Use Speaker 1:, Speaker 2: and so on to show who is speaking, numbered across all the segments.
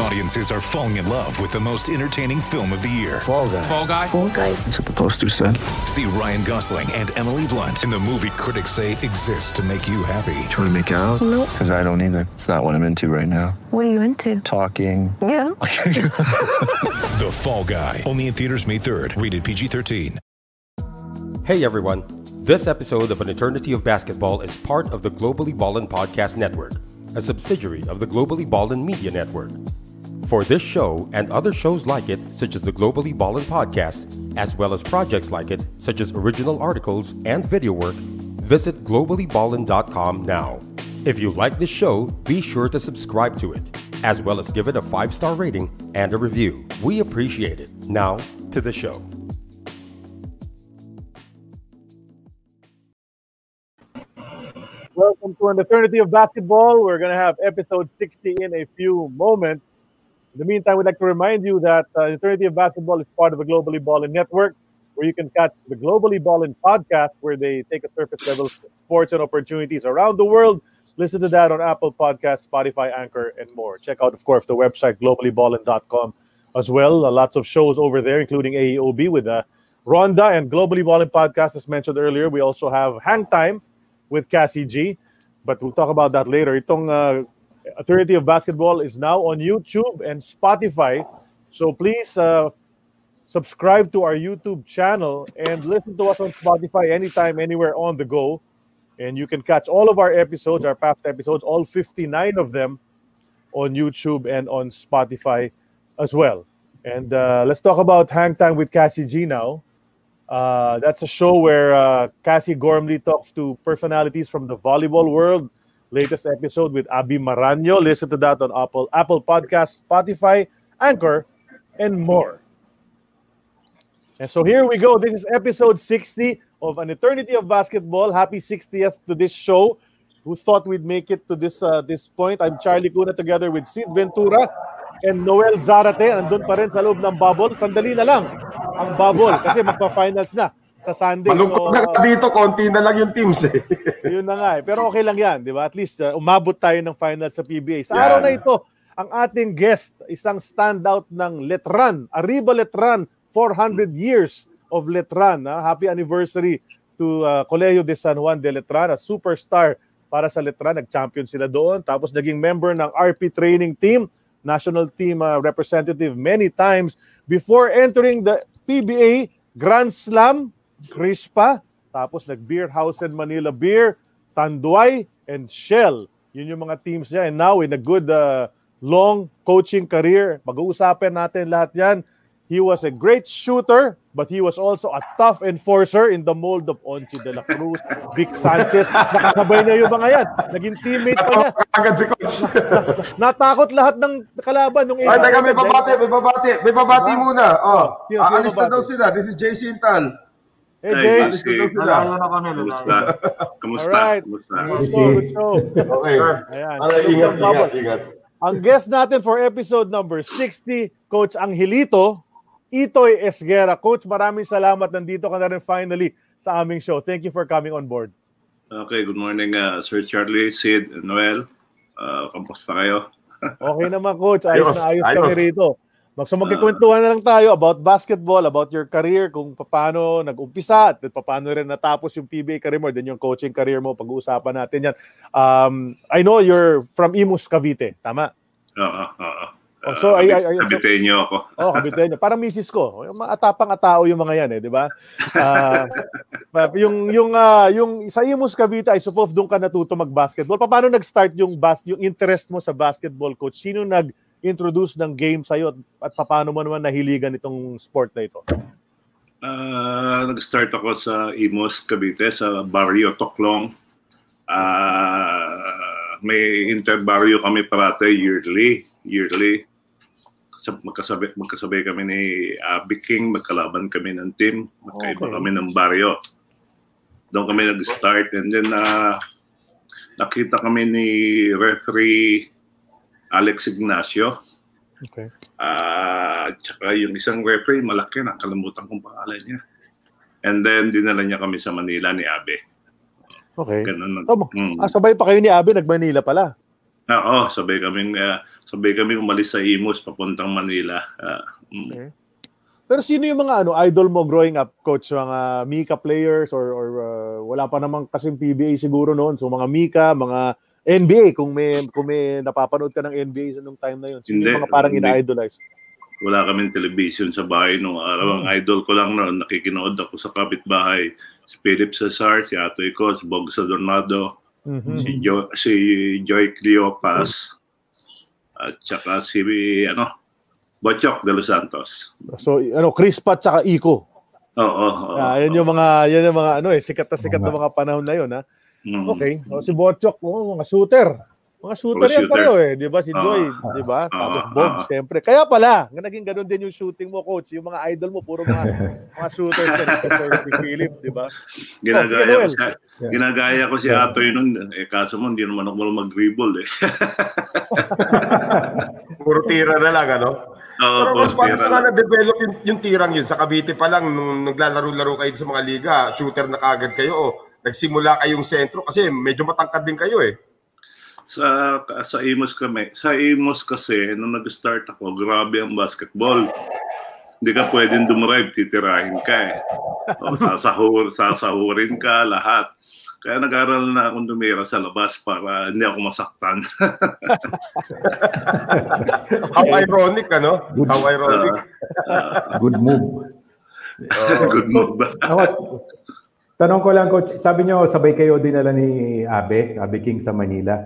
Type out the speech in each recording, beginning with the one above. Speaker 1: Audiences are falling in love with the most entertaining film of the year.
Speaker 2: Fall guy.
Speaker 3: Fall guy.
Speaker 4: Fall guy.
Speaker 2: That's what the poster said.
Speaker 1: See Ryan Gosling and Emily Blunt in the movie critics say exists to make you happy.
Speaker 2: Trying to make it out? No. Because I don't either. It's not what I'm into right now.
Speaker 5: What are you into?
Speaker 2: Talking.
Speaker 5: Yeah.
Speaker 1: The Fall Guy. Only in theaters May 3rd. Rated PG-13.
Speaker 6: Hey everyone. This episode of An Eternity of Basketball is part of the Globally Ballin Podcast Network, a subsidiary of the Globally Ballin Media Network. For this show and other shows like it, such as the Globally Ballin Podcast, as well as projects like it, such as original articles and video work, visit globallyballin.com now. If you like this show, be sure to subscribe to it, as well as give it a five star rating and a review. We appreciate it. Now, to the show.
Speaker 7: Welcome to an eternity of basketball. We're going to have episode 60 in a few moments. In the meantime, we'd like to remind you that uh, Eternity of Basketball is part of the Globally Ballin Network, where you can catch the Globally Ballin podcast, where they take a surface level sports and opportunities around the world. Listen to that on Apple Podcasts, Spotify, Anchor, and more. Check out, of course, the website globallyballin.com as well. Uh, lots of shows over there, including AEOB with uh, Rhonda and Globally Ballin podcast, as mentioned earlier. We also have Hang Time with Cassie G. But we'll talk about that later. Itong uh, Authority of Basketball is now on YouTube and Spotify. So please uh, subscribe to our YouTube channel and listen to us on Spotify anytime, anywhere on the go. And you can catch all of our episodes, our past episodes, all 59 of them on YouTube and on Spotify as well. And uh, let's talk about Hang Time with Cassie G now. Uh, that's a show where uh, Cassie Gormley talks to personalities from the volleyball world. Latest episode with Abby Marano. Listen to that on Apple Apple Podcasts, Spotify, Anchor, and more. And so here we go. This is episode 60 of An Eternity of Basketball. Happy 60th to this show. Who thought we'd make it to this uh, this point? I'm Charlie Cuna together with Sid Ventura and Noel Zarate. Andun pa rin sa loob ng bubble. Sandali na lang ang bubble kasi magpa-finals na sa Sunday.
Speaker 8: Malungkot
Speaker 7: So,
Speaker 8: na
Speaker 7: uh,
Speaker 8: ka dito, konti na lang yung teams eh.
Speaker 7: yun na nga eh. Pero okay lang yan, di ba? At least uh, umabot tayo ng final sa PBA. Sa
Speaker 8: Yan.
Speaker 7: araw na ito, ang ating guest, isang standout ng Letran, Arriba Letran, 400 years of Letran. ah. Happy anniversary to uh, Colegio de San Juan de Letran, a superstar para sa Letran. Nag-champion sila doon. Tapos naging member ng RP training team, national team uh, representative many times before entering the PBA Grand Slam, Crispa, tapos nag-Beer House and Manila Beer, Tanduay, and Shell. Yun yung mga teams niya. And now, in a good, uh, long coaching career, mag-uusapin natin lahat yan. He was a great shooter, but he was also a tough enforcer in the mold of Onchi de la Cruz, Vic Sanchez. Nakasabay niya yung mga yan. Naging teammate pa niya.
Speaker 8: Agad si coach.
Speaker 7: Natakot lahat ng kalaban nung
Speaker 8: Ay, teka, may babati, may babati. May babati
Speaker 7: Diba?
Speaker 8: muna. Oh,
Speaker 7: Sino- sino
Speaker 8: aalis na
Speaker 7: babati?
Speaker 8: daw sila. This is Jay Sintal.
Speaker 7: Eh, Jay.
Speaker 8: Alis na daw sila.
Speaker 3: Kumusta? Kumusta?
Speaker 7: Alright.
Speaker 3: Kumusta?
Speaker 7: Good show, good show.
Speaker 8: Okay.
Speaker 7: Ayan.
Speaker 8: Aray, ingat, ingat, ingat.
Speaker 7: Ang guest natin for episode number 60, Coach Angelito, Itoy Esguera. Coach, maraming salamat. Nandito ka na rin finally sa aming show. Thank you for coming on board.
Speaker 3: Okay, good morning uh, Sir Charlie, Sid, and Noel. Uh, kamusta kayo?
Speaker 7: Okay naman, Coach.
Speaker 8: Ayos,
Speaker 7: Ayos na ayos,
Speaker 8: ayos.
Speaker 7: kami rito. Mag- So magkikwentuhan na lang tayo about basketball, about your career, kung paano nag-umpisa at paano rin natapos yung PBA career mo, then yung coaching career mo, pag-uusapan natin yan. Um, I know you're from Imus, Cavite. Tama?
Speaker 3: Oo, oo.
Speaker 7: Oh, so, ay- ay- ay- so-
Speaker 3: Kabitayin uh, niyo ako.
Speaker 7: Oh, kabitahin niya. Parang misis ko. Atapang atao yung mga yan eh, di ba? Ah, pa- yung yung ah, yung sa Imus Cavite, I suppose doon ka natuto mag-basketball. Pa- Paano nag-start yung bas yung interest mo sa basketball coach? Sino nag-introduce ng game sa iyo at paano mo naman nahiligan itong sport na ito?
Speaker 3: Ah, nag-start ako sa Imus, Cavite, sa Barrio Toklong. Ah, may interbarrio kami parate yearly, yearly. Sa- Magkasabay, magkasabay kami ni Abby King, magkalaban kami ng team, magkaiba
Speaker 7: Okay.
Speaker 3: kami ng barrio. Doon kami nag-start and then ah, nakita kami ni referee Alex Ignacio.
Speaker 7: Okay.
Speaker 3: Ah, tsaka yung isang referee, malaki, nakalimutan kong pangalan niya. And then, dinala niya kami sa Manila ni Abe.
Speaker 7: Okay.
Speaker 3: Ganun.
Speaker 7: So,
Speaker 3: Mm.
Speaker 7: ah, sabay pa kayo ni Abe, nag-Manila pala.
Speaker 3: Ah, Oo, sabay kaming, ah, sabay kaming umalis sa Imus papuntang Manila. Ah, mm.
Speaker 7: Pero sino yung mga ano idol mo growing up, coach? Mga Mika players or, or uh, wala pa namang kasing PBA siguro noon. So mga Mika, mga NBA, kung may, kung may napapanood ka ng NBA sa nung time na yun. Sino
Speaker 3: Hindi,
Speaker 7: yung mga parang
Speaker 3: hindi.
Speaker 7: ina-idolize?
Speaker 3: wala kaming television sa bahay nung araw. Ang
Speaker 7: Mm.
Speaker 3: idol ko lang noon, nakikinood ako sa kapitbahay. Si Philip Cesar, si Atoy Cos, Bog Sadornado,
Speaker 7: Mhm.
Speaker 3: si, jo- si Joy Cleopas, at saka si, ano, Bochok de los Santos.
Speaker 7: So ano, Crispa at saka Iko.
Speaker 3: Oo, oo. oo.
Speaker 7: Ah, yan yung mga yan yung mga ano eh sikat na sikat na mga panahon na yun ha.
Speaker 3: Mm.
Speaker 7: Okay. O, si Bochok, oh, mga shooter. Mga shooter
Speaker 3: Mga
Speaker 7: yan
Speaker 3: shooter.
Speaker 7: pareho eh, 'di ba? Si
Speaker 3: Ah.
Speaker 7: Joy, 'di ba? Tapos
Speaker 3: Ah.
Speaker 7: Bob, siyempre. Kaya pala, nga naging ganun din yung shooting mo, coach. Yung mga idol mo puro mga mga shooter din, si Philip, 'di ba?
Speaker 3: Ginagaya,
Speaker 7: Oh,
Speaker 3: ko
Speaker 7: sige,
Speaker 3: si, ginagaya ko si Atoy noon. Eh, kaso mo, hindi naman ako marunong mag-dribble eh.
Speaker 8: Puro tira na lang, ano?
Speaker 3: Oo,
Speaker 8: Pero
Speaker 3: Ah, puro
Speaker 8: mas paano
Speaker 3: tira
Speaker 8: na
Speaker 3: lang.
Speaker 8: na-develop yung, yung tirang yun? Sa Cavite pa lang, nung naglalaro-laro kayo sa mga liga, shooter na kagad kayo, oh. nagsimula kayong sentro kasi medyo matangkad din kayo eh.
Speaker 3: sa sa Imus kami. Sa Imus kasi nung nag-start ako, grabe ang basketball. Hindi ka pwedeng dumrive, titirahin ka eh. O, sasahur, sasahurin ka, lahat. Kaya nag-aral na akong dumira sa labas para hindi ako masaktan.
Speaker 8: How ironic, ano? How ironic.
Speaker 5: Ah. Good move.
Speaker 7: Oh.
Speaker 3: Good move.
Speaker 5: Ako, tanong ko lang, Coach. Sabi nyo, sabay kayo dinala ni Abe, Abe King sa Manila.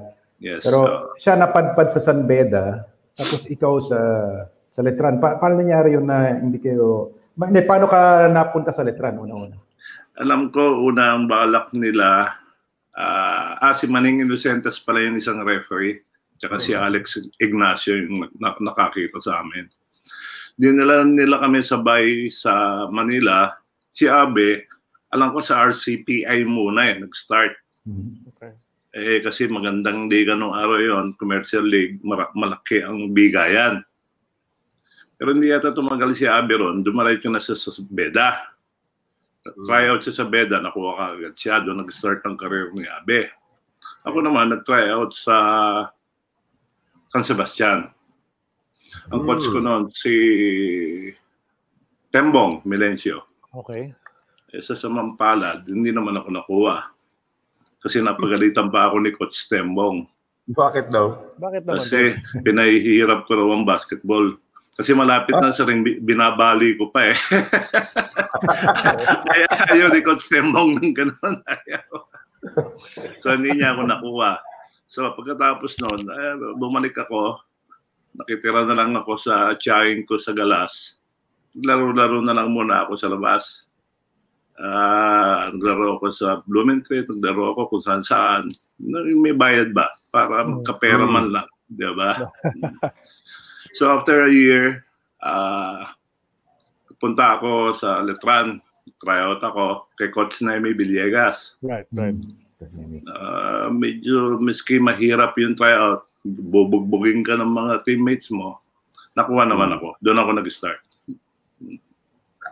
Speaker 3: yes.
Speaker 5: Pero
Speaker 3: oo.
Speaker 5: siya napadpad sa San Beda, tapos ikaw sa sa Letran. Pa- paano nangyari yun na hindi kayo... Ma- hindi, paano ka napunta sa Letran una-una?
Speaker 3: alam ko una ang balak nila ah, ah si Manning Inocentes pala yung isang referee tsaka si Alex Ignacio yung na- nakakita sa amin dinala nila kami sabay sa Manila si Abe alam ko sa RCPI muna eh nag-start eh kasi magandang liga nung araw yon commercial league mara- malaki ang bigayan pero hindi yata tumagal si Abe ron dumaray ko na sa, sa Beda tryout siya sa Beda, nakuha ka agad siya. Doon nag-start ang career ni Abe. Ako naman, nag-tryout sa San Sebastian. Ang coach ko noon, si Tembong Melencio.
Speaker 7: Okay.
Speaker 3: Isa sa Mampalad, hindi naman ako nakuha. Kasi napagalitan pa ako ni Coach Tembong.
Speaker 8: Bakit daw?
Speaker 7: Bakit naman?
Speaker 3: Kasi pinahihirap ko raw ang basketball. Kasi malapit na sa ring, bi- binabali ko pa eh. Kaya ayaw ni Coach Tembong ng ganun. Ayaw. so hindi niya ako nakuha. So pagkatapos noon, eh, bumalik ako. Nakitira na lang ako sa tsahin ko sa galas. Laro-laro na lang muna ako sa labas. Ah, naglaro ako sa Blumentritt, naglaro ako kung saan saan. May bayad ba? Para
Speaker 7: Hmm.
Speaker 3: kapera man lang. Di ba? Hmm. so after a year, ah, punta ako sa Letran. Tryout ako kay Coach Naime Villegas.
Speaker 7: Right, right.
Speaker 3: Ah, medyo miski mahirap yung tryout, bubugbugin ka ng mga teammates mo. Nakuha
Speaker 7: Hmm.
Speaker 3: naman ako. Doon ako nag-start.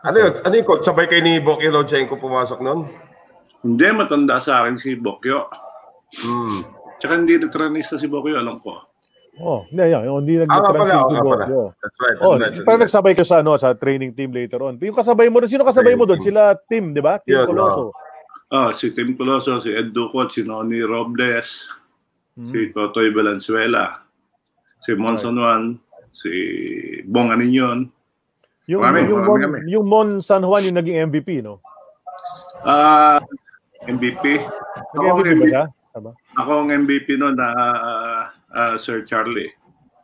Speaker 8: Ano yun? Ano yung coach? Sabay kayo ni Bok Ilochenko pumasok noon?
Speaker 3: Hindi, matanda sa akin si Bokyo.
Speaker 8: Hmm.
Speaker 3: Tsaka hindi retranista si Bokyo, alam ko.
Speaker 7: Oh, hindi yeah, yeah. hindi
Speaker 8: Ah, nga pala,
Speaker 7: nag-transit
Speaker 8: oo nga pala.
Speaker 7: oh.
Speaker 8: That's right. That's
Speaker 7: Oh,
Speaker 8: right, that's
Speaker 7: pero
Speaker 8: right.
Speaker 7: nagsabay ka sa ano sa training team later on. Yung kasabay mo doon, sino kasabay mo doon? Sila team, 'di ba? Team
Speaker 8: Yun,
Speaker 7: Coloso.
Speaker 3: Ah, si Tim Coloso, si Ed Ducot, si Noni Robles, si Totoy Valenzuela, si Monson Juan, si Bong Aninon.
Speaker 7: Yung
Speaker 3: Marami,
Speaker 7: yung,
Speaker 3: marami
Speaker 7: Mon,
Speaker 3: kami.
Speaker 7: yung Mon San Juan yung naging MVP, no?
Speaker 3: Ah, MVP. Ako
Speaker 7: Nag-MVP ba
Speaker 3: ang MVP,
Speaker 7: siya? Tama.
Speaker 3: ako ang MVP noon na ah, ah, Sir Charlie.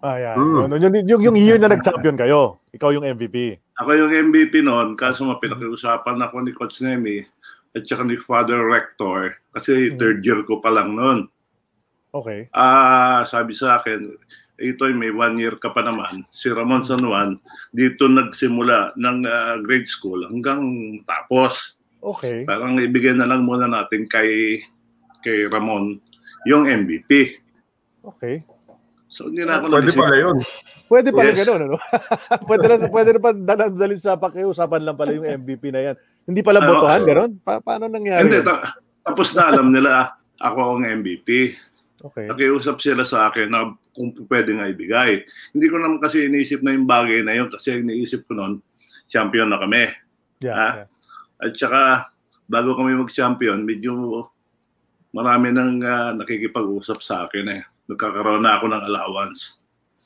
Speaker 7: Ah, yeah.
Speaker 8: Mm.
Speaker 3: Hmm.
Speaker 7: Ano, yung, yung, yung year na nag-champion kayo, ikaw yung MVP.
Speaker 3: Ako yung MVP noon, kaso mapinakiusapan ako ni Coach Nemi at saka ni Father Rector kasi third year ko pa lang noon.
Speaker 7: Okay.
Speaker 3: Ah, sabi sa akin, ito may one year ka pa naman. Si Ramon San Juan, dito nagsimula ng ah, grade school hanggang tapos.
Speaker 7: Okay.
Speaker 3: Parang ibigay na lang muna natin kay kay Ramon yung MVP.
Speaker 7: Okay.
Speaker 3: So hindi na ako
Speaker 8: Pwede
Speaker 3: naisip-
Speaker 8: pala yun.
Speaker 7: Pwede pala
Speaker 3: Yes.
Speaker 7: ganun, ano? pwede na, pwede na pa dal- dalhin sa pakiusapan lang pala yung MVP na yan. Hindi pala
Speaker 3: Ah,
Speaker 7: botohan,
Speaker 3: okay.
Speaker 7: gano'n? Pa- paano nangyari?
Speaker 3: Hindi,
Speaker 7: yun?
Speaker 3: ta- tapos na alam nila ako ang MVP.
Speaker 7: okay.
Speaker 3: Nakiusap sila sa akin na kung pwede nga ibigay. Hindi ko naman kasi iniisip na yung bagay na yun kasi iniisip ko noon, champion na kami.
Speaker 7: Yeah,
Speaker 3: ah.
Speaker 7: yeah.
Speaker 3: At saka, bago kami mag-champion, medyo marami nang ah, nakikipag-usap sa akin eh. Nagkakaroon na ako ng allowance.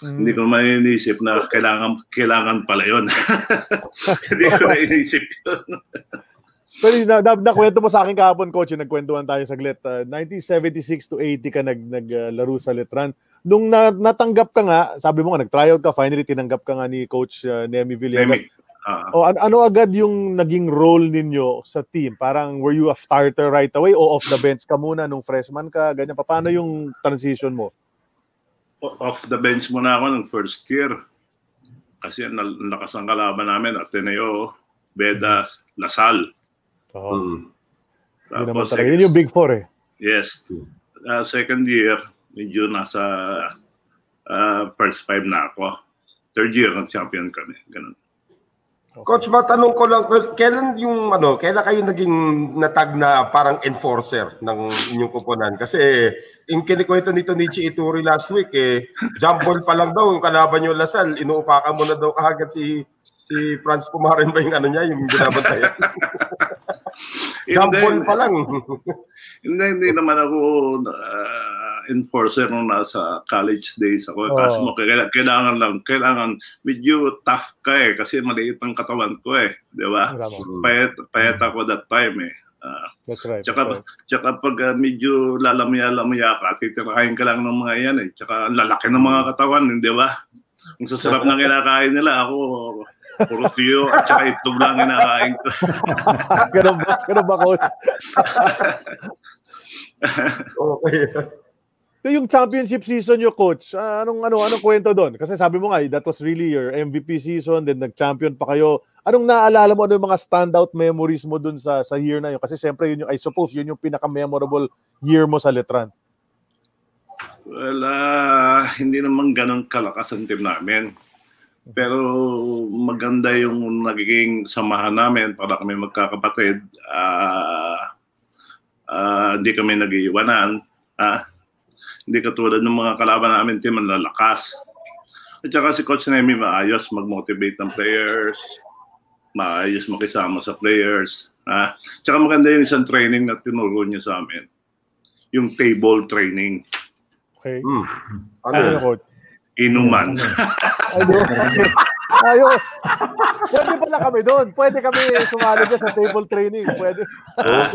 Speaker 7: Mm.
Speaker 3: Hindi ko naman iniisip na kailangan, kailangan pala yun. Hindi ko na iniisip yun.
Speaker 7: Pero yun, na, na, nakwento mo sa akin kahapon, coach, yung nagkwentuhan tayo saglit. Uh, 1976 to 80 ka nag, naglaro sa Letran. Nung na, natanggap ka nga, sabi mo nga, nag-tryout ka, finally tinanggap ka nga ni Coach uh, Nemi Villegas.
Speaker 3: Lemmy, ah,
Speaker 7: O, an- ano agad yung naging role ninyo sa team? Parang were you a starter right away o off the bench ka muna nung freshman ka? Ganyan pa. Paano yung transition mo?
Speaker 3: off the bench muna ako ng first year. Kasi ang nal- lakas ang kalaban namin, Ateneo, Beda, Lasal. Hmm.
Speaker 7: Oh, yun naman
Speaker 3: Tapos,
Speaker 7: talaga. Yun yung big four eh.
Speaker 3: Yes. Uh, second year, medyo nasa uh, first five na ako. Third year, nag-champion kami. Ganun.
Speaker 8: Coach, matanong ko lang, kailan yung ano, kailan kayo naging natag na parang enforcer ng inyong kuponan? Kasi yung kinikwento nito ni Chi Ituri last week, eh, jump ball pa lang daw, yung kalaban nyo Lasal, inuupakan mo na daw kaagad si si Franz Pumarin ba yung ano niya, yung binabantayan? jump
Speaker 3: Hindi-
Speaker 8: ball pa lang.
Speaker 3: Hindi, hindi naman ako uh, enforcer nung nasa college days ako.
Speaker 7: Oo.
Speaker 3: Kasi mo, kaila- kailangan lang, kailangan, medyo tough ka eh, kasi maliit ang katawan ko eh. Di ba?
Speaker 7: Tama.
Speaker 3: Payat, payat ako that time eh. Ah,
Speaker 7: That's right. That's
Speaker 3: Tsaka,
Speaker 7: right.
Speaker 3: tsaka pag ah, medyo lalamya-lamya ka, titirahin ka lang ng mga yan eh. Tsaka ang lalaki ng mga katawan, hindi ba? Ang sasarap na kinakain nila, ako, puro tuyo at tsaka itlog lang kinakain ko.
Speaker 7: Ah, ganun ba? Ganun ba, coach?
Speaker 8: okay.
Speaker 7: So, yung championship season nyo, coach, ah, anong, ano, anong kwento doon? Kasi sabi mo nga, eh, that was really your MVP season, then nag-champion pa kayo. Anong naalala mo, ano yung mga standout memories mo doon sa, sa year na yun? Kasi syempre, yun yung, I suppose, yun yung pinaka-memorable year mo sa Letran.
Speaker 3: Well, ah, hindi naman ganun kalakas ang team namin. Pero maganda yung nagiging samahan namin para kami magkakapatid. Ah, ah, hindi kami nag-iiwanan. Ah, hindi katulad ng mga kalaban namin, team ang lalakas. At saka si Coach Nemi maayos mag-motivate ng players, maayos makisama sa players. Ah, tsaka maganda yung isang training na tinuro niya sa amin, yung table training
Speaker 7: Okay?
Speaker 8: Hmm. Ano
Speaker 7: Ano
Speaker 8: yun?
Speaker 7: yun, coach?
Speaker 3: inuman.
Speaker 7: Ano? Ayos. Pwede pala kami doon. Pwede kami sumali dyan sa table training. Pwede.
Speaker 3: Ah,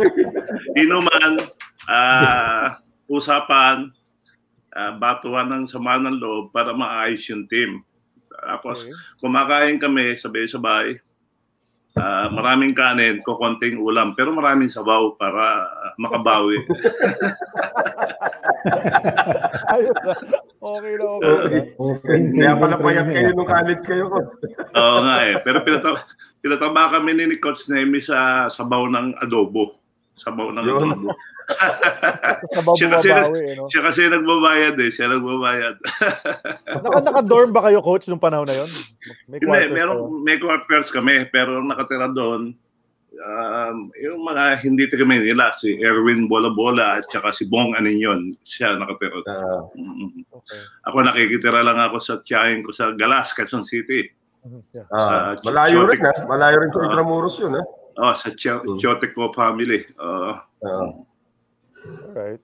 Speaker 3: inuman, ah, usapan, ah, batuan ng sama ng loob para maayos yung team. Tapos,
Speaker 7: Okay.
Speaker 3: kumakain kami, sabay-sabay, ah, maraming kanin, kukonting ulam, pero maraming sabaw para makabawi.
Speaker 7: Ayos. ah. Okay na, okay. na.
Speaker 8: Kaya pala payat kayo nung college kayo.
Speaker 3: Oo nga eh. Pero pinata pinatama kami ni ni Coach Nemi sa sabaw ng adobo. Sabaw ng
Speaker 8: Yun.
Speaker 3: adobo.
Speaker 7: Tapos nababawi,
Speaker 3: siya, kasi,
Speaker 7: eh, no?
Speaker 3: siya kasi nagbabayad eh. Siya nagbabayad.
Speaker 7: Naka, naka-dorm ba kayo, coach, nung panahon na yun? May
Speaker 3: Hindi,
Speaker 7: quarters
Speaker 3: meron,
Speaker 7: kayo?
Speaker 3: may quarters kami, pero ang nakatira doon, um, yung mga hindi kami nila, si Erwin Bolabola at saka si Bong Aninyon, siya nakatira doon.
Speaker 8: Ah,
Speaker 3: Mm.
Speaker 7: Okay.
Speaker 3: Ako nakikitira lang ako sa tiyahin ko sa Galas, Quezon City.
Speaker 7: Mhm, yeah.
Speaker 8: ah,
Speaker 3: Ah,
Speaker 8: malayo rin ha.
Speaker 3: Chotik.
Speaker 8: Malayo rin sa
Speaker 3: Ah.
Speaker 8: Intramuros yun ha.
Speaker 3: Oh, sa Ch-
Speaker 8: Mm.
Speaker 3: Choteco family. Oh. Oo.
Speaker 8: Ah.
Speaker 7: Alright.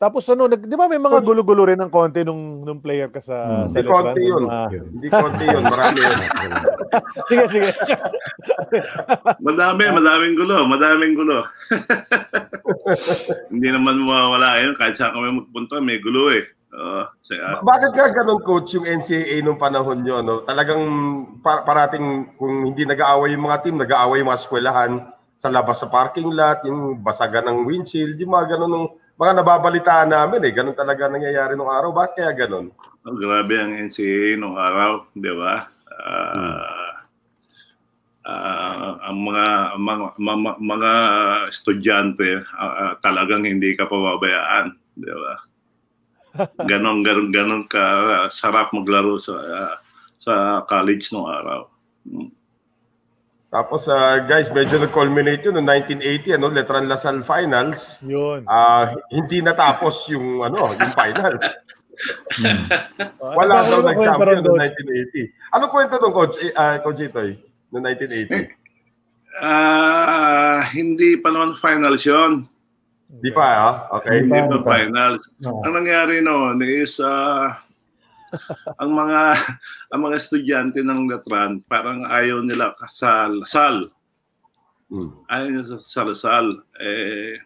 Speaker 7: Tapos ano, nag, di ba may mga gulo-gulo rin ng konti nung, nung player ka sa,
Speaker 5: Hmm.
Speaker 7: sa
Speaker 8: Hindi
Speaker 7: Letran?
Speaker 8: konti yun.
Speaker 7: Ah,
Speaker 8: Hindi konti yun. Marami yun.
Speaker 7: sige, sige.
Speaker 3: madami, madaming gulo, madaming gulo. hindi naman mawawala yun. Kahit saan kami magpunta, may gulo eh. Oo. Sa-
Speaker 8: Bakit ka ganun coach yung NCAA nung panahon nyo? No? Talagang par- parating kung hindi nag-aaway yung mga team, nag-aaway yung mga eskwelahan sa labas sa parking lot, yung basagan ng windshield, yung mga ganun nung mga nababalitaan namin eh. Ganun talaga nangyayari nung araw. Bakit kaya ganun?
Speaker 3: Oh, grabe ang NCAA nung araw, di ba? Ah, ah, ang mga mga mga, mga estudyante ah, ah, talagang hindi ka pababayaan, di ba? Ganon ganon ganon ka ah, Hmm. sarap maglaro sa ah, sa college nung araw.
Speaker 8: Tapos ah, guys, medyo nag-culminate yun noong 1980, ano, Letran Lasal Finals.
Speaker 7: Yun.
Speaker 8: Ah, hindi natapos yung ano, yung final.
Speaker 7: Ano
Speaker 8: Wala
Speaker 7: ba
Speaker 8: daw
Speaker 7: ang kwento
Speaker 8: nag-champion
Speaker 7: ron,
Speaker 8: noong
Speaker 7: Coach?
Speaker 8: 1980. Anong kwento doon, Coach, eh, ah, Coach Itoy? Noong 1980?
Speaker 3: Ah, hindi pa naman finals yon.
Speaker 8: Di pa, ha? Okay.
Speaker 3: Hindi
Speaker 5: Hindi
Speaker 3: pa
Speaker 5: pa.
Speaker 3: finals.
Speaker 5: Oo.
Speaker 3: Ang nangyari noon is ah, ang mga ang mga estudyante ng Latran parang ayaw nila sa Lasal.
Speaker 8: Mm.
Speaker 3: Ayaw nila sa- sa Lasal. Eh,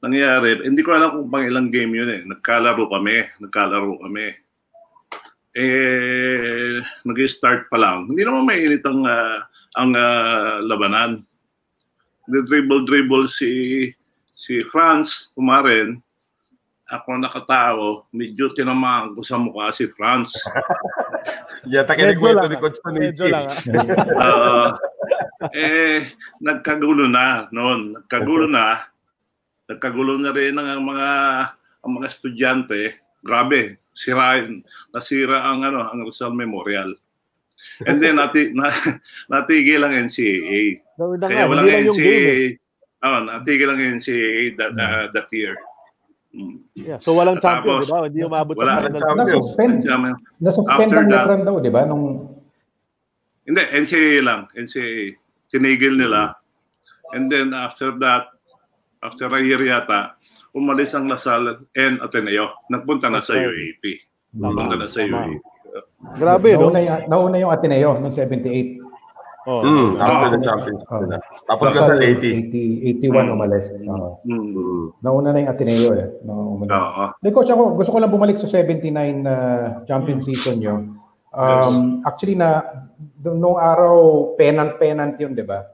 Speaker 3: nangyari, hindi ko alam kung pang ilang game yun eh. Nagkalaro kami. Nagkalaro kami. Eh, nag-start pa lang. Hindi naman mainit ang, ah, ang ah, labanan. Nag-dribble-dribble si si Franz kumaren ako nakatao, medyo tinamaan ko sa mukha si Franz.
Speaker 8: Yata
Speaker 7: Medyo
Speaker 8: kinikwento
Speaker 7: lang,
Speaker 8: ni Coach Tonichi.
Speaker 7: Medyo lang. ah.
Speaker 3: Ah, eh, nagkagulo na noon. Nagkagulo na. Nagkagulo na rin ang mga ang mga estudyante. Grabe, sirain. Nasira ang ano, ang Rizal Memorial. And then nati, na, natigil ang NCAA.
Speaker 7: Gawin na nga,
Speaker 3: Kaya
Speaker 7: hindi
Speaker 3: walang
Speaker 7: lang yung game eh. Hmm.
Speaker 3: NCAA. Oh, natigil ang NCAA that, ah, that year. Mm.
Speaker 7: Yeah, So walang champion, di
Speaker 3: Tapos,
Speaker 7: ba? Hindi umabot
Speaker 3: wala
Speaker 7: sa
Speaker 8: nang
Speaker 7: final.
Speaker 8: Ah, champion.
Speaker 5: Na-suspend.
Speaker 3: Kaya-
Speaker 5: Na-suspend
Speaker 3: After
Speaker 5: ang
Speaker 3: that-
Speaker 5: Letran daw, di ba? Nung
Speaker 3: Hindi, NCAA lang. NCAA. Tinigil nila. And then after that, after a year yata, umalis ang Lasal and Ateneo. Nagpunta na sa
Speaker 7: Okay.
Speaker 3: UAP. Nagpunta na sa
Speaker 7: Tama.
Speaker 3: UAP.
Speaker 7: Grabe, no?
Speaker 5: nauna, y- nauna yung Ateneo noong 78.
Speaker 7: Oh.
Speaker 8: Mm, after
Speaker 3: Oo.
Speaker 8: the champion.
Speaker 5: Oo.
Speaker 8: Tapos Lasal 80.
Speaker 5: 80 81 umalis. Oo.
Speaker 3: Mm.
Speaker 5: Nauna na yung Ateneo eh. No, umalis.
Speaker 3: Oo.
Speaker 5: Hey, coach, ako, gusto ko lang bumalik sa 79 na
Speaker 3: Mm.
Speaker 5: champion season nyo. Um, Actually, na do- noong araw, penant-penant yun, di ba?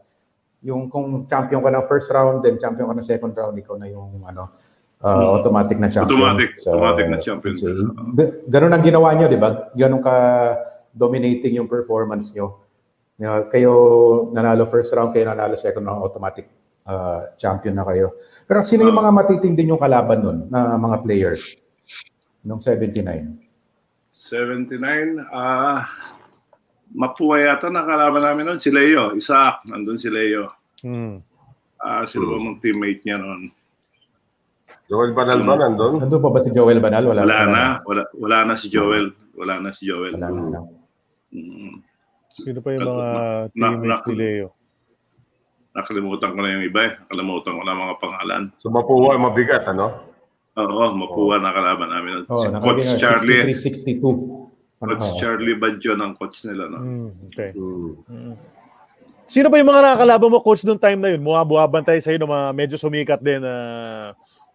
Speaker 5: Yung kung champion ka ng first round, then champion ka ng second round, ikaw na yung ano, uh, automatic na champion.
Speaker 3: Mm. Automatic, automatic na champion.
Speaker 5: So, g- ganun ang ginawa nyo, di ba? Ganun ka dominating yung performance nyo. Na kayo nanalo first round, kayo nanalo second round, automatic uh, champion na kayo. Pero sino yung mga matitindi yung kalaban nun na mga players? Nung 79.
Speaker 3: 79, ah, Mapua yata nakalaban namin noon. Si Leo, Isaac, nandun si Leo.
Speaker 7: Mm.
Speaker 3: Ah, sila
Speaker 5: Hmm.
Speaker 3: ba mga teammate niya noon?
Speaker 8: Joel Banal ba nandun?
Speaker 5: Nandun pa ba si Joel Banal? Wala,
Speaker 3: Wala na. Wala, wala na si Joel. Wala na si Joel.
Speaker 5: Wala na.
Speaker 3: Mm.
Speaker 7: Sino pa yung mga
Speaker 3: Na- na-
Speaker 7: teammates ni Leo?
Speaker 3: Nakalimutan ko na yung iba eh. Nakalimutan ko na mga pangalan.
Speaker 8: So mapuha, mabigat, ano?
Speaker 3: Oo, mapuha na kalaban namin.
Speaker 5: Oh,
Speaker 3: si
Speaker 5: nakalagay
Speaker 3: Coach
Speaker 5: nga,
Speaker 3: Charlie.
Speaker 5: 63-62. Ano ka?
Speaker 3: Coach Charlie Badjo ng coach nila. No?
Speaker 7: Mm, okay. Hmm.
Speaker 8: Mm.
Speaker 7: Sino ba yung mga nakakalaban mo, coach, noong time na yun? Mga buhabantay sa'yo, no? mga medyo sumikat din, na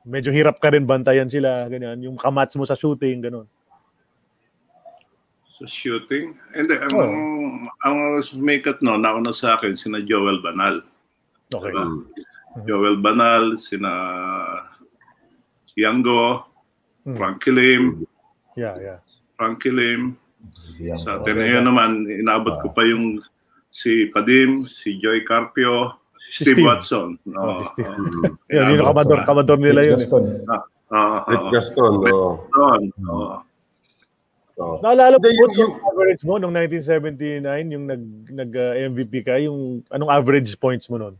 Speaker 7: medyo hirap ka rin bantayan sila, ganyan. Yung kamatch mo sa shooting, ganun.
Speaker 3: Sa shooting. And then, ang, ang sumikat no, nauna sa akin, sina Joel Banal.
Speaker 7: Okay.
Speaker 3: Diba?
Speaker 5: Mm.
Speaker 3: Joel Banal, sina Yango,
Speaker 7: Mm.
Speaker 3: Frankie Lim,
Speaker 7: Yeah, yeah.
Speaker 3: Frankie Lim.
Speaker 5: Yan.
Speaker 3: Sa Ateneo naman, inaabot ko pa yung si Padim, si Joy Carpio,
Speaker 7: Si
Speaker 3: si Steve,
Speaker 7: Steve.
Speaker 3: Watson.
Speaker 7: Oh, si Steve.
Speaker 3: Mm.
Speaker 7: Yun, yun yung
Speaker 3: Inaabot
Speaker 7: kamador,
Speaker 3: ko pa.
Speaker 7: kamador nila yun. Eh.
Speaker 5: Gaston.
Speaker 3: ah, Oo,
Speaker 8: Rich
Speaker 3: oo.
Speaker 8: Gaston, oo.
Speaker 3: Doon, oo.
Speaker 8: Oo.
Speaker 7: Naalala mo
Speaker 8: Hindi, yung-
Speaker 7: coach, yung average mo noong 1979, yung nag, nag ah, MVP ka, yung anong average points mo noon?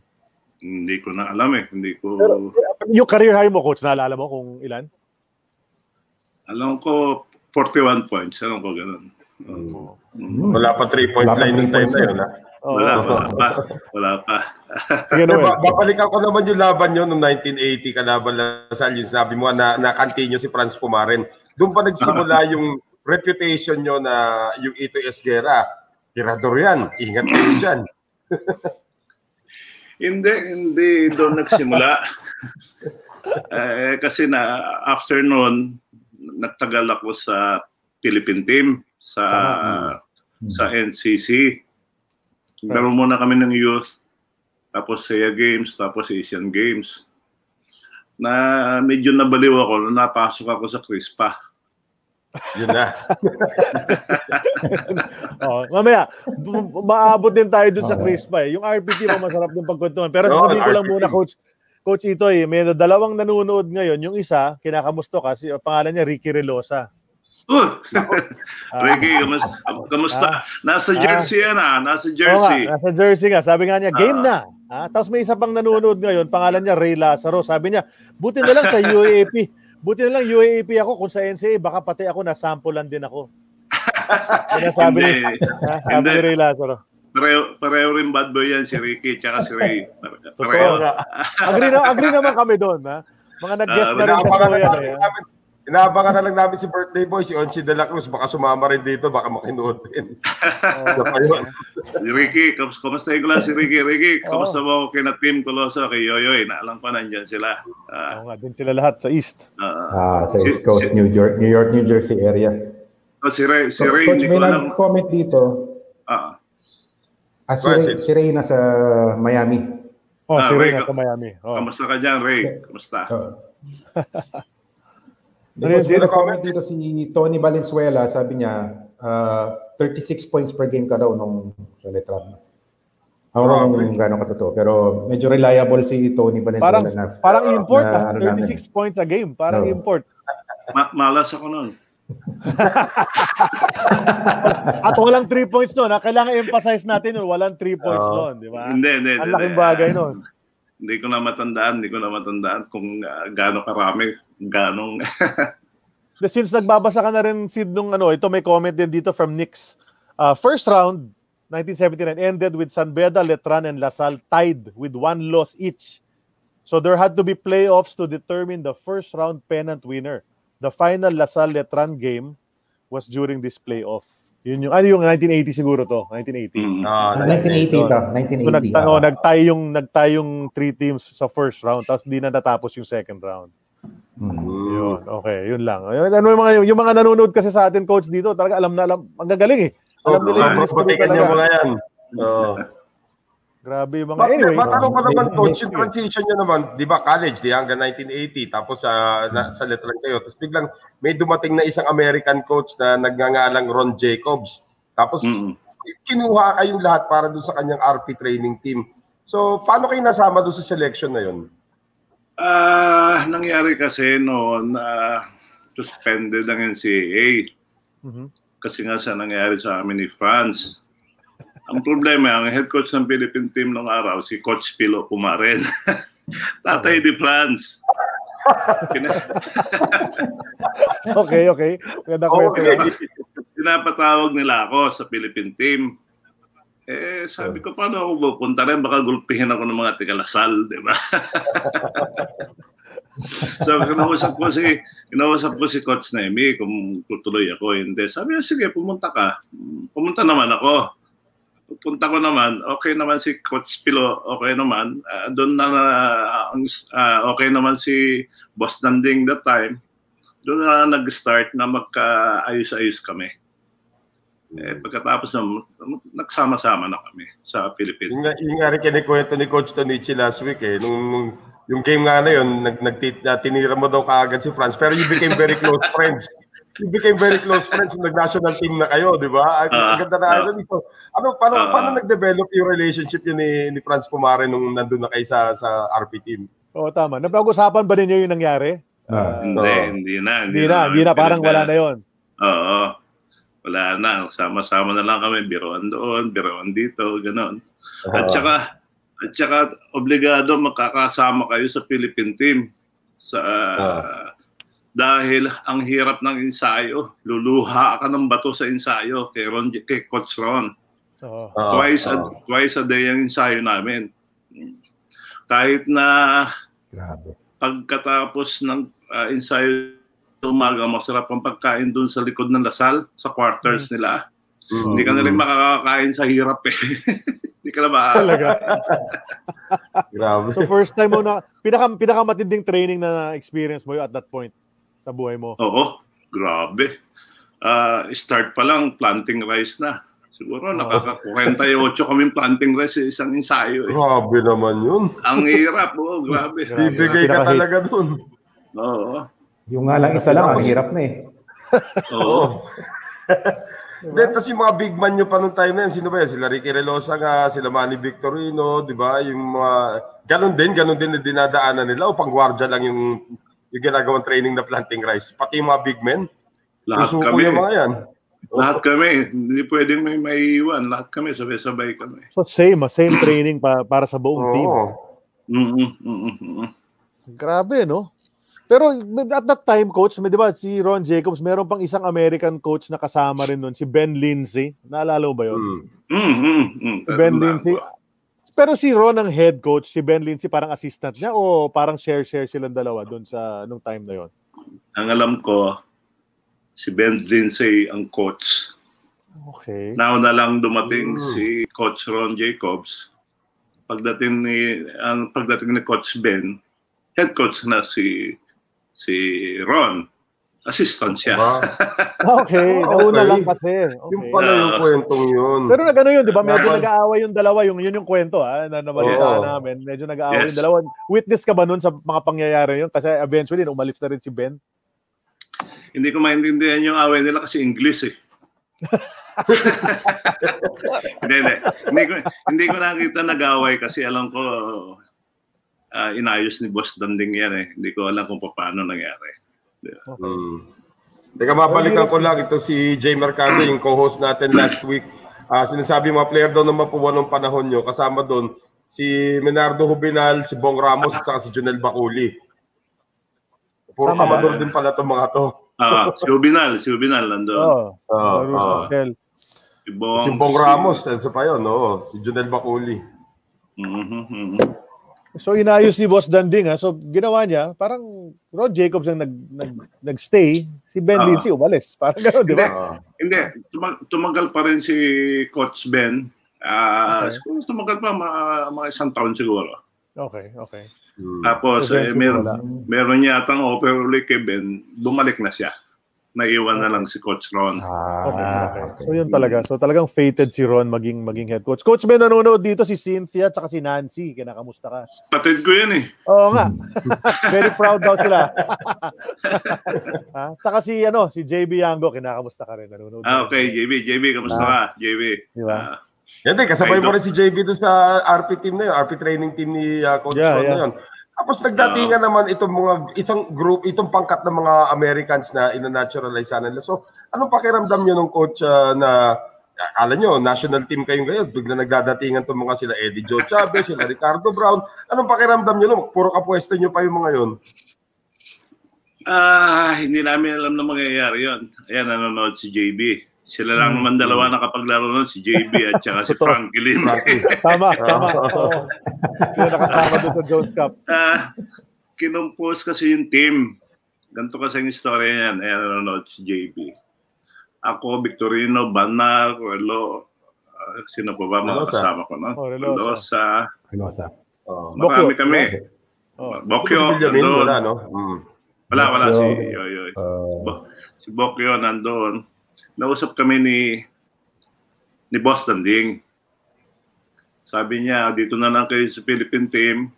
Speaker 3: Hindi ko na alam eh. Hindi ko...
Speaker 7: Pero- eh, Yung career high mo, coach, naalala mo kung ilan?
Speaker 3: Alam ko, 41 points. Alam ko ganun. Oo. Mm.
Speaker 8: Wala pa 3-point
Speaker 5: Wala pa
Speaker 8: line nung time
Speaker 5: three-point
Speaker 8: na yun, ah. ha?
Speaker 7: Oo.
Speaker 3: Wala, wala pa. Wala pa.
Speaker 7: Sige,
Speaker 8: Pero
Speaker 7: Noel.
Speaker 8: ba- babalikan ko naman yung laban nyo noong 1980 kalaban Lasal. Yung sabi mo na na-continue si Franz Pumaren. Doon pa nagsimula yung reputation nyo na yung Ito Esguera. Tirador yan. Ingat kayo dyan.
Speaker 3: Hindi, hindi doon nagsimula. eh, kasi na after noon, nagtagal ako sa Philippine team sa ah,
Speaker 7: mm.
Speaker 3: sa NCC. Laro muna kami ng youth, tapos SEA Games, tapos Asian Games. Na medyo nabaliw ako nung napasok ako sa CRISPA.
Speaker 8: Yun na.
Speaker 7: Oh, mamaya, bu- maabot din tayo dun sa
Speaker 5: Oo.
Speaker 7: crispa eh. Yung RPT mo masarap din pagkwentuhan. Pero
Speaker 8: Oo,
Speaker 7: sasabihin ko lang
Speaker 8: RPT.
Speaker 7: muna, Coach, Coach Itoy, may dalawang nanonood ngayon. Yung isa, kinakamusto ka, si, ang pangalan niya Ricky Relosa.
Speaker 3: Uh, Ricky, kamusta? kamusta? Nasa jersey yan ah,
Speaker 7: Ah.
Speaker 3: nasa
Speaker 7: Oo nga,
Speaker 3: jersey.
Speaker 7: nasa jersey nga. Sabi nga niya, game na. Ah, tapos may isa pang nanonood ngayon, pangalan niya Ray Lazaro. Sabi niya, buti na lang sa UAAP. Buti na lang UAAP ako kung sa NCAA, baka pati ako nasampulan din ako. Yan ang sabi ni,
Speaker 3: Hindi.
Speaker 7: ah, sabi
Speaker 3: Hindi.
Speaker 7: ni Ray Lazaro.
Speaker 3: Pareho, pareho rin bad boy yan si Ricky tsaka si Ray.
Speaker 7: Totoo
Speaker 3: Pareho.
Speaker 7: nga. Agree, na, agree naman kami doon. Ha? Mga nag-guest
Speaker 3: Ah,
Speaker 7: na rin eh, sa
Speaker 8: Inaabangan na,
Speaker 7: kuya.
Speaker 8: namin, namin, inaabangan na lang namin si birthday boy, si Onchi de la Cruz. Baka sumama rin dito, baka makinuod din. Siya pa yun.
Speaker 3: Ricky, kamusta, kamusta yung klase si Ricky? Ricky, kamusta mo ako kina Tim Coloso, kay Yoyoy? Naalang pa nandyan sila. Ah,
Speaker 7: Oo nga, doon sila lahat sa East.
Speaker 3: ah.
Speaker 5: Ah, sa
Speaker 3: Si-
Speaker 5: East Coast,
Speaker 3: si-
Speaker 5: New York, New York, New Jersey area.
Speaker 3: Oh, si Ray, si
Speaker 5: So,
Speaker 3: Ray,
Speaker 5: Coach,
Speaker 3: hindi ko
Speaker 5: may
Speaker 3: alam.
Speaker 5: nag-comment dito.
Speaker 3: Ah,
Speaker 5: Ah, si
Speaker 8: Go ahead,
Speaker 5: Ray,
Speaker 8: Sid.
Speaker 5: si Ray nasa Miami.
Speaker 7: Oh,
Speaker 3: Ah,
Speaker 7: si Ray
Speaker 3: Ray,
Speaker 7: nasa Miami. Oh.
Speaker 3: kamusta ka dyan, Ray? Kamusta?
Speaker 5: Oo.
Speaker 7: Ano yun,
Speaker 5: May
Speaker 7: sir?
Speaker 5: comment dito si Tony Valenzuela, sabi niya, ah, 36 points per game ka daw nung Soletran. Ako rin kung gano'ng katotoo. Pero medyo reliable si Tony Valenzuela.
Speaker 7: Parang
Speaker 5: na,
Speaker 7: parang import
Speaker 5: na
Speaker 7: ah,
Speaker 5: ano namin.
Speaker 7: 36 points a game, parang
Speaker 5: Oo.
Speaker 7: import.
Speaker 3: Ma- malas ako nun.
Speaker 7: At walang 3 points noon, ah. kailangan emphasize natin yun, walang 3 points noon, di ba?
Speaker 3: Hindi, hindi.
Speaker 7: Diba? Ang
Speaker 3: hindi,
Speaker 7: laking
Speaker 3: hindi.
Speaker 7: bagay noon.
Speaker 3: Hindi ko na matandaan, hindi ko na matandaan kung ah, gaano karami, gaano
Speaker 7: The since nagbabasa ka na rin Sid nung ano, ito may comment din dito from Knicks. Uh, first round 1979 ended with San Beda, Letran and Lasal tied with one loss each. So there had to be playoffs to determine the first round pennant winner. The final Lasal Letran game was during this playoff. Yun yung ano yung 1980 siguro to, 1980.
Speaker 3: Mm.
Speaker 8: Ah,
Speaker 5: Ah, 1980 ito,
Speaker 7: So nag,
Speaker 5: 1980.
Speaker 7: ano,
Speaker 5: ah.
Speaker 7: nagtay yung nagtay yung three teams sa first round tapos di na natapos yung second round. Yun, okay, yun lang. Ayun, Ano yung mga yung mga nanonood kasi sa atin coach dito, talaga alam na alam, ang gagaling eh. Alam nila yung
Speaker 8: Sobrang
Speaker 7: history
Speaker 8: Oh, butikan
Speaker 7: talaga.
Speaker 8: yung mga yan. Oo.
Speaker 7: Grabe yung mga
Speaker 8: Bakit
Speaker 7: anyway.
Speaker 8: matanong ko naman,
Speaker 5: Hindi,
Speaker 8: coach,
Speaker 5: hindi.
Speaker 8: yung transition nyo naman, di ba, college, di hanggang 1980, tapos sa na, sa letran kayo, tapos biglang may dumating na isang American coach na nagngangalang Ron Jacobs. Tapos
Speaker 3: Mm.
Speaker 8: kinuha kayong lahat para doon sa kanyang RP training team. So, paano kayo nasama doon sa selection na yun?
Speaker 3: Ah, nangyari kasi noon na suspended ang NCAA.
Speaker 7: Mhm.
Speaker 3: Kasi nga sa nangyari sa amin ni France. Ang problema, ang head coach ng Philippine team nung araw, si Coach Pilo Pumaren. Tatay ni France. Pina-
Speaker 7: Okay, okay. Maganda ko
Speaker 8: Oh,
Speaker 3: Pinapatawag nila ako sa Philippine team. Eh, sabi ko, paano ako pupunta rin? Baka gulpihin ako ng mga tigalasal, di ba? so, kinausap ko si, kinausap ko si Coach Nemi kung tutuloy ako. Hindi. Sabi niya, sige, pumunta ka. Pumunta naman ako. Punta ko naman, okay naman si Coach Pilo, okay naman. Ah, doon na, ah, ang ah, okay naman si Boss Nanding that time. Doon na nag-start na magkaayos-ayos kami. Eh,
Speaker 7: Hmm.
Speaker 3: pagkatapos ng nagsama-sama na kami sa
Speaker 8: Yung,
Speaker 3: Pilipinas.
Speaker 8: nga- yung nga rin kinikwento ni Coach Tonichi last week eh, nung, nung yung game nga na yun, nag, nagtit- na tinira mo daw kaagad si France, pero you became very close friends. You became very close friends nung nag-national team na kayo, di ba? Ang,
Speaker 3: Ah,
Speaker 8: ang ganda na
Speaker 3: ah.
Speaker 8: ano dito. Ano, paano,
Speaker 3: Ah.
Speaker 8: paano nag-develop yung relationship yun ni, ni France Pumare nung nandun na kayo sa, sa RP team?
Speaker 7: Oo, Oh, tama. Napag-usapan ba ninyo yung nangyari?
Speaker 5: Ah.
Speaker 3: Hindi,
Speaker 8: Oo.
Speaker 3: hindi na.
Speaker 7: Hindi na, hindi na parang wala na yon.
Speaker 3: Oo. Wala na. Sama-sama na lang kami. Biroan doon, biroan dito, ganon. At saka, at saka obligado makakasama kayo sa Philippine team. Sa, Dahil ang hirap ng ensayo. Luluha ka ng bato sa ensayo kay, Ron, kay Coach Ron.
Speaker 7: Oo.
Speaker 8: Ah,
Speaker 3: twice, a,
Speaker 8: ah.
Speaker 3: twice a day ang ensayo namin. Kahit na
Speaker 5: Grabe.
Speaker 3: pagkatapos ng ah, ensayo sa umaga, masarap ang pagkain doon sa likod ng Lasal, sa quarters nila. Hindi ka na
Speaker 8: Mm.
Speaker 3: rin makakakain sa hirap eh. Hindi ka na makakakain.
Speaker 7: Talaga.
Speaker 8: Grabe.
Speaker 7: So first time mo na pinaka pinakamatinding training na experience mo yun at that point sa buhay mo.
Speaker 3: Oo, grabe. Ah, start pa lang, planting rice na. Siguro nakaka-48 kaming planting rice sa isang ensayo eh.
Speaker 8: Grabe naman yun.
Speaker 3: Ang hirap, oo, grabe.
Speaker 7: Grabe.
Speaker 8: Bibigay ka
Speaker 7: Pinaka-hate.
Speaker 8: talaga dun.
Speaker 3: Oo,
Speaker 5: Yung nga lang, isa lang, ang hirap na eh.
Speaker 3: oo.
Speaker 8: Then, kasi yung mga big man nyo pa nung time na yun, sino ba yan? Sila Ricky Relosa nga, sila Manny Victorino, di ba? Yung mga, ganun din, ganun din na dinadaanan nila o panggwardya lang yung, yung ginagawang training na planting rice. Pati yung mga big men.
Speaker 3: Lahat
Speaker 8: Susuko
Speaker 3: kami,
Speaker 8: yung mga yan.
Speaker 3: lahat kami, hindi pwedeng may maiiwan. Lahat kami, sabay-sabay kami.
Speaker 7: So same, ah, same training pa, para sa buong team.
Speaker 8: Oo.
Speaker 3: Mm-mm, mm-mm, mm-mm.
Speaker 7: Grabe, no? Pero at that time, coach, may, di ba, si Ron Jacobs, meron pang isang American coach na kasama rin nun, si Ben Lindsay. Naalala mo ba yun?
Speaker 8: Hmm.
Speaker 3: Mm-mm, mm.
Speaker 7: Si Ben
Speaker 3: Tandaan
Speaker 7: Lindsay.
Speaker 3: ko.
Speaker 7: Pero si Ron ang head coach, si Ben Lindsay parang assistant niya o parang share-share silang dalawa doon sa nung time na yon.
Speaker 3: Ang alam ko, si Ben Lindsay ang coach.
Speaker 7: Okay.
Speaker 3: Now na lang dumating
Speaker 7: Mm.
Speaker 3: si Coach Ron Jacobs. Pagdating ni ang pagdating ni Coach Ben, head coach na si si Ron. Assistant siya.
Speaker 8: Ba?
Speaker 7: Ah, Okay, nauna
Speaker 8: Okay.
Speaker 7: lang kasi.
Speaker 8: Yung
Speaker 7: Okay.
Speaker 8: pala yung kwentong yun.
Speaker 7: Pero nagano yun, 'di ba? Medyo
Speaker 8: Naman.
Speaker 7: nag-aaway yung dalawa, yung yun yung kwento ah, na nabalitaan
Speaker 8: Oo.
Speaker 7: namin. Medyo nag-aaway
Speaker 3: Yes.
Speaker 7: yung dalawa. Witness ka ba nun sa mga pangyayari yun? Kasi eventually umalis na rin si Ben.
Speaker 3: Hindi ko maintindihan yung away nila kasi English eh. hindi, hindi. Hindi ko, hindi ko nakita nag-away kasi alam ko ah, inayos ni Boss Danding yan eh. Hindi ko alam kung paano nangyari.
Speaker 8: Hmm. Teka, mabalikan ko lang ito si Jay Mercado, yung co-host natin last week. Ah, sinasabi mga player daw na mapuwan ng panahon nyo. Kasama doon si Menardo Hubinal, si Bong Ramos, at saka si Junel Bakuli. Puro
Speaker 7: Tama.
Speaker 8: kamador din pala itong mga to.
Speaker 3: Ah, si Ubinal, si Ubinal nandoon.
Speaker 7: Oo.
Speaker 8: Oo,
Speaker 7: Sa
Speaker 8: oo.
Speaker 7: Rules of Oh. Shell.
Speaker 3: Si Bong.
Speaker 8: Si Bong Ramos, and pa yun, no? si Junel Bakuli.
Speaker 3: Mhm, mhm.
Speaker 7: So inayos ni Boss Danding ha. So ginawa niya, parang Ron Jacobs ang nag, nag, nagstay, si Ben
Speaker 3: Ah.
Speaker 7: Lindsay umalis. Parang gano'n, di ba?
Speaker 8: Ah.
Speaker 3: Hindi, tumag- tumagal pa rin si Coach Ben. Ah, siguro tumagal pa mga, mga isang taon siguro.
Speaker 7: Okay, okay.
Speaker 8: Hmm.
Speaker 3: Tapos
Speaker 7: So,
Speaker 3: eh,
Speaker 7: Ben,
Speaker 3: meron
Speaker 7: wala.
Speaker 3: meron niya atang offer ulit kay Ben, bumalik na siya. Naiwan na lang si Coach Ron.
Speaker 7: Ah. Okay,
Speaker 5: Ah,
Speaker 7: okay. So yun talaga. So talagang fated si Ron maging maging head coach. Coach Ben nanonood dito si Cynthia at saka si Nancy. Kinakamusta ka?
Speaker 3: Patid ko yun eh.
Speaker 7: Oo nga. Very proud daw sila. ha? Tsaka si ano, si JB Yango, kinakamusta ka rin nanonood.
Speaker 3: Ah, okay, JB, JB, kamusta ka? JB.
Speaker 7: Di ba?
Speaker 3: Ah,
Speaker 8: Yan din, kasabay
Speaker 3: Ay,
Speaker 8: mo
Speaker 3: no.
Speaker 8: rin si JB doon sa RP team na yun, RP training team ni uh, Coach
Speaker 7: Yeah,
Speaker 8: Ron
Speaker 7: yeah.
Speaker 8: na yun. Tapos
Speaker 3: Ah.
Speaker 8: nagdatingan naman itong mga itong group, itong pangkat ng mga Americans na ina-naturalize sana nila. So, anong pakiramdam niyo nung coach ah, na akala nyo, national team kayong ngayon, bigla nagdadatingan itong mga sila Eddie Joe Chavez, sila Ricardo Brown. Anong pakiramdam nyo nung puro kapuesto nyo pa yung mga yun?
Speaker 3: Ah, hindi namin alam na mangyayari yun. Ayan, nanonood si JB. Sila lang naman dalawa nakapaglaro nun, si JB at saka si
Speaker 7: Hmm. Totoo.
Speaker 3: Franklin.
Speaker 7: Tama, tama. Oo. Sila nakasama doon sa Jones Cup.
Speaker 3: Ah, kinumpos kasi yung team. Ganito kasi yung story niyan. Ayan, nanonood si JB. Ako, Victorino, Banar, Relo, ah, sino pa ba mga
Speaker 8: Relosa.
Speaker 3: kasama ko? No?
Speaker 7: Oh, Relosa.
Speaker 3: Relosa.
Speaker 5: Reynosa.
Speaker 8: Oh.
Speaker 3: Marami
Speaker 7: Bokyo.
Speaker 3: kami.
Speaker 7: Oo.
Speaker 8: si
Speaker 3: Bokyo,
Speaker 8: Benjamin,
Speaker 3: nandun.
Speaker 8: wala, no? Mm.
Speaker 3: Wala, wala si,
Speaker 5: Bokyo.
Speaker 3: yo, yo.
Speaker 5: Uh,
Speaker 3: Bo- si Bokyo nandun. Nausap kami ni ni Boss Danding. Sabi niya, dito na lang kayo sa Philippine team.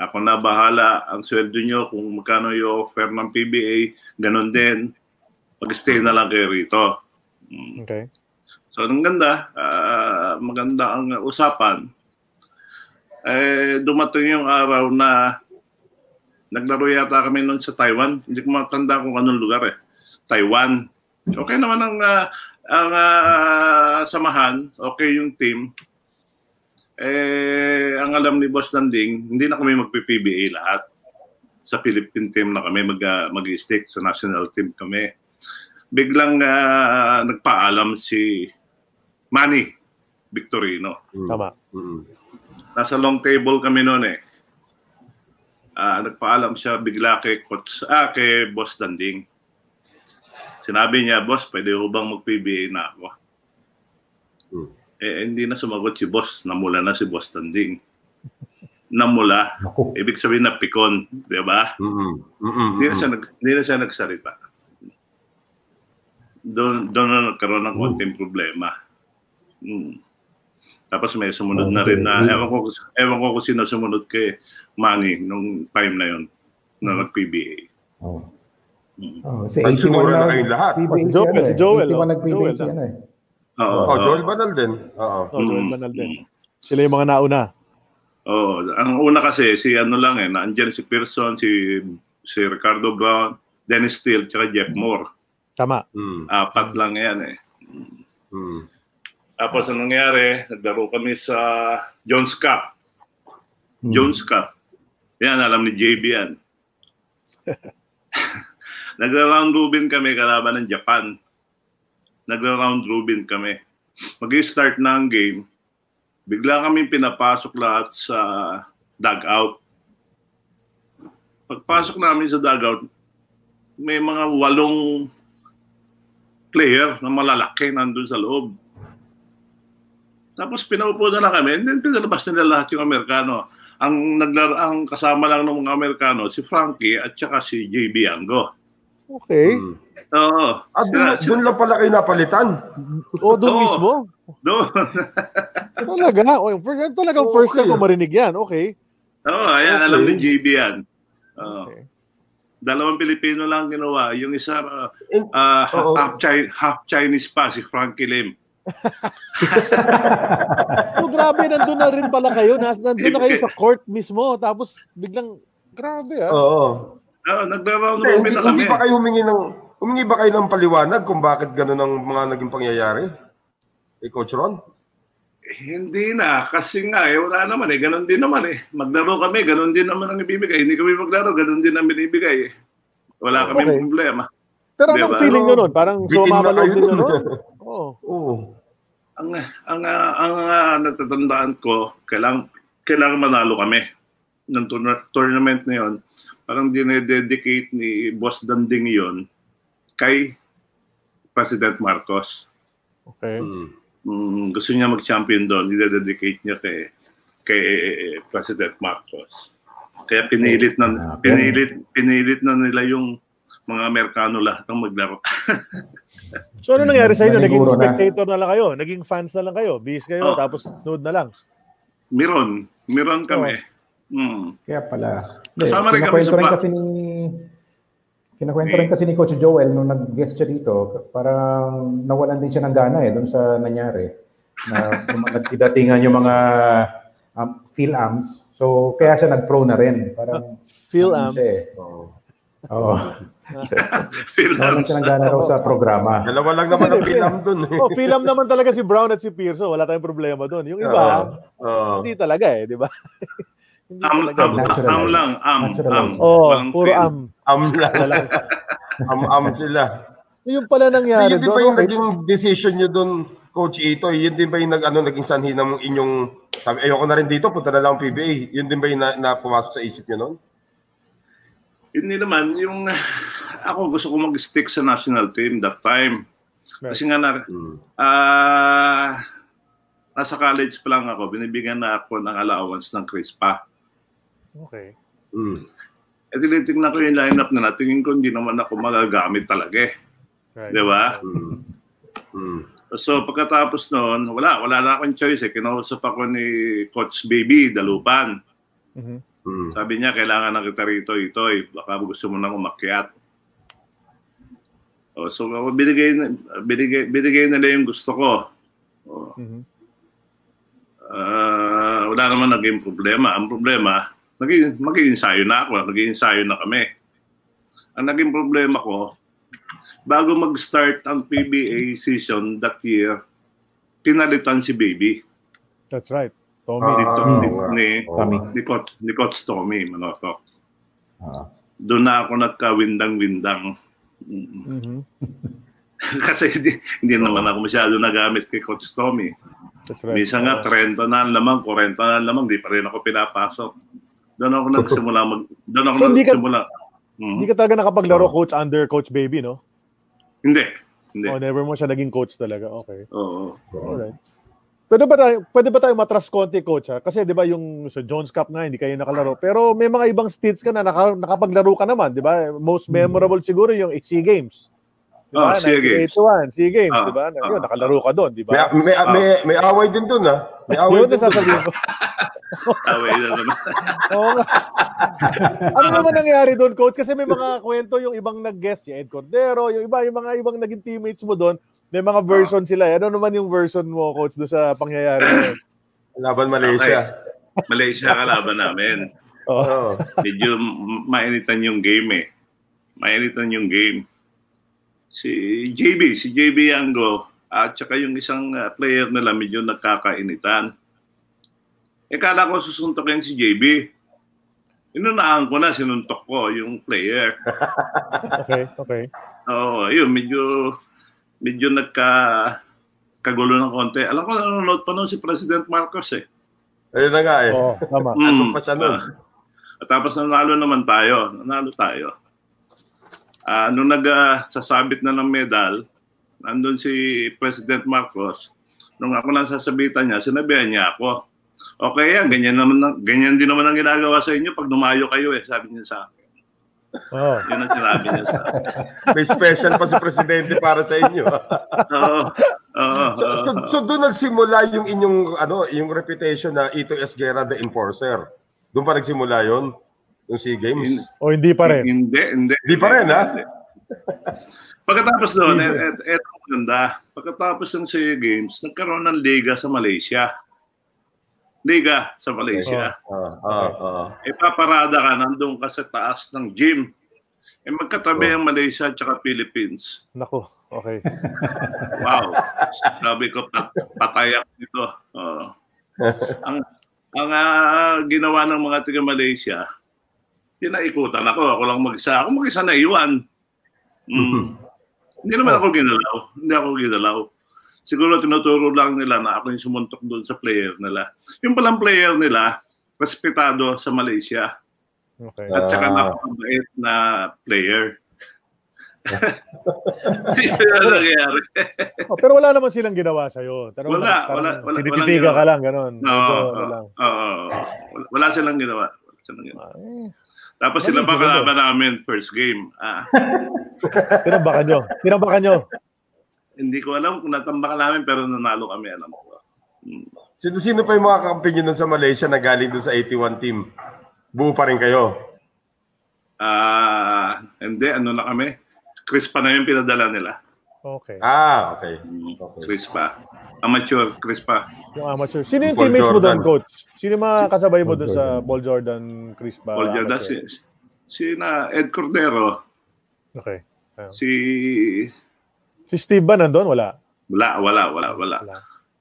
Speaker 3: Ako na bahala ang sweldo niyo kung magkano yung offer ng PBA, ganun din. Mag-stay na lang kayo rito.
Speaker 7: Okay.
Speaker 3: So, ang ganda, ah, maganda ang usapan. Eh, dumating yung araw na naglaro yata kami noon sa Taiwan. Hindi ko matanda kung anong lugar eh. Taiwan. Okay naman ang, ah, ang ah, samahan. Okay yung team. Eh, ang alam ni Boss Landing, hindi na kami magpi-PBA lahat. Sa Philippine team na kami mag, ah, mag-stick. Sa national team kami biglang ah, nagpaalam si Manny Victorino.
Speaker 7: Tama.
Speaker 8: Mm.
Speaker 3: Nasa long table kami noon eh. Ah, nagpaalam siya bigla kay coach, ah, kay Boss Danding. Sinabi niya, Boss, pwede ho bang mag-PBA na ako?
Speaker 8: Hmm.
Speaker 3: Eh, hindi na sumagot si Boss. Namula na si Boss Danding. Namula.
Speaker 5: Naku.
Speaker 3: Ibig sabihin na pikon, di ba?
Speaker 8: Mm-mm. Mm-mm.
Speaker 3: Hindi na siya, nag, hindi na siya nagsalita. Doon, doon na nagkaroon ng konting problema. Mm. Tapos may sumunod na rin na, ewan ko, ewan ko kung sino sumunod kay Manny nung time na yon na nag-PBA.
Speaker 5: oh. Oh, si 81
Speaker 8: Ay, sumura na
Speaker 5: lang.
Speaker 8: kayong lahat.
Speaker 5: PBA
Speaker 7: Si
Speaker 5: ano eh.
Speaker 7: Mm-hmm. Joel, si
Speaker 5: 81
Speaker 7: Joel, oh.
Speaker 5: nag-PBA
Speaker 7: Joel
Speaker 5: si
Speaker 7: na.
Speaker 5: ano eh.
Speaker 3: Oo,
Speaker 8: Oh,
Speaker 3: oo.
Speaker 8: Joel Banal din. Oo.
Speaker 7: Oh, Joel
Speaker 3: Mm,
Speaker 7: Banal din.
Speaker 3: mm.
Speaker 7: Sila yung mga nauna.
Speaker 3: Oo, ang una kasi si ano lang eh, naandyan si Pearson, si si Ricardo Brown, Dennis Steele, tsaka Jeff Moore.
Speaker 7: Tama.
Speaker 8: Mm.
Speaker 3: Apat lang yan eh.
Speaker 8: Mm.
Speaker 3: Tapos anong nangyari? Naglaro kami sa Jones Cup. Jones Cup. Yan, alam ni JB yan. Nagra-round robin kami kalaban ng Japan. Nagra-round robin kami. Mag-start na ang game. Bigla kami pinapasok lahat sa dugout. Pagpasok namin sa dugout, may mga walong player na malalaki nandun sa loob. Tapos pinaupo na lang kami, and then pinalabas nila lahat yung Amerikano. Ang naglaro, ang kasama lang ng mga Amerikano, si Frankie at saka si JB Ango.
Speaker 7: Okay.
Speaker 8: Mm.
Speaker 3: Oo.
Speaker 8: Ah, dun,
Speaker 3: Sila- sila-
Speaker 8: dun lang pala kayo napalitan.
Speaker 7: O Oh, doon
Speaker 3: Oo.
Speaker 7: mismo.
Speaker 3: doon.
Speaker 7: Talaga. O, first, talagang
Speaker 8: Oo,
Speaker 7: first
Speaker 8: okay.
Speaker 7: time ko marinig yan. Okay.
Speaker 3: Oo, ayan,
Speaker 8: Okay.
Speaker 3: alam ni JB yan. Oo.
Speaker 7: Okay.
Speaker 3: Dalawang Pilipino lang ginawa. Yung isa, ah,
Speaker 8: And-
Speaker 3: ah,
Speaker 8: Oo.
Speaker 3: half, Chi- half Chinese pa, si Frankie Lim.
Speaker 7: So grabe, nandun na rin pala kayo. Nas, nandun na kayo sa court mismo. Tapos biglang, grabe ah.
Speaker 8: Oh, Oo.
Speaker 3: Oo, naglaro
Speaker 8: Hindi,
Speaker 3: namin
Speaker 8: hindi,
Speaker 3: na kami.
Speaker 8: hindi ba kayo humingi ng humingi ba kayo ng paliwanag kung bakit ganun ang mga naging pangyayari? Eh, Coach Ron?
Speaker 3: Hindi na, kasi nga eh, wala naman eh, ganun din naman eh. Maglaro kami, ganun din naman ang ibibigay. Hindi kami maglaro, ganun din ang binibigay eh. Wala kami
Speaker 7: Okay.
Speaker 3: problema.
Speaker 7: Pero
Speaker 3: Di
Speaker 7: anong
Speaker 3: ba?
Speaker 7: feeling nyo nun? Parang
Speaker 8: diba? Bitin na
Speaker 7: sumama
Speaker 8: kayo
Speaker 7: din nyo
Speaker 8: dun.
Speaker 7: nun? Oh, Oo.
Speaker 8: Oo.
Speaker 3: Ang ang ah, ang ah, natatandaan ko, kailang kailangan manalo kami ng tourna- tournament na 'yon. Parang dinededicate ni Boss Danding 'yon kay President Marcos.
Speaker 7: Okay.
Speaker 8: Mm.
Speaker 3: Mm, gusto niya mag-champion doon, dinededicate niya kay kay President Marcos. Kaya pinilit na
Speaker 5: Okay.
Speaker 3: pinilit pinilit na nila yung mga Amerikano lahat ng maglaro.
Speaker 7: So ano nangyari sa inyo? Naging
Speaker 5: Naniguro na.
Speaker 7: spectator na lang kayo? Naging fans na lang kayo? Bihis kayo?
Speaker 8: Oh.
Speaker 3: Oo.
Speaker 7: Tapos nude na lang?
Speaker 3: Miron, Miron kami. Mm.
Speaker 7: Oh.
Speaker 5: Kaya pala.
Speaker 3: Kasama rin kami
Speaker 5: kinakwento
Speaker 3: sa
Speaker 5: rin
Speaker 3: pla-
Speaker 5: kasi ni Kinakwento
Speaker 3: Eh.
Speaker 5: rin kasi ni Coach Joel nung nag-guest siya dito, parang nawalan din siya ng gana eh doon sa nangyari. Na nagsidatingan yung mga um, feel amps. So kaya siya nag-pro na rin. Parang
Speaker 7: Feel
Speaker 5: ano
Speaker 7: amps.
Speaker 5: siya eh. Oo.
Speaker 3: Phil
Speaker 5: Nawalan siya ng gana raw sa programa.
Speaker 8: Dalawa lang naman ang bilam dun. eh.
Speaker 7: Oh, film naman talaga si Brown at si Pearson. Wala tayong problema doon. Yung
Speaker 8: Ah.
Speaker 7: iba,
Speaker 8: Oo.
Speaker 7: hindi talaga eh, di ba? hindi
Speaker 3: Am,
Speaker 7: talaga.
Speaker 3: am,
Speaker 5: Natural.
Speaker 3: am lang, am, am.
Speaker 5: Natural.
Speaker 7: oh,
Speaker 3: Walang
Speaker 7: puro
Speaker 3: fail.
Speaker 7: am.
Speaker 8: am lang. am-am sila.
Speaker 7: Yung pala nangyari
Speaker 8: Yun din ba
Speaker 7: doon.
Speaker 8: yung
Speaker 7: okay.
Speaker 8: naging decision nyo doon, Coach Ito? Yun din ba yung nag, ano, naging sanhi ng inyong, sabi, ayoko na rin dito, punta na lang ang PBA. Yun din ba yung na, na pumasok sa isip nyo noon?
Speaker 3: Hindi naman, yung ako gusto ko mag-stick sa national team that time. Kasi nga na, ah, nasa college pa lang ako, binibigyan na ako ng allowance ng CRISPA.
Speaker 7: Okay.
Speaker 8: Mm.
Speaker 3: E tinitingnan ko yung lineup na natingin ko hindi naman ako magagamit talaga eh.
Speaker 7: Right.
Speaker 3: Di ba?
Speaker 8: Mm. Mm.
Speaker 3: So pagkatapos noon, wala, wala na akong choice eh. Kinausap ako ni Coach Baby Dalupan.
Speaker 8: Mm.
Speaker 3: Sabi niya, kailangan na kita rito, Itoy. Baka gusto mo nang umakyat. O, so, ako, binigay, na- binigay, binigay nila yung gusto ko. Oh. O.
Speaker 7: Mhm.
Speaker 3: Ah, wala naman naging problema. Ang problema, naging, mag-iinsayo na ako. Nag-iinsayo na kami. Ang naging problema ko, bago mag-start ang PBA season that year, pinalitan si Baby.
Speaker 7: That's right. Tommy.
Speaker 8: Ah,
Speaker 3: Dito,
Speaker 8: oo
Speaker 3: ni-
Speaker 8: nga.
Speaker 3: ni-
Speaker 8: Oo.
Speaker 5: Kami.
Speaker 3: ni Coach, ni Coach Tommy Manotok
Speaker 5: Ah.
Speaker 3: doon na ako nagkawindang-windang.
Speaker 7: Mhm.
Speaker 3: Mm. Kasi hindi, hindi naman ako masyado nagamit kay Coach Tommy.
Speaker 7: That's right.
Speaker 3: Minsan nga, 30 na ang lamang, 40 na ang lamang, di pa rin ako pinapasok. Doon ako nagsimula mag... Doon ako
Speaker 7: So, hindi ka-
Speaker 3: nagsimula. Mm.
Speaker 7: Hindi ka talaga nakapaglaro coach under coach baby, no?
Speaker 3: Hindi. Hindi.
Speaker 7: Oh, never mo siya naging coach talaga. Okay.
Speaker 3: Oo.
Speaker 7: Alright. Pwede ba tayo, pwede ba tayo matras konti, coach? Ha? Kasi 'di ba yung sa Jones Cup nga hindi kayo nakalaro, pero may mga ibang states ka na naka, nakapaglaro ka naman, 'di ba? Most memorable siguro yung SEA Games.
Speaker 3: Hmm. Ah, SEA Games.
Speaker 7: 1981, SEA Games,
Speaker 3: Ah,
Speaker 7: 'di ba?
Speaker 3: ah,
Speaker 7: Yun, nakalaro ka doon, 'di
Speaker 8: May,
Speaker 7: ba?
Speaker 8: may, may, may away din doon, ha? May away din
Speaker 7: Diba? Oh. Yun
Speaker 8: doon.
Speaker 7: na sasabihin ko.
Speaker 3: Away Ah, ano na naman.
Speaker 7: Oo nga. ano naman nangyari doon, coach? Kasi may mga kwento yung ibang nag-guest, si Ed Cordero, yung iba, yung mga ibang naging teammates mo doon, may mga version sila. eh. Ano naman yung version mo, coach, doon sa pangyayari na yun?
Speaker 8: Laban Malaysia.
Speaker 3: Malaysia kalaban namin.
Speaker 7: Oo.
Speaker 8: Oo.
Speaker 3: Medyo m- mainitan yung game eh. Mainitan yung game. si JB, si JB Ango, at saka yung isang ah, player nila medyo nagkakainitan. E kala ko susuntokin si JB. Inunaan ko na, sinuntok ko yung player.
Speaker 7: Okay, okay.
Speaker 3: Oo, yun, medyo, medyo nagka, kagulo ng konti. Alam ko, nanonood pa noon si President Marcos eh.
Speaker 8: Ayun na nga eh.
Speaker 7: Oo, tama.
Speaker 8: Ano pa siya nun?
Speaker 3: ah. At tapos nanalo naman tayo. Nanalo tayo. Ah, nung nag-sasabit na ng medal, nandun si President Marcos, nung ako nang sasabitan niya, sinabihan niya ako, okay yan, ganyan, naman, ang- ganyan din naman ang ginagawa sa inyo pag dumayo kayo eh, sabi niya sa akin.
Speaker 7: Oo.
Speaker 3: Yun ang sinabi niya sa akin.
Speaker 8: May special pa si Presidente para sa inyo.
Speaker 3: Oo, oo,
Speaker 8: So,
Speaker 3: oo.
Speaker 8: so, so doon nagsimula yung inyong ano, yung reputation na Ito Esguerra the Enforcer. Doon pa nagsimula yon yung SEA Games.
Speaker 7: O hindi pa rin.
Speaker 3: Hindi, hindi.
Speaker 8: Hindi pa rin, ha?
Speaker 3: Hindi. Pagkatapos doon, et, et, eto ang ganda. Pagkatapos ng SEA Games, nagkaroon ng liga sa Malaysia. Liga sa Malaysia.
Speaker 8: Ah, ah, ah.
Speaker 3: E paparada ka, nandun ka sa taas ng gym. E
Speaker 8: Oh.
Speaker 3: magkatabi ang Malaysia at saka Philippines.
Speaker 7: Nako. Okay.
Speaker 3: Wow. Sabi ko, pat- patay ako dito. Oo. ang ang ah, ginawa ng mga taga Malaysia, pinaikutan ako. Ako lang mag-isa. Ako mag-isa na iwan. Mm. Hindi naman ako ginalaw. Hindi ako ginalaw. Siguro tinuturo lang nila na ako yung sumuntok doon sa player nila. Yung palang player nila, respetado sa Malaysia.
Speaker 7: Okay.
Speaker 3: At saka
Speaker 8: Ah.
Speaker 3: napakabait na player. Hindi na nangyari.
Speaker 7: Oh, pero wala naman silang ginawa sa'yo. Pero
Speaker 3: Wala, wala, wala,
Speaker 7: Tinititiga
Speaker 3: walang
Speaker 7: ka lang, ganun. Medyo,
Speaker 3: Oo,
Speaker 7: ano lang.
Speaker 3: oo. Wala- wala silang ginawa. Wala silang ginawa.
Speaker 7: Eh,
Speaker 3: Tapos sila pa
Speaker 7: Mali,
Speaker 3: kalaban namin first game. Ah,
Speaker 7: Tinabakan nyo. Tinabakan nyo.
Speaker 3: hindi ko alam kung natamba ka namin pero nanalo kami, alam ko.
Speaker 8: Sino-sino pa yung mga kakampi nyo nun sa Malaysia na galing doon sa 81 team? Buo pa rin kayo.
Speaker 3: Ah, hindi, ano na kami? Chris pa na yung pinadala nila.
Speaker 7: Okay.
Speaker 8: Ah, okay.
Speaker 3: Chris pa. Amateur Chris pa.
Speaker 7: Yung amateur. Sino yung
Speaker 8: Paul
Speaker 7: teammates mo doon,
Speaker 8: Jordan.
Speaker 7: coach? Sino yung mga kasabay mo doon sa Paul Jordan, Chris ba?
Speaker 3: Paul Jordan, si,
Speaker 7: amateur?
Speaker 3: si na Ed Cordero,
Speaker 7: Okay. Ayun.
Speaker 3: si...
Speaker 7: Si Steve ba nandun? Wala.
Speaker 3: Wala, wala, wala, wala.
Speaker 7: Wala.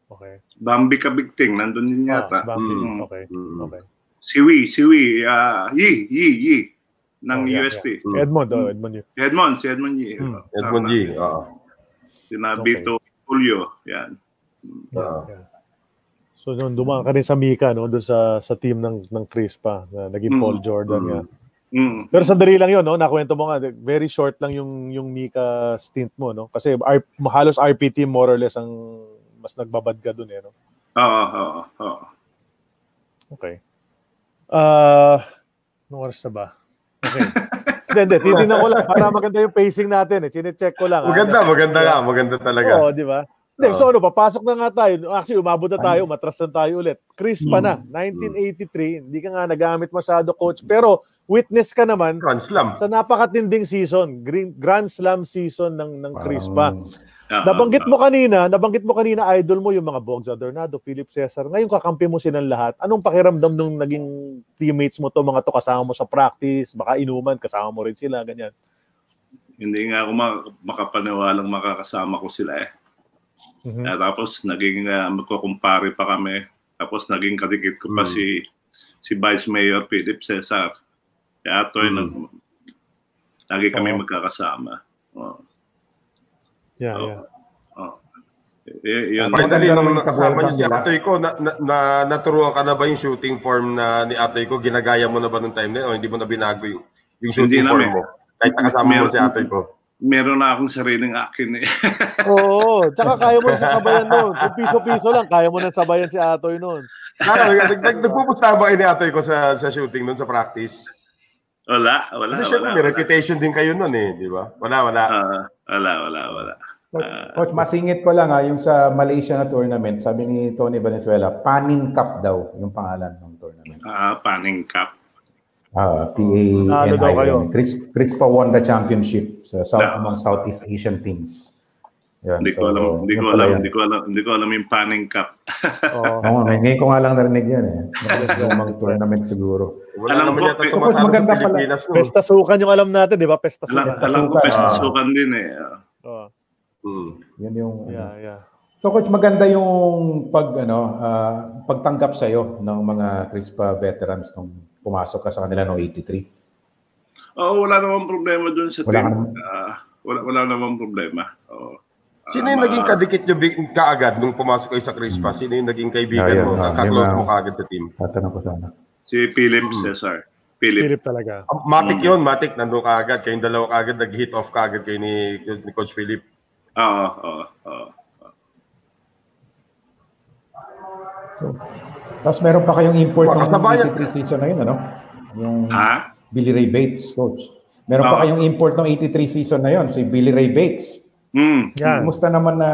Speaker 7: Okay.
Speaker 3: Bambi Kabigting, nandun din
Speaker 7: Ah,
Speaker 3: yata.
Speaker 7: si Bambi.
Speaker 3: Mm.
Speaker 7: Okay.
Speaker 8: Mm.
Speaker 7: Okay.
Speaker 3: Si Wee, si Wee, ah, Yi, Yi, Yi,
Speaker 7: Oh,
Speaker 3: ng
Speaker 7: yeah,
Speaker 3: USP.
Speaker 8: Mm.
Speaker 7: Edmond, oh, Edmond yun.
Speaker 3: Si Edmond, si Edmond Yi.
Speaker 7: Hmm.
Speaker 8: Edmond G. Oo.
Speaker 3: Sinabi
Speaker 7: Okay.
Speaker 3: to Julio. Yan.
Speaker 8: Oo.
Speaker 7: Yeah. So noon dumaan ka rin sa Mika no doon sa sa team ng ng Chris pa na naging
Speaker 3: Mm.
Speaker 7: Paul Jordan
Speaker 8: Mm.
Speaker 7: nga.
Speaker 3: Mm.
Speaker 7: Pero sandali lang 'yon no, nakwento mo nga very short lang yung yung Mika stint mo no kasi R, halos RPT more or less ang mas nagbabad ka doon eh no.
Speaker 3: Oo, oo, oo.
Speaker 7: Okay. Ah, anong oras na ba? Okay. Hindi, hindi. Titignan ko lang para maganda yung pacing natin eh. Chine-check ko lang. ah.
Speaker 8: Maganda, maganda nga. Maganda talaga.
Speaker 7: Oo, di ba? Hindi, so ano, papasok na nga tayo. Actually, umabot na tayo, matras na tayo ulit. Chris
Speaker 8: Hmm.
Speaker 7: pa na, 1983, hindi ka nga nagamit masyado, coach. Pero witness ka naman
Speaker 8: Grand Slam.
Speaker 7: sa napakatinding season, green, Grand Slam season ng, ng Chris pa.
Speaker 3: Ah,
Speaker 7: Nabanggit
Speaker 3: ah,
Speaker 7: mo kanina, nabanggit mo kanina, idol mo yung mga Bogs Adornado, Philip Cesar. Ngayon kakampi mo silang lahat. Anong pakiramdam nung naging teammates mo to, mga to kasama mo sa practice, baka inuman, kasama mo rin sila, ganyan.
Speaker 3: Hindi nga ako mak- makapaniwalang makakasama ko sila eh.
Speaker 7: Mhm.
Speaker 3: Ah, tapos naging uh, magkukumpare pa kami. Tapos naging kadikit ko
Speaker 7: Mm.
Speaker 3: pa
Speaker 8: Hmm.
Speaker 3: si si Vice Mayor Philip Cesar. Kaya ito ay nag, lagi kami
Speaker 7: Mm. Oo.
Speaker 3: magkakasama. Oh, Oo.
Speaker 7: Yeah,
Speaker 3: Oo.
Speaker 7: yeah.
Speaker 3: oo. Eh, oh. yun.
Speaker 8: Finally,
Speaker 5: Maganda
Speaker 8: nung
Speaker 5: rin yung
Speaker 8: kasama niyo si
Speaker 5: nila.
Speaker 8: Atoy ko, na, na, na, naturuan ka na ba yung shooting form na ni Atoy ko? Ginagaya mo na ba nung time na yun? O hindi mo na binago yung, yung shooting
Speaker 3: Hindi na,
Speaker 8: form
Speaker 3: may-
Speaker 8: mo? Kahit nakasama mo
Speaker 3: meron-
Speaker 8: si Atoy ko.
Speaker 3: Meron na akong sariling akin eh.
Speaker 7: Oo, tsaka kaya mo sa sabayan noon. Kung piso-piso lang, kaya mo nang sabayan si Atoy noon.
Speaker 8: Claro, nag- nag- nagpupusta ba kayo ni Atoy ko sa, sa shooting nun, sa practice?
Speaker 3: wala, wala,
Speaker 8: Kasi
Speaker 3: wala.
Speaker 8: syempre, may
Speaker 3: Wala,
Speaker 8: reputation din kayo nun eh, di ba? Wala, wala.
Speaker 3: Ah, wala, wala, wala.
Speaker 5: Coach, coach, masingit ko lang ha, yung sa Malaysia na tournament, sabi ni Tony Valenzuela, Paning Cup daw yung pangalan ng tournament.
Speaker 3: Ah, paning cup.
Speaker 5: Ah,
Speaker 7: Ano daw kayo?
Speaker 5: PANI. Chris, Chris pa won the championship sa South,
Speaker 3: Yeah.
Speaker 5: among Southeast Asian teams. Yun,
Speaker 3: Hindi ko
Speaker 5: so,
Speaker 3: alam, hindi
Speaker 5: yun
Speaker 3: ko
Speaker 5: pala
Speaker 3: alam,
Speaker 5: yun.
Speaker 3: hindi ko alam, hindi ko alam yung panning cup.
Speaker 7: Oo.
Speaker 5: Oo, ngay- ngayon ko nga lang narinig yan eh. Mga tournament siguro.
Speaker 8: Wala
Speaker 3: Alam
Speaker 8: naman
Speaker 3: ko, eh,
Speaker 8: yata
Speaker 3: pe-
Speaker 8: tumatalo
Speaker 5: Coach, maganda
Speaker 8: sa Pilipinas nun.
Speaker 7: Pestasukan yung alam natin, di ba?
Speaker 3: Alam,
Speaker 7: Pestasukan.
Speaker 3: alam ko
Speaker 5: Pasukan.
Speaker 3: pestasukan din eh.
Speaker 7: Oo. Oh,
Speaker 8: Hmm.
Speaker 5: Yun yung
Speaker 7: yeah, yeah.
Speaker 5: So coach, maganda yung pag ano, ah, pagtanggap sa iyo ng mga CRISPA veterans nung pumasok ka sa kanila noong 83.
Speaker 3: Oo, wala namang problema dun sa
Speaker 5: Wala
Speaker 3: team.
Speaker 5: namang-
Speaker 3: Ah, wala, wala namang problema. Oo.
Speaker 8: Sino yung
Speaker 3: Ah,
Speaker 8: naging kadikit nyo bi- kaagad nung pumasok kayo sa Crispa? Sino yung naging kaibigan
Speaker 5: Yeah, yeah,
Speaker 8: mo?
Speaker 5: yeah. Yeah,
Speaker 8: Kaklose mo
Speaker 5: ma'am.
Speaker 8: kaagad sa team?
Speaker 5: Tatanong ko sana.
Speaker 3: Si Philip
Speaker 5: Hmm.
Speaker 3: Cesar. Philip.
Speaker 7: Philip talaga.
Speaker 8: Ah, Matik yun, Matik. Nandun kaagad. Kayong dalawa kaagad. Nag-hit off kaagad kayo ni, ni Coach Philip.
Speaker 3: Oo, oo, oo.
Speaker 5: So, tapos meron pa kayong import ng
Speaker 8: Baka sabayan.
Speaker 5: 83 season na yun, ano? Yung
Speaker 3: Ha?
Speaker 5: Billy Ray Bates, coach. Meron
Speaker 3: Oo.
Speaker 5: pa kayong import ng 83 season na yun, si Billy Ray Bates.
Speaker 3: Hmm.
Speaker 7: Yan.
Speaker 5: Kumusta naman na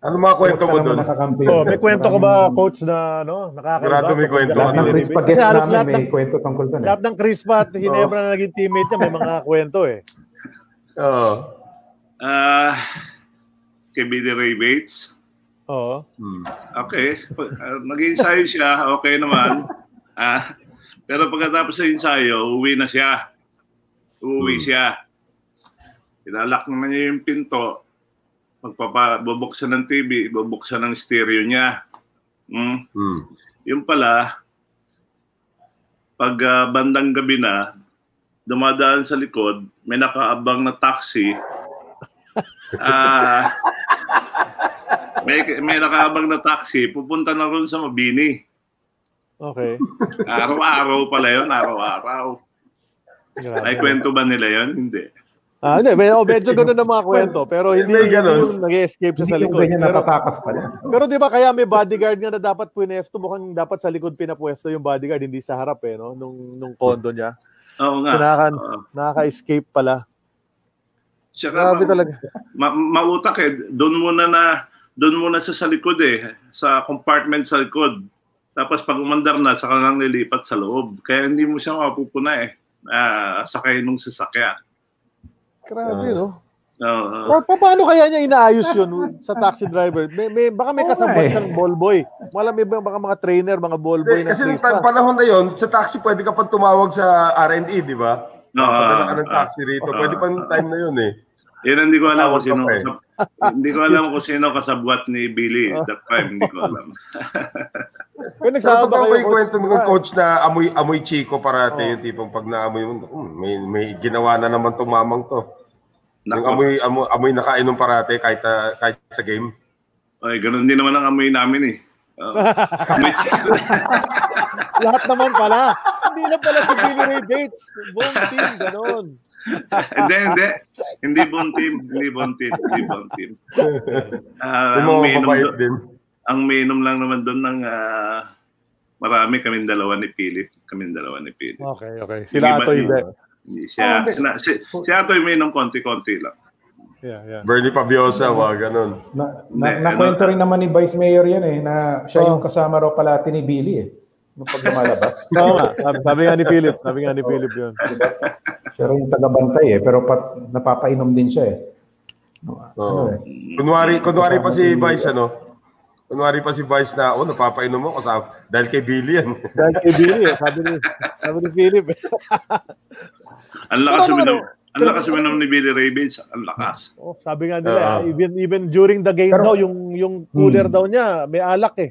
Speaker 8: Ano mga kwento mo doon?
Speaker 5: nakakampi
Speaker 7: Oh, may
Speaker 5: Maraming-
Speaker 7: kwento ko ba coach na no, nakakaiba?
Speaker 8: Sigurado may kwento ka
Speaker 5: Lahat ng
Speaker 8: Billy Ray
Speaker 5: CRISPA
Speaker 7: Kasi
Speaker 5: guests
Speaker 7: halos
Speaker 5: namin
Speaker 7: lahat
Speaker 5: may
Speaker 7: ng-
Speaker 5: kwento tungkol doon. Eh.
Speaker 7: Lahat ng Crispa at Hinebra na naging teammate niya may mga kwento eh.
Speaker 8: Oo.
Speaker 3: Ah, kay Billy Ray Bates.
Speaker 7: Oo.
Speaker 3: Okay. Uh, nag-ensayo siya. Okay naman. Ah, pero pagkatapos sa ensayo, uwi na siya. Uuwi siya. Ilalak naman niya yung pinto. Pagpapa, bubuksan ng TV, bubuksan ng stereo niya. Hmm.
Speaker 8: Hmm.
Speaker 3: Yung pala, pag ah, bandang gabi na, dumadaan sa likod, may nakaabang na taxi. Ah, may, may nakaabang na taxi, pupunta na ron sa Mabini.
Speaker 7: Okay.
Speaker 3: Araw-araw pala yun, araw-araw.
Speaker 7: Grabe.
Speaker 3: Ay, kwento ba nila yun? Hindi.
Speaker 7: Ah, hindi, medyo, medyo ganun ang mga kwento, pero hindi,
Speaker 8: May
Speaker 7: hindi
Speaker 8: ganun.
Speaker 7: yung nag-escape siya
Speaker 5: Hindi
Speaker 7: sa
Speaker 5: yung
Speaker 7: likod.
Speaker 5: ganyan
Speaker 7: Pero,
Speaker 5: natatakas pala.
Speaker 7: pero di ba kaya may bodyguard nga na dapat punesto, mukhang dapat sa likod pinapuesto yung bodyguard, hindi sa harap eh, no? Nung, nung condo niya.
Speaker 8: Ah.
Speaker 3: Oo
Speaker 7: So,
Speaker 3: nga.
Speaker 7: nakaka,
Speaker 3: Oo.
Speaker 7: nakaka-escape pala.
Speaker 3: Tsaka,
Speaker 7: Grabe
Speaker 3: ma-
Speaker 7: talaga.
Speaker 3: ma- mautak eh. Doon muna na, doon muna sa, sa likod eh, sa compartment sa likod. Tapos pag umandar na, saka lang nilipat sa loob. Kaya hindi mo siya mapupuna eh. Ah, sakay nung sasakyan.
Speaker 7: Grabe, no?
Speaker 3: Oo.
Speaker 7: Pa- pa- paano kaya niya inaayos yun sa taxi driver? May, may, baka may
Speaker 5: Oo nga
Speaker 7: kasabot
Speaker 5: eh.
Speaker 7: siyang ballboy. Wala may baka mga trainer, mga ballboy na
Speaker 8: Kasi nung
Speaker 7: crispa.
Speaker 8: ta- panahon na yon sa taxi pwede ka pang tumawag sa R&E, di ba?
Speaker 3: Ah,
Speaker 8: Pagdala ka ng
Speaker 3: ah,
Speaker 8: taxi rito.
Speaker 3: ah,
Speaker 8: Pwede pa nung time na yun eh.
Speaker 3: Yun, hindi ko alam
Speaker 8: Tawag
Speaker 3: kung sino.
Speaker 8: ka pa eh.
Speaker 3: kasab- hindi ko alam kung sino kasabwat ni Billy at that time. Hindi ko alam.
Speaker 7: Pero
Speaker 8: Sa
Speaker 7: nagsama ba
Speaker 8: totoo ba
Speaker 7: kayo, Ah.
Speaker 8: yung kwento ng
Speaker 7: Crispa?
Speaker 8: coach na amoy, amoy chiko parate yung tipong pag naamoy mo, "Hmm, may, may ginawa na naman tong mamang to. Yung
Speaker 3: Nako.
Speaker 8: amoy, amoy, amoy nakainom parate kahit, ah, kahit sa game.
Speaker 3: Ay, ganun din naman ang amoy namin eh. Oo. Amoy-
Speaker 7: Lahat naman pala. Hindi lang pala si Billy Ray Bates. Buong team, ganun.
Speaker 3: Hindi, hindi. Hindi buong team. Hindi buong team. Hindi buong team.
Speaker 8: Yung
Speaker 3: Ah, ang
Speaker 8: mga
Speaker 3: umiinom
Speaker 8: mabait
Speaker 3: doon-
Speaker 8: din.
Speaker 3: ang mainom lang naman doon ng ah, marami kaming dalawa ni Philip. Kaming dalawa ni Philip.
Speaker 7: Okay, okay.
Speaker 3: Hindi
Speaker 7: Sila
Speaker 3: ba-
Speaker 7: ato hindi.
Speaker 3: Hindi
Speaker 7: Ah,
Speaker 3: siya.
Speaker 5: Oh,
Speaker 3: sina- si, si Atoy may inom konti-konti lang.
Speaker 7: Yeah, yeah.
Speaker 8: Bernie Pabiosa, wag ganun.
Speaker 5: Na,
Speaker 3: Hindi,
Speaker 5: na,
Speaker 3: ano-
Speaker 5: nakwento rin naman ni Vice Mayor yan eh, na siya
Speaker 7: Oh.
Speaker 5: yung kasama raw palati ni Billy eh. Nung pag lumalabas.
Speaker 7: Oo nga. Sabi- Sabi nga ni Philip. Sabi nga ni Philip yun.
Speaker 5: siya rin yung tagabantay eh, pero pat, napapainom din siya eh. Ano,
Speaker 8: Oo.
Speaker 5: ano eh.
Speaker 8: Kunwari, kunwari pa si Vice, ano? Kunwari pa si Vice na, oh, napapainom mo kasama. Dahil kay Billy yan.
Speaker 7: Dahil kay Billy, eh. sabi ni, sabi ni Philip. eh.
Speaker 3: Ang lakas
Speaker 7: Pero ano,
Speaker 3: uminom.
Speaker 7: ano,
Speaker 3: Ang lakas uminom ni Billy Ray Bates. Ang lakas.
Speaker 7: Oh, sabi nga nila,
Speaker 8: Oo.
Speaker 7: even, even during the game
Speaker 5: Pero-
Speaker 7: daw, yung, yung cooler daw niya, may alak eh.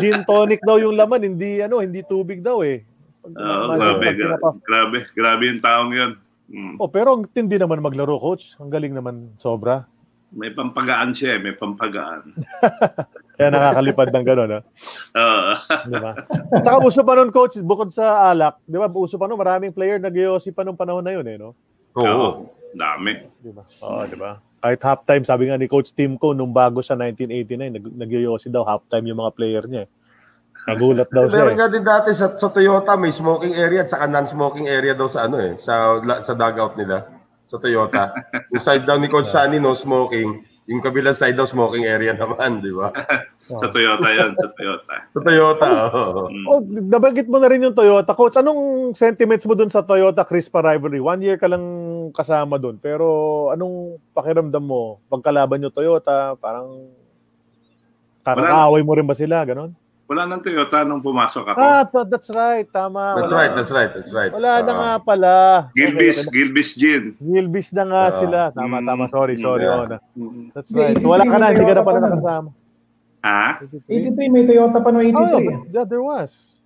Speaker 7: Gin tonic daw yung laman, hindi ano, hindi tubig daw eh. Pag-
Speaker 3: Oo,
Speaker 7: pag-
Speaker 3: grabe,
Speaker 7: pag
Speaker 3: gra-
Speaker 7: pinapa-
Speaker 3: grabe. Grabe yung taong yun. Mm.
Speaker 7: Oh, pero ang tindi naman maglaro, coach. Ang galing naman sobra.
Speaker 3: May pampagaan siya eh. May pampagaan.
Speaker 7: Kaya nakakalipad ng ah. gano'n, ha?
Speaker 3: Oo.
Speaker 7: Di ba? At saka uso pa nun, coach, bukod sa alak, di ba, uso pa nun, maraming player nag-iossi pa nung panahon na yun, eh, no?
Speaker 3: Oo.
Speaker 8: Oo.
Speaker 3: Dami.
Speaker 7: Di ba? Oo, di ba? Kahit halftime, sabi nga ni Coach Tim ko, nung bago siya 1989, nag nag-iossi daw halftime yung mga player niya, eh. Nagulat daw siya,
Speaker 8: Meron
Speaker 7: eh.
Speaker 8: nga din dati sa, sa Toyota, may smoking area at saka non-smoking area daw sa ano eh, sa, la- sa dugout nila, sa Toyota. yung side daw ni Coach Sunny, no smoking. Yung kabilang side daw, smoking area naman, di ba?
Speaker 3: Sa Toyota yun. Sa Toyota. Hmm.
Speaker 8: Sa Toyota, oo.
Speaker 7: Oh, nabanggit mo na rin yung Toyota. Coach, anong sentiments mo dun sa Toyota Crispa rivalry? One year ka lang kasama dun, pero anong pakiramdam mo? Pagkalaban nyo Toyota, parang kakakaaway mo rin ba sila, ganon?
Speaker 3: Wala nang Toyota nung pumasok ako.
Speaker 7: Ah, th- that's right. Tama.
Speaker 8: That's
Speaker 7: wala,
Speaker 8: right, that's right, that's right.
Speaker 7: Wala na
Speaker 8: Ah.
Speaker 7: nga pala. Okay,
Speaker 3: Gilbis,
Speaker 7: okay.
Speaker 3: Gilbis Gin.
Speaker 7: Gilbis na nga
Speaker 8: Ah. Mm,
Speaker 7: sila. Tama, tama. Sorry, sorry.
Speaker 8: Yeah.
Speaker 7: Oh, na-
Speaker 3: Hmm.
Speaker 7: That's right. So, wala ka na. Hindi ka na pala nakasama.
Speaker 3: Ha?
Speaker 5: 83, may Toyota pa no 83.
Speaker 7: Oh, yeah,
Speaker 5: eh.
Speaker 7: but yeah, there was.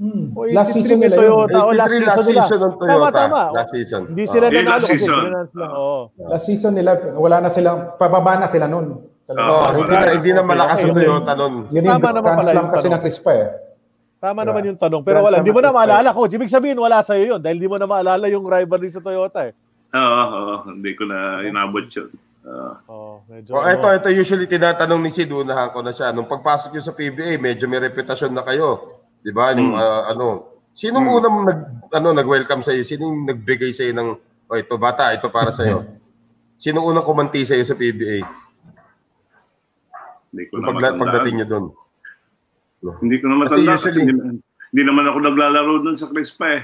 Speaker 5: Hmm.
Speaker 7: Oh,
Speaker 5: Last
Speaker 7: 83
Speaker 5: season
Speaker 7: may
Speaker 5: nila
Speaker 7: Toyota.
Speaker 5: Toyota.
Speaker 7: Oh, last
Speaker 8: 83 last
Speaker 7: season nila.
Speaker 8: season ng
Speaker 7: Tama,
Speaker 8: Toyota.
Speaker 7: tama.
Speaker 8: Last season.
Speaker 7: Hindi sila
Speaker 8: Ah.
Speaker 3: Yeah,
Speaker 7: nanalo Oh,
Speaker 3: last
Speaker 7: kasi
Speaker 3: season.
Speaker 7: finance lang. Oo.
Speaker 5: Last season nila, wala na silang, pababa na sila nun.
Speaker 8: Oh,
Speaker 3: Ah,
Speaker 8: hindi na, hindi na malakas ang
Speaker 5: Okay.
Speaker 8: Toyota nun.
Speaker 5: Yun yung
Speaker 7: Tama naman
Speaker 5: grand
Speaker 7: pala
Speaker 5: slam
Speaker 7: yung
Speaker 5: kasi
Speaker 7: tanong.
Speaker 5: na Chris pa eh.
Speaker 7: Tama naman
Speaker 5: Yeah.
Speaker 7: yung tanong. Pero
Speaker 5: Grand
Speaker 7: wala,
Speaker 5: Slam
Speaker 7: hindi mo na
Speaker 5: at this
Speaker 7: maalala ko. Ibig sabihin, wala sa'yo yun. Dahil hindi mo na maalala yung rivalry sa Toyota eh.
Speaker 3: Oo, oo, hindi ko na inabot yun. Oo.
Speaker 7: Oh, medyo.
Speaker 8: Oh,
Speaker 7: ano.
Speaker 8: eto, eto usually tinatanong ni Sid, unahan ko na siya. Nung pagpasok niyo sa PBA, medyo may reputasyon na kayo. Di ba? Nung,
Speaker 7: Hmm.
Speaker 8: ah, ano, sinong unang nag, ano, nag-welcome sa'yo? Sinong nagbigay sa'yo ng, oh, ito bata, ito para sa'yo?
Speaker 7: Hmm.
Speaker 8: Sinong unang kumanti sa'yo sa PBA?
Speaker 3: hindi
Speaker 8: Nung
Speaker 3: ko na
Speaker 8: pagla-
Speaker 3: matandaan.
Speaker 8: pagdating niyo doon.
Speaker 3: Hindi ko na
Speaker 8: Kasi
Speaker 3: matanda kasi,
Speaker 8: usually-
Speaker 3: hindi, hindi naman ako naglalaro dun sa Crispa eh.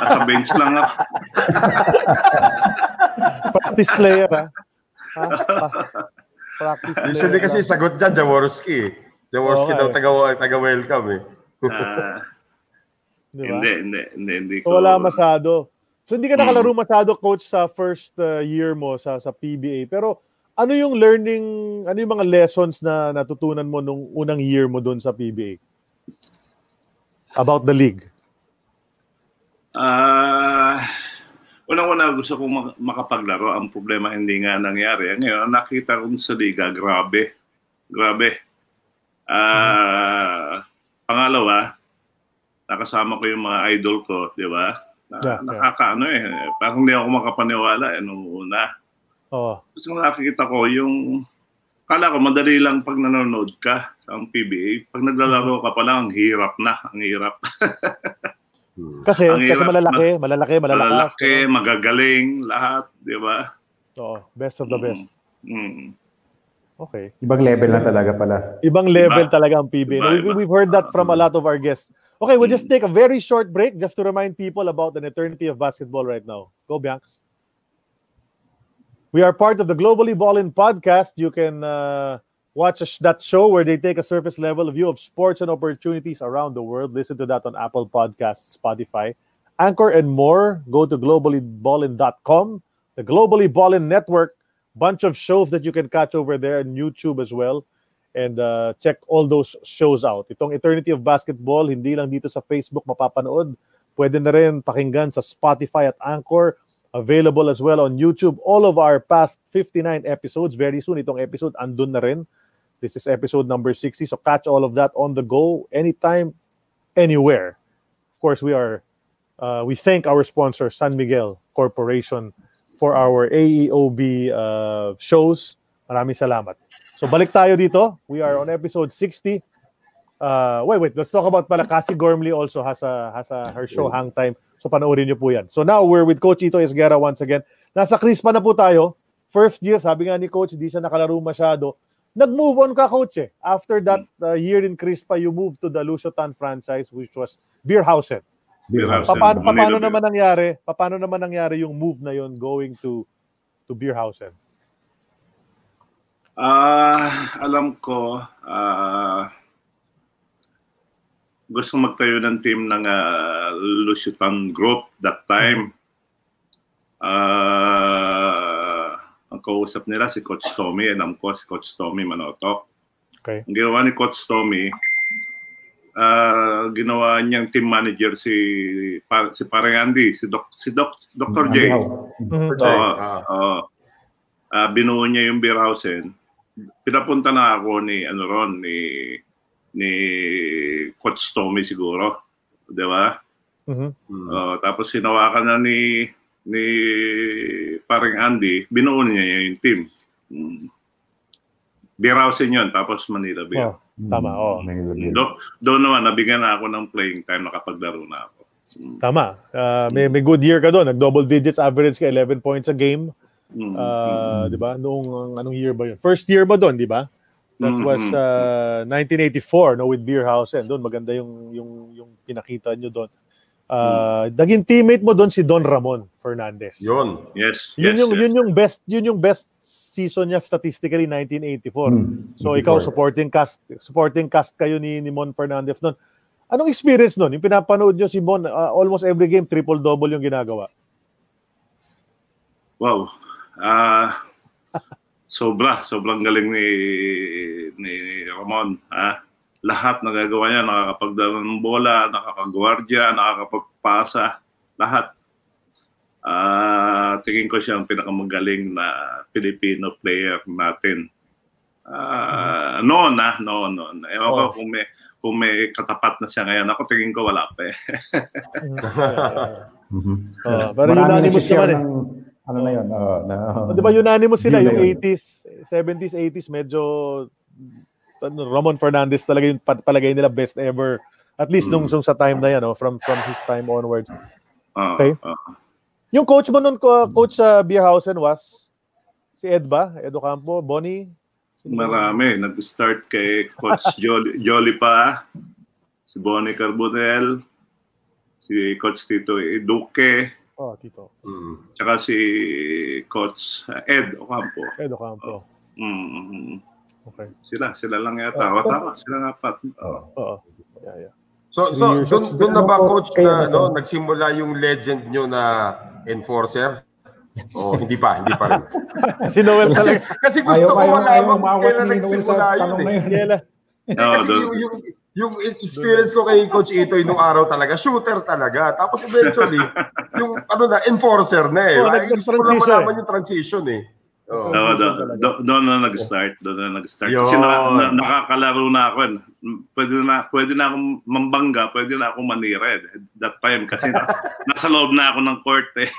Speaker 3: At sa bench lang ako.
Speaker 7: Practice player ha. ha? Pa- Practice player.
Speaker 8: Usually kasi
Speaker 7: lang.
Speaker 8: sagot dyan, Jaworski. Jaworski
Speaker 7: Oo
Speaker 8: daw
Speaker 7: nga eh.
Speaker 8: taga, taga-welcome eh.
Speaker 3: Ah,
Speaker 7: Di ba?
Speaker 3: hindi, hindi, hindi, hindi
Speaker 7: So
Speaker 3: ko.
Speaker 7: wala masyado. So hindi ka
Speaker 3: Hmm.
Speaker 7: nakalaro masyado coach sa first uh, year mo sa sa PBA. Pero ano yung learning, ano yung mga lessons na natutunan mo nung unang year mo doon sa PBA? About the league.
Speaker 3: Ah, unang-una gusto kong mak- makapaglaro. Ang problema hindi nga nangyari. Ngayon, nakita ko sa liga, grabe. Grabe. Ah, pangalawa, nakasama ko yung mga idol ko, di ba? Na,
Speaker 7: Yeah, yeah.
Speaker 3: nakakaano eh. Parang hindi ako makapaniwala eh, nung una.
Speaker 7: Oh.
Speaker 3: Kasi nung nakikita ko yung kala ko madali lang pag nanonood ka ang PBA. Pag naglalaro ka pa lang, ang hirap na. Ang hirap.
Speaker 7: Kasi
Speaker 3: Ang
Speaker 7: kasi
Speaker 3: hirap.
Speaker 7: malalaki, malalaki, malalakas.
Speaker 3: Malalaki, magagaling, lahat. Di ba?
Speaker 7: Oo, best of the best.
Speaker 3: Mm.
Speaker 7: Okay.
Speaker 5: Ibang level na talaga pala.
Speaker 7: Ibang level
Speaker 3: Diba?
Speaker 7: talaga ang PBA.
Speaker 3: Diba?
Speaker 7: We've,
Speaker 3: Iba. Mm.
Speaker 7: we've heard that from a lot of our guests. Okay, we'll just take a very short break just to remind people about an eternity of basketball right now. Go, Bianx. We are part of the Globally Ballin podcast. You can uh, watch us- that show where they take a surface level view of sports and opportunities around the world. Listen to that on Apple Podcasts, Spotify, Anchor, and more. Go to globallyballin.com, the Globally Ballin Network, bunch of shows that you can catch over there and YouTube as well and uh, check all those shows out. Itong Eternity of Basketball, hindi lang dito sa Facebook mapapanood. Pwede na rin pakinggan sa Spotify at Anchor. Available as well on YouTube. All of our past 59 episodes. Very soon, itong episode andun na rin. This is episode number 60. So catch all of that on the go, anytime, anywhere. Of course, we are uh, we thank our sponsor, San Miguel Corporation, for our AEOB uh, shows. Maraming salamat. So balik tayo dito. We are on episode 60. Uh, wait, wait. Let's talk about pala Cassie Gormley also has a, has a her show Hang Time. So panoorin niyo po yan. So now we're with Coach Ito Esguerra once again. Nasa Crispa na po tayo. First year, sabi nga ni Coach, di siya nakalaro masyado. Nag-move on ka, Coach. Eh. After that uh, year in Crispa, you moved to the Lushotan franchise which was Beerhausen.
Speaker 3: Beerhausen.
Speaker 7: Paano,
Speaker 3: Manila
Speaker 7: paano
Speaker 3: Beer.
Speaker 7: naman nangyari? Paano naman nangyari yung move na yon going to to Beerhausen?
Speaker 3: Ah, alam ko, ah, gusto magtayo ng team ng ah, Lusitan Group that time. Ah, ang kausap nila si Coach Tommy, alam ko si Coach Tommy Manotok.
Speaker 7: Okay.
Speaker 3: Ang ginawa ni Coach Tommy, ah, ginawa niyang team manager si par, si Parang Andy, si Doc, si Doc, Dr. J.
Speaker 8: Okay.
Speaker 3: Oo,
Speaker 8: Ah.
Speaker 3: oo. Ah, binuo niya yung beer house and pinapunta na ako ni ano ron ni ni Coach Tommy siguro, 'di ba?
Speaker 7: Mhm.
Speaker 3: Oo, tapos hinawakan na ni ni paring Andy, binuo niya yung team. Mm. Beer house yun, tapos Manila Beer.
Speaker 7: Oh, tama. Oh.
Speaker 3: Do, doon naman, nabigyan na ako ng playing time, nakapaglaro na ako.
Speaker 7: Tama. Uh, may, may good year ka doon. Nag-double digits average ka, 11 points a game.
Speaker 3: Mm.
Speaker 7: Uh, Di ba? Noong, anong year ba yun? First year ba doon, di ba? That
Speaker 3: Mhm.
Speaker 7: was uh, 1984, no, with Beerhausen. Doon, maganda yung, yung, yung pinakita nyo doon. Uh, Naging teammate mo doon si Don Ramon Fernandez.
Speaker 8: Yun.
Speaker 3: yes,
Speaker 7: Yun
Speaker 3: yes,
Speaker 7: yung
Speaker 3: yes.
Speaker 7: yun yung best yun yung best season niya statistically 1984.
Speaker 5: Hmm.
Speaker 7: so ikaw
Speaker 5: 84.
Speaker 7: supporting cast supporting cast kayo ni, ni Mon Fernandez noon. Anong experience noon? Yung pinapanood niyo si Mon ah, almost every game triple double yung ginagawa.
Speaker 3: Wow. Ah, sobra, sobrang galing ni ni Ramon, ha? Lahat nagagawa niya, nakakapagdala ng bola, nakakagwardya, nakakapagpasa, lahat. Ah, tingin ko siya ang pinakamagaling na Filipino player natin. Ah, noon na, noon, noon. Ewan ko kung may kung may katapat na siya ngayon. Ako tingin ko wala pa eh.
Speaker 7: Ah, pero
Speaker 5: Marami
Speaker 7: unanimous
Speaker 5: nagsishare
Speaker 7: naman eh.
Speaker 5: ng, ano na yun? oo, na,
Speaker 7: Oh, di ba unanimous sila
Speaker 5: Yun na
Speaker 7: yung
Speaker 5: yun.
Speaker 7: 80s, 70s, 80s medyo ano, Ramon Fernandez talaga yung pat- palagay nila best ever. At least
Speaker 5: Hmm.
Speaker 7: nung, nung sa time na yan, oh, from from his time onwards.
Speaker 3: Ah,
Speaker 7: Okay.
Speaker 3: ah.
Speaker 7: Yung coach mo nun, ko- coach sa Beerhausen was si Ed ba? Ed Ocampo, Bonnie? Sino ba?
Speaker 3: Marami. Nag-start kay Coach Jolly, Jolly pa, si Bonnie Carbonell, si Coach Tito Duque,
Speaker 7: Oh, Tito.
Speaker 8: Mm.
Speaker 3: tsaka si Coach Ed Ocampo.
Speaker 7: Ed Ocampo.
Speaker 3: Mm,
Speaker 7: Okay. Oh.
Speaker 3: sila, sila lang yata. O, tama, sila nga pat.
Speaker 7: Oo. Yeah, yeah.
Speaker 8: So,
Speaker 5: Three
Speaker 8: so
Speaker 5: years
Speaker 8: doon
Speaker 5: old.
Speaker 8: doon na ba
Speaker 5: Ano po,
Speaker 8: coach
Speaker 5: kayo
Speaker 8: na
Speaker 5: na
Speaker 8: no,
Speaker 5: to?
Speaker 8: nagsimula yung legend nyo na enforcer? Oh, hindi pa, hindi pa rin.
Speaker 7: Si Noel
Speaker 8: Kasi,
Speaker 7: talaga.
Speaker 8: kasi gusto ko malaman kung
Speaker 5: umawat ni
Speaker 8: kailan
Speaker 5: Noel
Speaker 8: nagsimula
Speaker 5: sa
Speaker 8: yun
Speaker 5: tanong na
Speaker 8: eh.
Speaker 7: Kailan?
Speaker 3: Ah,
Speaker 8: Eh, kasi yung, yung, yung experience ko kay Coach Itoy nung araw talaga, shooter talaga. Tapos eventually, yung ano na, enforcer na eh.
Speaker 7: Oh,
Speaker 8: Ay,
Speaker 7: nag-
Speaker 8: gusto ko lang
Speaker 7: nag-transition
Speaker 8: malaman
Speaker 7: eh.
Speaker 8: yung transition eh. Oh.
Speaker 3: Oo, do- do- doon na nag-start. Doon na nag-start. Kasi
Speaker 8: Yun.
Speaker 3: na, na- nakakalaro na ako. eh. Pwede na, pwede na akong mambangga, pwede na akong manira eh, that time. Kasi na, nasa loob na ako ng court eh.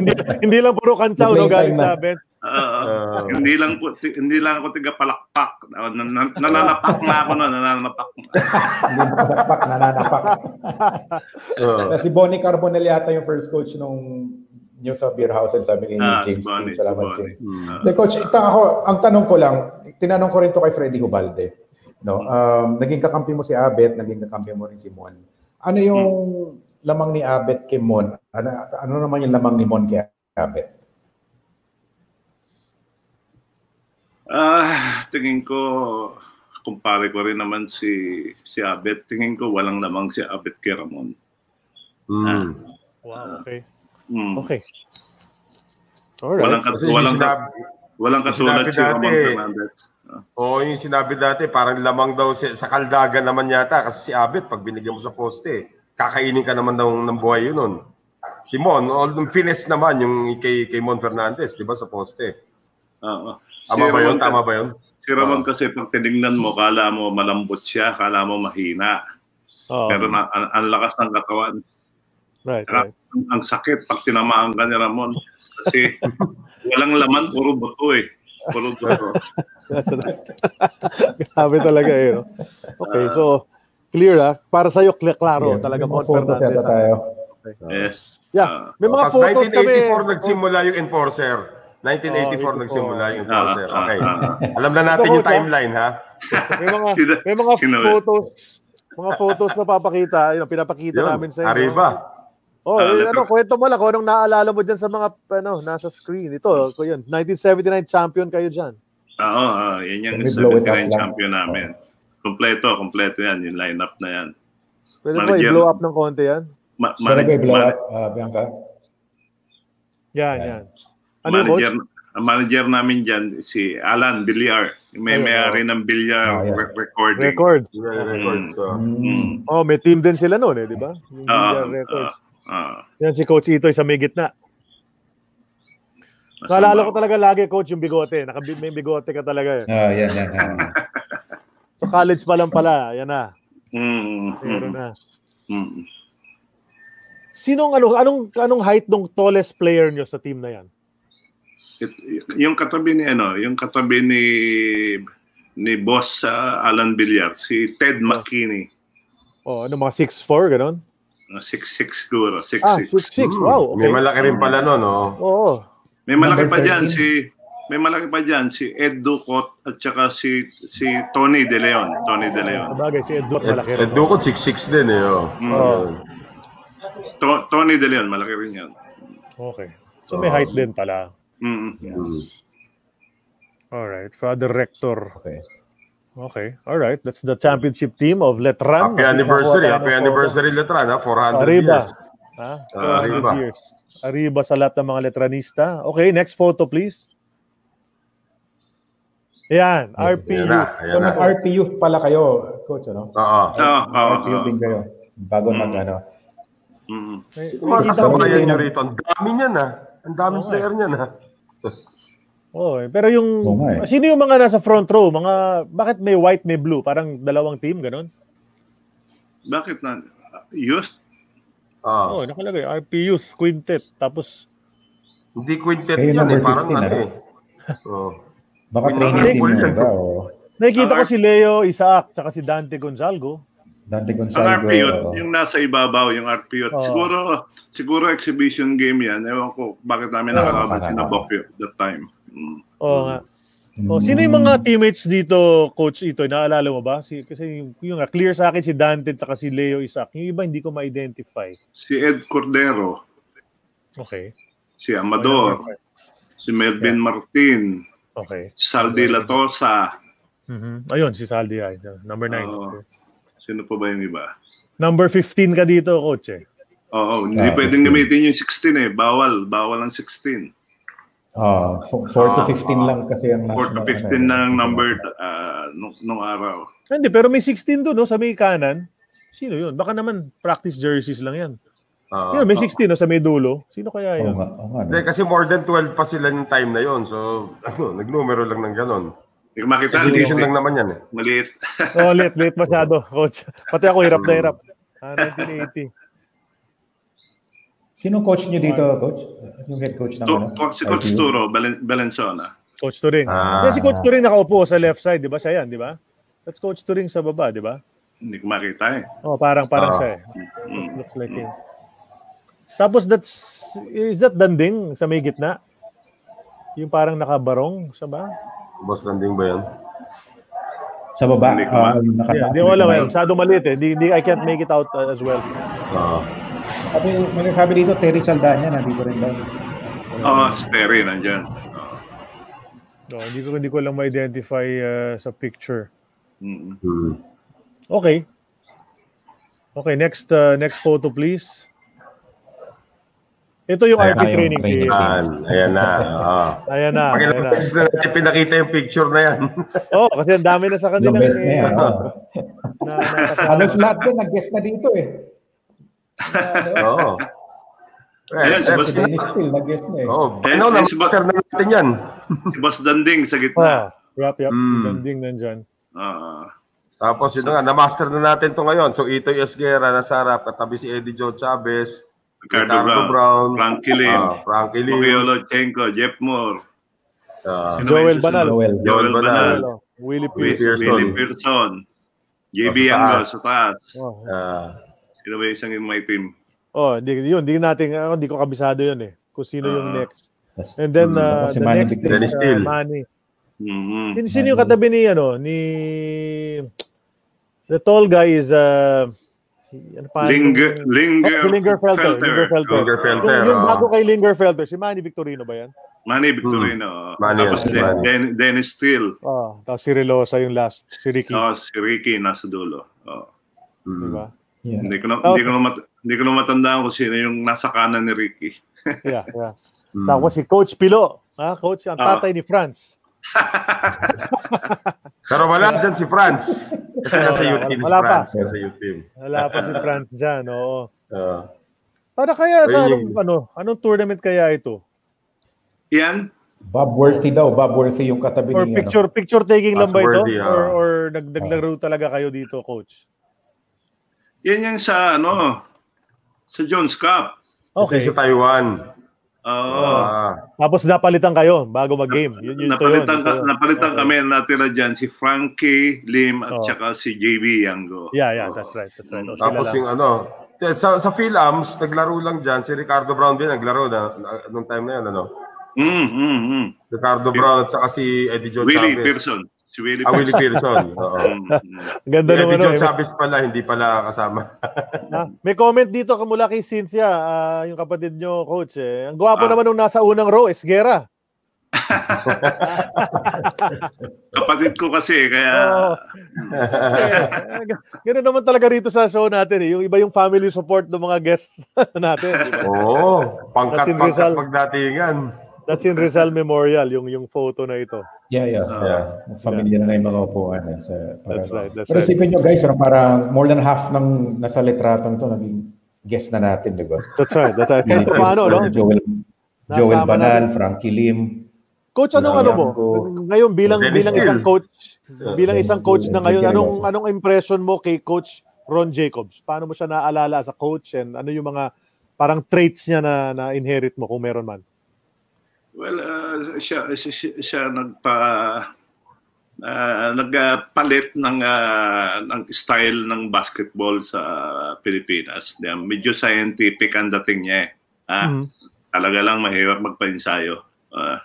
Speaker 7: hindi, hindi lang puro kantsaw no,
Speaker 5: Playtime
Speaker 7: galing
Speaker 5: na.
Speaker 7: sa bench.
Speaker 3: Oo. hindi lang po ti- hindi lang ako tiga palakpak. Na- na- na- Nananapak na ako noon, nananapak.
Speaker 5: nananapak, nananapak.
Speaker 8: Oh.
Speaker 5: si Bonnie Carbonell yata yung first coach nung nyo sa beer house and sabi ni
Speaker 3: Ah, si
Speaker 5: James.
Speaker 3: Bonnie, si
Speaker 5: Salamat,
Speaker 3: Bonnie. Mm.
Speaker 5: James.
Speaker 8: Mm.
Speaker 5: De, coach, itang ako, ang tanong ko lang, tinanong ko rin to kay Freddy Hubalde. No, um, naging kakampi mo si Abet, naging kakampi mo rin si Mon. Ano yung
Speaker 3: Hmm.
Speaker 5: lamang ni Abet kay Mon? Ano, ano naman yung lamang ni Mon kay Abet?
Speaker 3: Ah, tingin ko kumpare ko rin naman si si Abet. Tingin ko walang namang si Abet kay Ramon.
Speaker 8: Mm.
Speaker 7: Wow, okay.
Speaker 3: Mm.
Speaker 7: Okay. Alright.
Speaker 3: Walang kat-
Speaker 8: Oh, Kasi
Speaker 3: walang
Speaker 8: yung
Speaker 3: kat-
Speaker 8: sinabi,
Speaker 3: walang katulad
Speaker 8: sinabi
Speaker 3: si Ramon
Speaker 8: dati- eh.
Speaker 3: Fernandez. Ah.
Speaker 8: oh, yung sinabi dati, parang lamang daw si, sa kaldagan naman yata kasi si Abet, pag binigyan mo sa poste, kakainin ka naman daw ng buhay yun nun. Si Mon, all yung finesse naman yung kay, kay Mon Fernandez, di ba, sa poste.
Speaker 3: Oo.
Speaker 8: Tama
Speaker 3: Si
Speaker 8: ba yun?
Speaker 3: Ramon-
Speaker 8: Tama ba yun?
Speaker 3: Si Ramon
Speaker 8: Oo.
Speaker 3: kasi pag tinignan mo, kala mo malambot siya, kala mo mahina.
Speaker 7: Oo.
Speaker 3: Pero na, ang, ang lakas ng katawan.
Speaker 7: right,
Speaker 3: Saka,
Speaker 7: right.
Speaker 3: ang, ang sakit pag tinamaan ka ni Ramon. Kasi walang laman, puro bato eh. Puro bato.
Speaker 7: That's it. Grabe talaga eh. No? Okay, so clear ah. Para sa'yo, clear, klaro talaga Mon
Speaker 5: photo
Speaker 7: Fernandez. ah.
Speaker 5: tayo.
Speaker 3: yes.
Speaker 7: Yeah, may mga
Speaker 8: Tapos
Speaker 7: photos kami.
Speaker 8: Oh, 1984 nagsimula yung enforcer. 1984
Speaker 7: Oh,
Speaker 8: nagsimula yung
Speaker 3: Ah,
Speaker 8: enforcer.
Speaker 3: ah,
Speaker 8: Okay.
Speaker 3: ah, ah.
Speaker 8: Alam na natin
Speaker 7: Ito,
Speaker 8: yung
Speaker 7: Coach, ah.
Speaker 8: timeline, ha?
Speaker 7: May mga,
Speaker 3: Sino-
Speaker 7: may mga
Speaker 3: sino yun?
Speaker 7: photos. Mga photos na papakita. Yun, ang pinapakita namin
Speaker 8: Yun,
Speaker 7: sa inyo.
Speaker 8: Arriba.
Speaker 7: Oh,
Speaker 3: Ah,
Speaker 7: yun,
Speaker 3: let's
Speaker 7: ano,
Speaker 3: go.
Speaker 7: kwento mo lang kung anong naalala mo dyan sa mga, ano, nasa screen. Ito, ko yun. 1979 champion kayo dyan.
Speaker 3: ah, Oo, oo, yan
Speaker 5: Let
Speaker 3: yung
Speaker 5: me blow it up
Speaker 3: 79
Speaker 5: lang.
Speaker 3: champion namin. Kompleto, kompleto yan, yung lineup na yan.
Speaker 7: Pwede mo
Speaker 3: Manager.
Speaker 7: i-blow up ng konti yan?
Speaker 3: Ma-
Speaker 5: Talaga
Speaker 3: manag-
Speaker 5: i-blow
Speaker 3: man-
Speaker 5: up, ah, Bianca.
Speaker 7: Yan,
Speaker 5: Yan.
Speaker 7: yan. Ano,
Speaker 3: manager,
Speaker 7: coach?
Speaker 3: ang manager namin dyan, si Alan Villar. May
Speaker 7: Ayun,
Speaker 3: may-ari ng
Speaker 5: Ah,
Speaker 3: Villar
Speaker 5: yeah.
Speaker 3: re- recording.
Speaker 7: Record.
Speaker 8: Yun yung record, so.
Speaker 3: Mm.
Speaker 7: Oh, may team din sila noon eh, di ba? Yung
Speaker 3: Ah,
Speaker 7: Villar Records.
Speaker 3: ah, ah.
Speaker 7: Yan si Coach Itoy sa may gitna. Naalala ko talaga lagi, Coach, yung bigote. Naka, may bigote ka talaga eh.
Speaker 5: Ah, yan, yan. yan.
Speaker 7: So college pa lang pala, yan na.
Speaker 3: Mm,
Speaker 7: Meron
Speaker 3: mm,
Speaker 7: na.
Speaker 3: mm.
Speaker 7: Sinong ano anong anong height ng tallest player nyo sa team na yan?
Speaker 3: It- yung katabi ni ano, yung katabi ni ni boss sa Alan Villar,
Speaker 5: Ah.
Speaker 3: si Ted McKinney.
Speaker 7: Oh, ano mga 6'4 ganun?
Speaker 3: 6'6 siguro, 6'6.
Speaker 7: Ah, 6'6. Wow,
Speaker 8: Hmm. May
Speaker 7: okay.
Speaker 8: malaki rin pala nun, oh. no?
Speaker 7: Oo.
Speaker 3: May malaki
Speaker 5: Number
Speaker 3: pa diyan
Speaker 5: 13.
Speaker 3: si may malaki pa diyan si Ed Ducot at saka si si Tony De Leon, Tony De Leon.
Speaker 7: Sabagay si Edward
Speaker 8: Eh,
Speaker 7: malaki rin.
Speaker 8: eh,
Speaker 7: Mm.
Speaker 8: Dukot 6'6 din, eh. Oh.
Speaker 7: Oo.
Speaker 3: To- Tony De Leon, malaki rin 'yan.
Speaker 7: Okay. So may height din pala.
Speaker 3: Mm.
Speaker 8: Mm.
Speaker 7: All right, Father Rector.
Speaker 5: Okay.
Speaker 7: Okay, all right. That's the championship team of Letran.
Speaker 8: Happy
Speaker 7: At least
Speaker 8: anniversary,
Speaker 7: nakuha tayo
Speaker 8: happy
Speaker 7: ng
Speaker 8: anniversary Letran ha, 400
Speaker 7: Arriba.
Speaker 8: years.
Speaker 7: Ha?
Speaker 8: Ah,
Speaker 7: 400
Speaker 8: Arriba.
Speaker 7: years. Arriba sa lahat ng mga letranista. Okay, next photo please. Yan, RPU.
Speaker 8: Ayan na, ayan
Speaker 5: So,
Speaker 8: na.
Speaker 5: nag-RP youth pala kayo, coach, ano?
Speaker 8: Oo.
Speaker 3: Ah, ah, Mm.
Speaker 5: RP youth din kayo. Bago mag, ano.
Speaker 3: ah, mm.
Speaker 8: Yung mga kasabayan nyo rito, ang dami niyan ha. Ang daming
Speaker 7: Oo nga.
Speaker 3: eh.
Speaker 8: player niyan ah. ha.
Speaker 7: Oo, eh. pero yung
Speaker 5: Oo nga eh.
Speaker 7: sino yung mga nasa front row? Mga bakit may white may blue? Parang dalawang team ganun.
Speaker 3: Bakit na? Youth?
Speaker 8: Oo.
Speaker 7: Oo, nakalagay RP Youth Quintet. Tapos
Speaker 8: Hindi quintet
Speaker 5: Kayo
Speaker 8: yan eh,
Speaker 5: number
Speaker 8: parang
Speaker 5: 15
Speaker 8: ano
Speaker 5: na.
Speaker 8: eh. Oo.
Speaker 5: Baka
Speaker 8: Wait,
Speaker 5: training
Speaker 8: okay.
Speaker 5: team yun, ba? O,
Speaker 7: nakikita
Speaker 3: Ang
Speaker 7: ko si Leo Isaac tsaka si Dante Gonzalgo.
Speaker 5: Dante
Speaker 3: Ang
Speaker 5: Gonzalo.
Speaker 3: RP yun,
Speaker 5: o.
Speaker 3: yung nasa ibabaw, yung RP yun.
Speaker 7: Oo.
Speaker 3: Siguro, siguro exhibition game yan. Ewan ko bakit namin nakakabot
Speaker 5: tama,
Speaker 3: na
Speaker 5: tama.
Speaker 3: Bokyo that time. Mm.
Speaker 7: Oo nga.
Speaker 5: Hmm.
Speaker 7: Oh, sino yung mga teammates dito, Coach Ito? Naalala mo ba? Si, kasi yung, yung nga, clear sa akin si Dante at si Leo Isaac. Yung iba hindi ko ma-identify.
Speaker 3: Si Ed Cordero,
Speaker 7: Okay.
Speaker 3: si Amador, si Melvin Martin,
Speaker 7: Okay.
Speaker 3: Saldi Latosa,
Speaker 7: Mhm. Ayun, si Saldi. ay, Number 9.
Speaker 3: Oo. sino pa ba yung iba?
Speaker 7: Number 15 ka dito, Coach. Eh.
Speaker 3: Oo, hindi
Speaker 5: Ah,
Speaker 3: pwedeng
Speaker 5: okay.
Speaker 3: gamitin yung 16 eh. Bawal, bawal ang 16.
Speaker 5: Ah, 4 to 15 lang kasi
Speaker 7: Ah,
Speaker 5: ang
Speaker 3: 4 to
Speaker 5: national, ano,
Speaker 3: 15 na ang number ah, nung, nung araw.
Speaker 7: Hindi, pero may 16 doon, no? Sa may kanan. Sino yun? Baka naman practice jerseys lang yan.
Speaker 8: Oo.
Speaker 7: Yun, may 16, no? Sa may dulo. Sino
Speaker 5: Ah,
Speaker 7: kaya
Speaker 5: Oo
Speaker 7: yun?
Speaker 5: nga, oo nga. no.
Speaker 8: Hindi, kasi more than 12 pa sila yung time na yon So, ano, nagnumero lang ng ganon.
Speaker 3: Hindi ko makita,
Speaker 8: Exhibition lang
Speaker 3: maliit.
Speaker 8: naman yan eh.
Speaker 3: maliit.
Speaker 7: Oh, late, late masyado, Coach. Pati ako, hirap na hirap. Ah, 1980.
Speaker 5: Sino coach nyo dito, coach? Yung head coach ng
Speaker 3: To,
Speaker 5: ano?
Speaker 3: si Coach
Speaker 5: IPU?
Speaker 3: Turo, Balen- Valenzuela.
Speaker 7: Coach Turing.
Speaker 8: Ah.
Speaker 7: Yan si Coach Turing nakaupo sa left side, di ba? Siya yan, di ba? That's Coach Turing sa baba, di ba?
Speaker 3: Hindi ko makita eh.
Speaker 7: Oh, parang
Speaker 8: Ah.
Speaker 7: parang siya. eh. Looks like him. Tapos that's is that danding sa may gitna? Yung parang nakabarong, sa ba?
Speaker 8: Boss Landing ba yan?
Speaker 5: Sa baba.
Speaker 3: Hindi ko
Speaker 5: ah,
Speaker 3: ma-
Speaker 5: yung nakataas,
Speaker 7: Yeah, di
Speaker 5: hindi ko
Speaker 7: wala,
Speaker 5: ma-
Speaker 7: wala. Masyado maliit eh. Di, di, I can't make it out uh, as well.
Speaker 8: Oo.
Speaker 5: Sabi, may nagsabi dito, Terry Saldana, nandito rin daw.
Speaker 3: Oo, si Terry nandyan. Oo.
Speaker 7: No, hindi ko hindi ko lang ma-identify uh, sa picture.
Speaker 3: Mm.
Speaker 8: Hmm.
Speaker 7: Okay. Okay, next uh, next photo please. Ito yung
Speaker 8: Ayan,
Speaker 7: RP
Speaker 5: yung
Speaker 7: training
Speaker 5: training
Speaker 7: team.
Speaker 8: Ayan, ayan na. Oo.
Speaker 7: Ayan na, ayan
Speaker 8: Pakilang
Speaker 7: na.
Speaker 8: beses na natin pinakita yung picture na yan.
Speaker 7: Oh, kasi ang dami na sa
Speaker 5: Yung
Speaker 7: kanila.
Speaker 5: best na yan. ah. oo.
Speaker 7: eh, na,
Speaker 8: Ano
Speaker 7: nakasama.
Speaker 5: Halos lahat din, nag-guest na dito eh.
Speaker 8: Oo. Eh,
Speaker 3: Ayan, si
Speaker 5: Si
Speaker 3: Boss,
Speaker 5: Dennis Steele, nag-guest na eh.
Speaker 8: Oh,
Speaker 3: Eh,
Speaker 8: ano na
Speaker 3: eh, si Boss-
Speaker 8: master na natin yan.
Speaker 3: si Boss Danding sa
Speaker 7: Ah,
Speaker 3: gitna.
Speaker 7: yep, yep. Si
Speaker 8: Mm.
Speaker 7: Danding nandyan.
Speaker 3: Oo.
Speaker 8: Tapos yun na nga, na-master na natin to ngayon. So Itoy Esguerra nasa harap, katabi si Eddie Joe Chavez,
Speaker 3: Ricardo
Speaker 8: Ricardo
Speaker 3: Brown,
Speaker 8: Brown,
Speaker 3: Frankie Lim,
Speaker 8: ah, Frankie Lim,
Speaker 3: Mario Lochenko, Jeff Moore,
Speaker 8: ah,
Speaker 3: Sino
Speaker 7: Joel
Speaker 3: ba yung susunod?
Speaker 7: Banal.
Speaker 5: Joel.
Speaker 3: Joel
Speaker 8: Joel Banal.
Speaker 3: Banal,
Speaker 7: Ano, Willie
Speaker 3: Wi-
Speaker 7: Pierce.
Speaker 8: Willie Pearson.
Speaker 3: Willie Pearson, JB
Speaker 8: Oh, sa
Speaker 3: Anglo
Speaker 8: taas.
Speaker 3: sa taas.
Speaker 7: Oh,
Speaker 8: ah,
Speaker 3: Sino ba yung isang in my team?
Speaker 7: oh di, yun, di natin, ako, di ko kabisado yun eh. Kung sino yung
Speaker 3: Ah.
Speaker 7: next. And then,
Speaker 5: Mm,
Speaker 7: uh,
Speaker 5: ako si
Speaker 7: the
Speaker 5: Manny
Speaker 7: next
Speaker 5: Bigla.
Speaker 7: is
Speaker 8: Dennis
Speaker 7: uh,
Speaker 8: Steele.
Speaker 7: Manny.
Speaker 3: Mhm.
Speaker 7: Sino, sino yung katabi ni, ano, ni... The tall guy is, uh, si- ano pa?
Speaker 3: Linger, Linger,
Speaker 7: Oh, Lingerfelter. Lingerfelter.
Speaker 8: Lingerfelter.
Speaker 7: Yung, yung
Speaker 8: ah.
Speaker 7: bago kay Lingerfelter, si Manny Victorino ba yan?
Speaker 8: Hmm.
Speaker 3: Manny Victorino.
Speaker 8: Manny,
Speaker 3: Tapos
Speaker 8: yes,
Speaker 3: Den-
Speaker 8: Manny.
Speaker 3: Den- Dennis Steele.
Speaker 7: Oh, tapos si Relosa yung last, si Ricky.
Speaker 3: Tapos si Ricky Oh. nasa dulo. Oo.
Speaker 8: mm.
Speaker 7: Diba?
Speaker 5: Yeah.
Speaker 3: Hindi ko na,
Speaker 7: Okay.
Speaker 3: hindi ko na, mat- hindi ko na matandaan kung sino yung nasa kanan ni Ricky.
Speaker 7: Yeah, yeah.
Speaker 8: Mm.
Speaker 7: Tapos si Coach Pilo. Ha? Coach, ang
Speaker 3: Ah.
Speaker 7: tatay ni Franz.
Speaker 8: Pero wala dyan si Franz. Kasi nasa
Speaker 7: Wala,
Speaker 8: youth team
Speaker 7: wala
Speaker 8: si
Speaker 7: pa.
Speaker 8: Franz. Nasa youth team.
Speaker 7: Wala pa si Franz dyan, oo.
Speaker 8: Ah.
Speaker 7: Para kaya sa
Speaker 8: Ayun
Speaker 7: anong,
Speaker 8: yun.
Speaker 7: ano, anong tournament kaya ito?
Speaker 3: Yan,
Speaker 5: Bob Worthy daw, Bob Worthy yung katabi
Speaker 7: Or
Speaker 5: ni, ano,
Speaker 7: picture picture taking lang ba ito?
Speaker 8: Passworthy, ah.
Speaker 7: Or, or nag, naglaro talaga kayo dito, coach?
Speaker 3: yan yung sa ano, sa Jones Cup.
Speaker 8: Okay.
Speaker 7: Okay.
Speaker 8: Sa Taiwan.
Speaker 3: Oo.
Speaker 8: Ah.
Speaker 7: Tapos napalitan kayo bago mag-game. Oh, Yun, yun, ito yun,
Speaker 3: napalitan
Speaker 7: ito
Speaker 3: ka,
Speaker 7: yun.
Speaker 3: napalitan
Speaker 7: Okay.
Speaker 3: kami natira diyan si Frankie Lim at
Speaker 7: Oo.
Speaker 3: saka si JB Yango.
Speaker 7: Yeah, yeah, that's right. That's right. O, sila
Speaker 8: Tapos
Speaker 7: lang.
Speaker 8: yung ano, sa, sa Philams, naglaro lang dyan. Si Ricardo Brown din naglaro na, na nung time na yan, ano?
Speaker 3: Mm, mm, mm.
Speaker 8: Ricardo Brown at saka si Eddie John
Speaker 3: Willie
Speaker 8: Chavez.
Speaker 3: Pearson. Si Willie
Speaker 8: Ah, Willie
Speaker 3: Pearson.
Speaker 8: Pearson. Oo.
Speaker 3: Mm, mm.
Speaker 7: Ang Ganda
Speaker 8: Si
Speaker 7: ng
Speaker 8: Eddie
Speaker 7: ano.
Speaker 8: John
Speaker 7: eh.
Speaker 8: Chavez pala, hindi pala kasama.
Speaker 7: Ah, May comment dito mula kay Cynthia, ah, yung kapatid nyo, coach. Eh. Ang gwapo
Speaker 3: Ah.
Speaker 7: naman nung nasa unang row, Esguerra.
Speaker 3: Kapatid ko kasi, kaya...
Speaker 7: Oo. Ganun naman talaga rito sa show natin eh. Yung iba yung family support ng mga guests natin. di ba?
Speaker 8: Oo,
Speaker 7: Kasi
Speaker 8: pangkat-pangkat
Speaker 7: Rizal-
Speaker 8: pagdatingan.
Speaker 7: That's in Rizal Memorial, yung yung photo na ito.
Speaker 5: Yeah, yeah.
Speaker 8: Ah. Yeah.
Speaker 5: Familiar na yung mga upuan. Eh, sa,
Speaker 7: That's right, that's
Speaker 5: Pero
Speaker 7: right.
Speaker 5: isipin nyo guys, ano, parang more than half ng nasa litratong to naging guest na natin, di ba?
Speaker 7: That's right. That's right. Kahit paano, ano, no?
Speaker 5: Joel,
Speaker 7: Nasama
Speaker 5: Joel Banal,
Speaker 7: natin.
Speaker 5: Frankie Lim,
Speaker 7: Coach, anong ano mo?
Speaker 5: Ko.
Speaker 7: Ngayon bilang
Speaker 8: Dennis
Speaker 7: bilang isang
Speaker 8: Hill.
Speaker 7: coach, bilang
Speaker 5: Dennis
Speaker 7: isang coach
Speaker 5: Hill,
Speaker 7: na ngayon,
Speaker 5: Dennis
Speaker 7: anong
Speaker 5: Hill.
Speaker 7: anong impression mo kay coach Ron Jacobs? Paano mo siya naaalala as a coach and ano yung mga parang traits niya na na inherit mo kung meron man?
Speaker 3: Well, uh, siya, siya, siya, siya nagpa ah, nagpalit ng ah, ng style ng basketball sa Pilipinas. Di ba? Medyo scientific ang dating niya. Eh. Ah,
Speaker 7: Mhm.
Speaker 3: Talaga lang mahirap magpainsayo. Ah,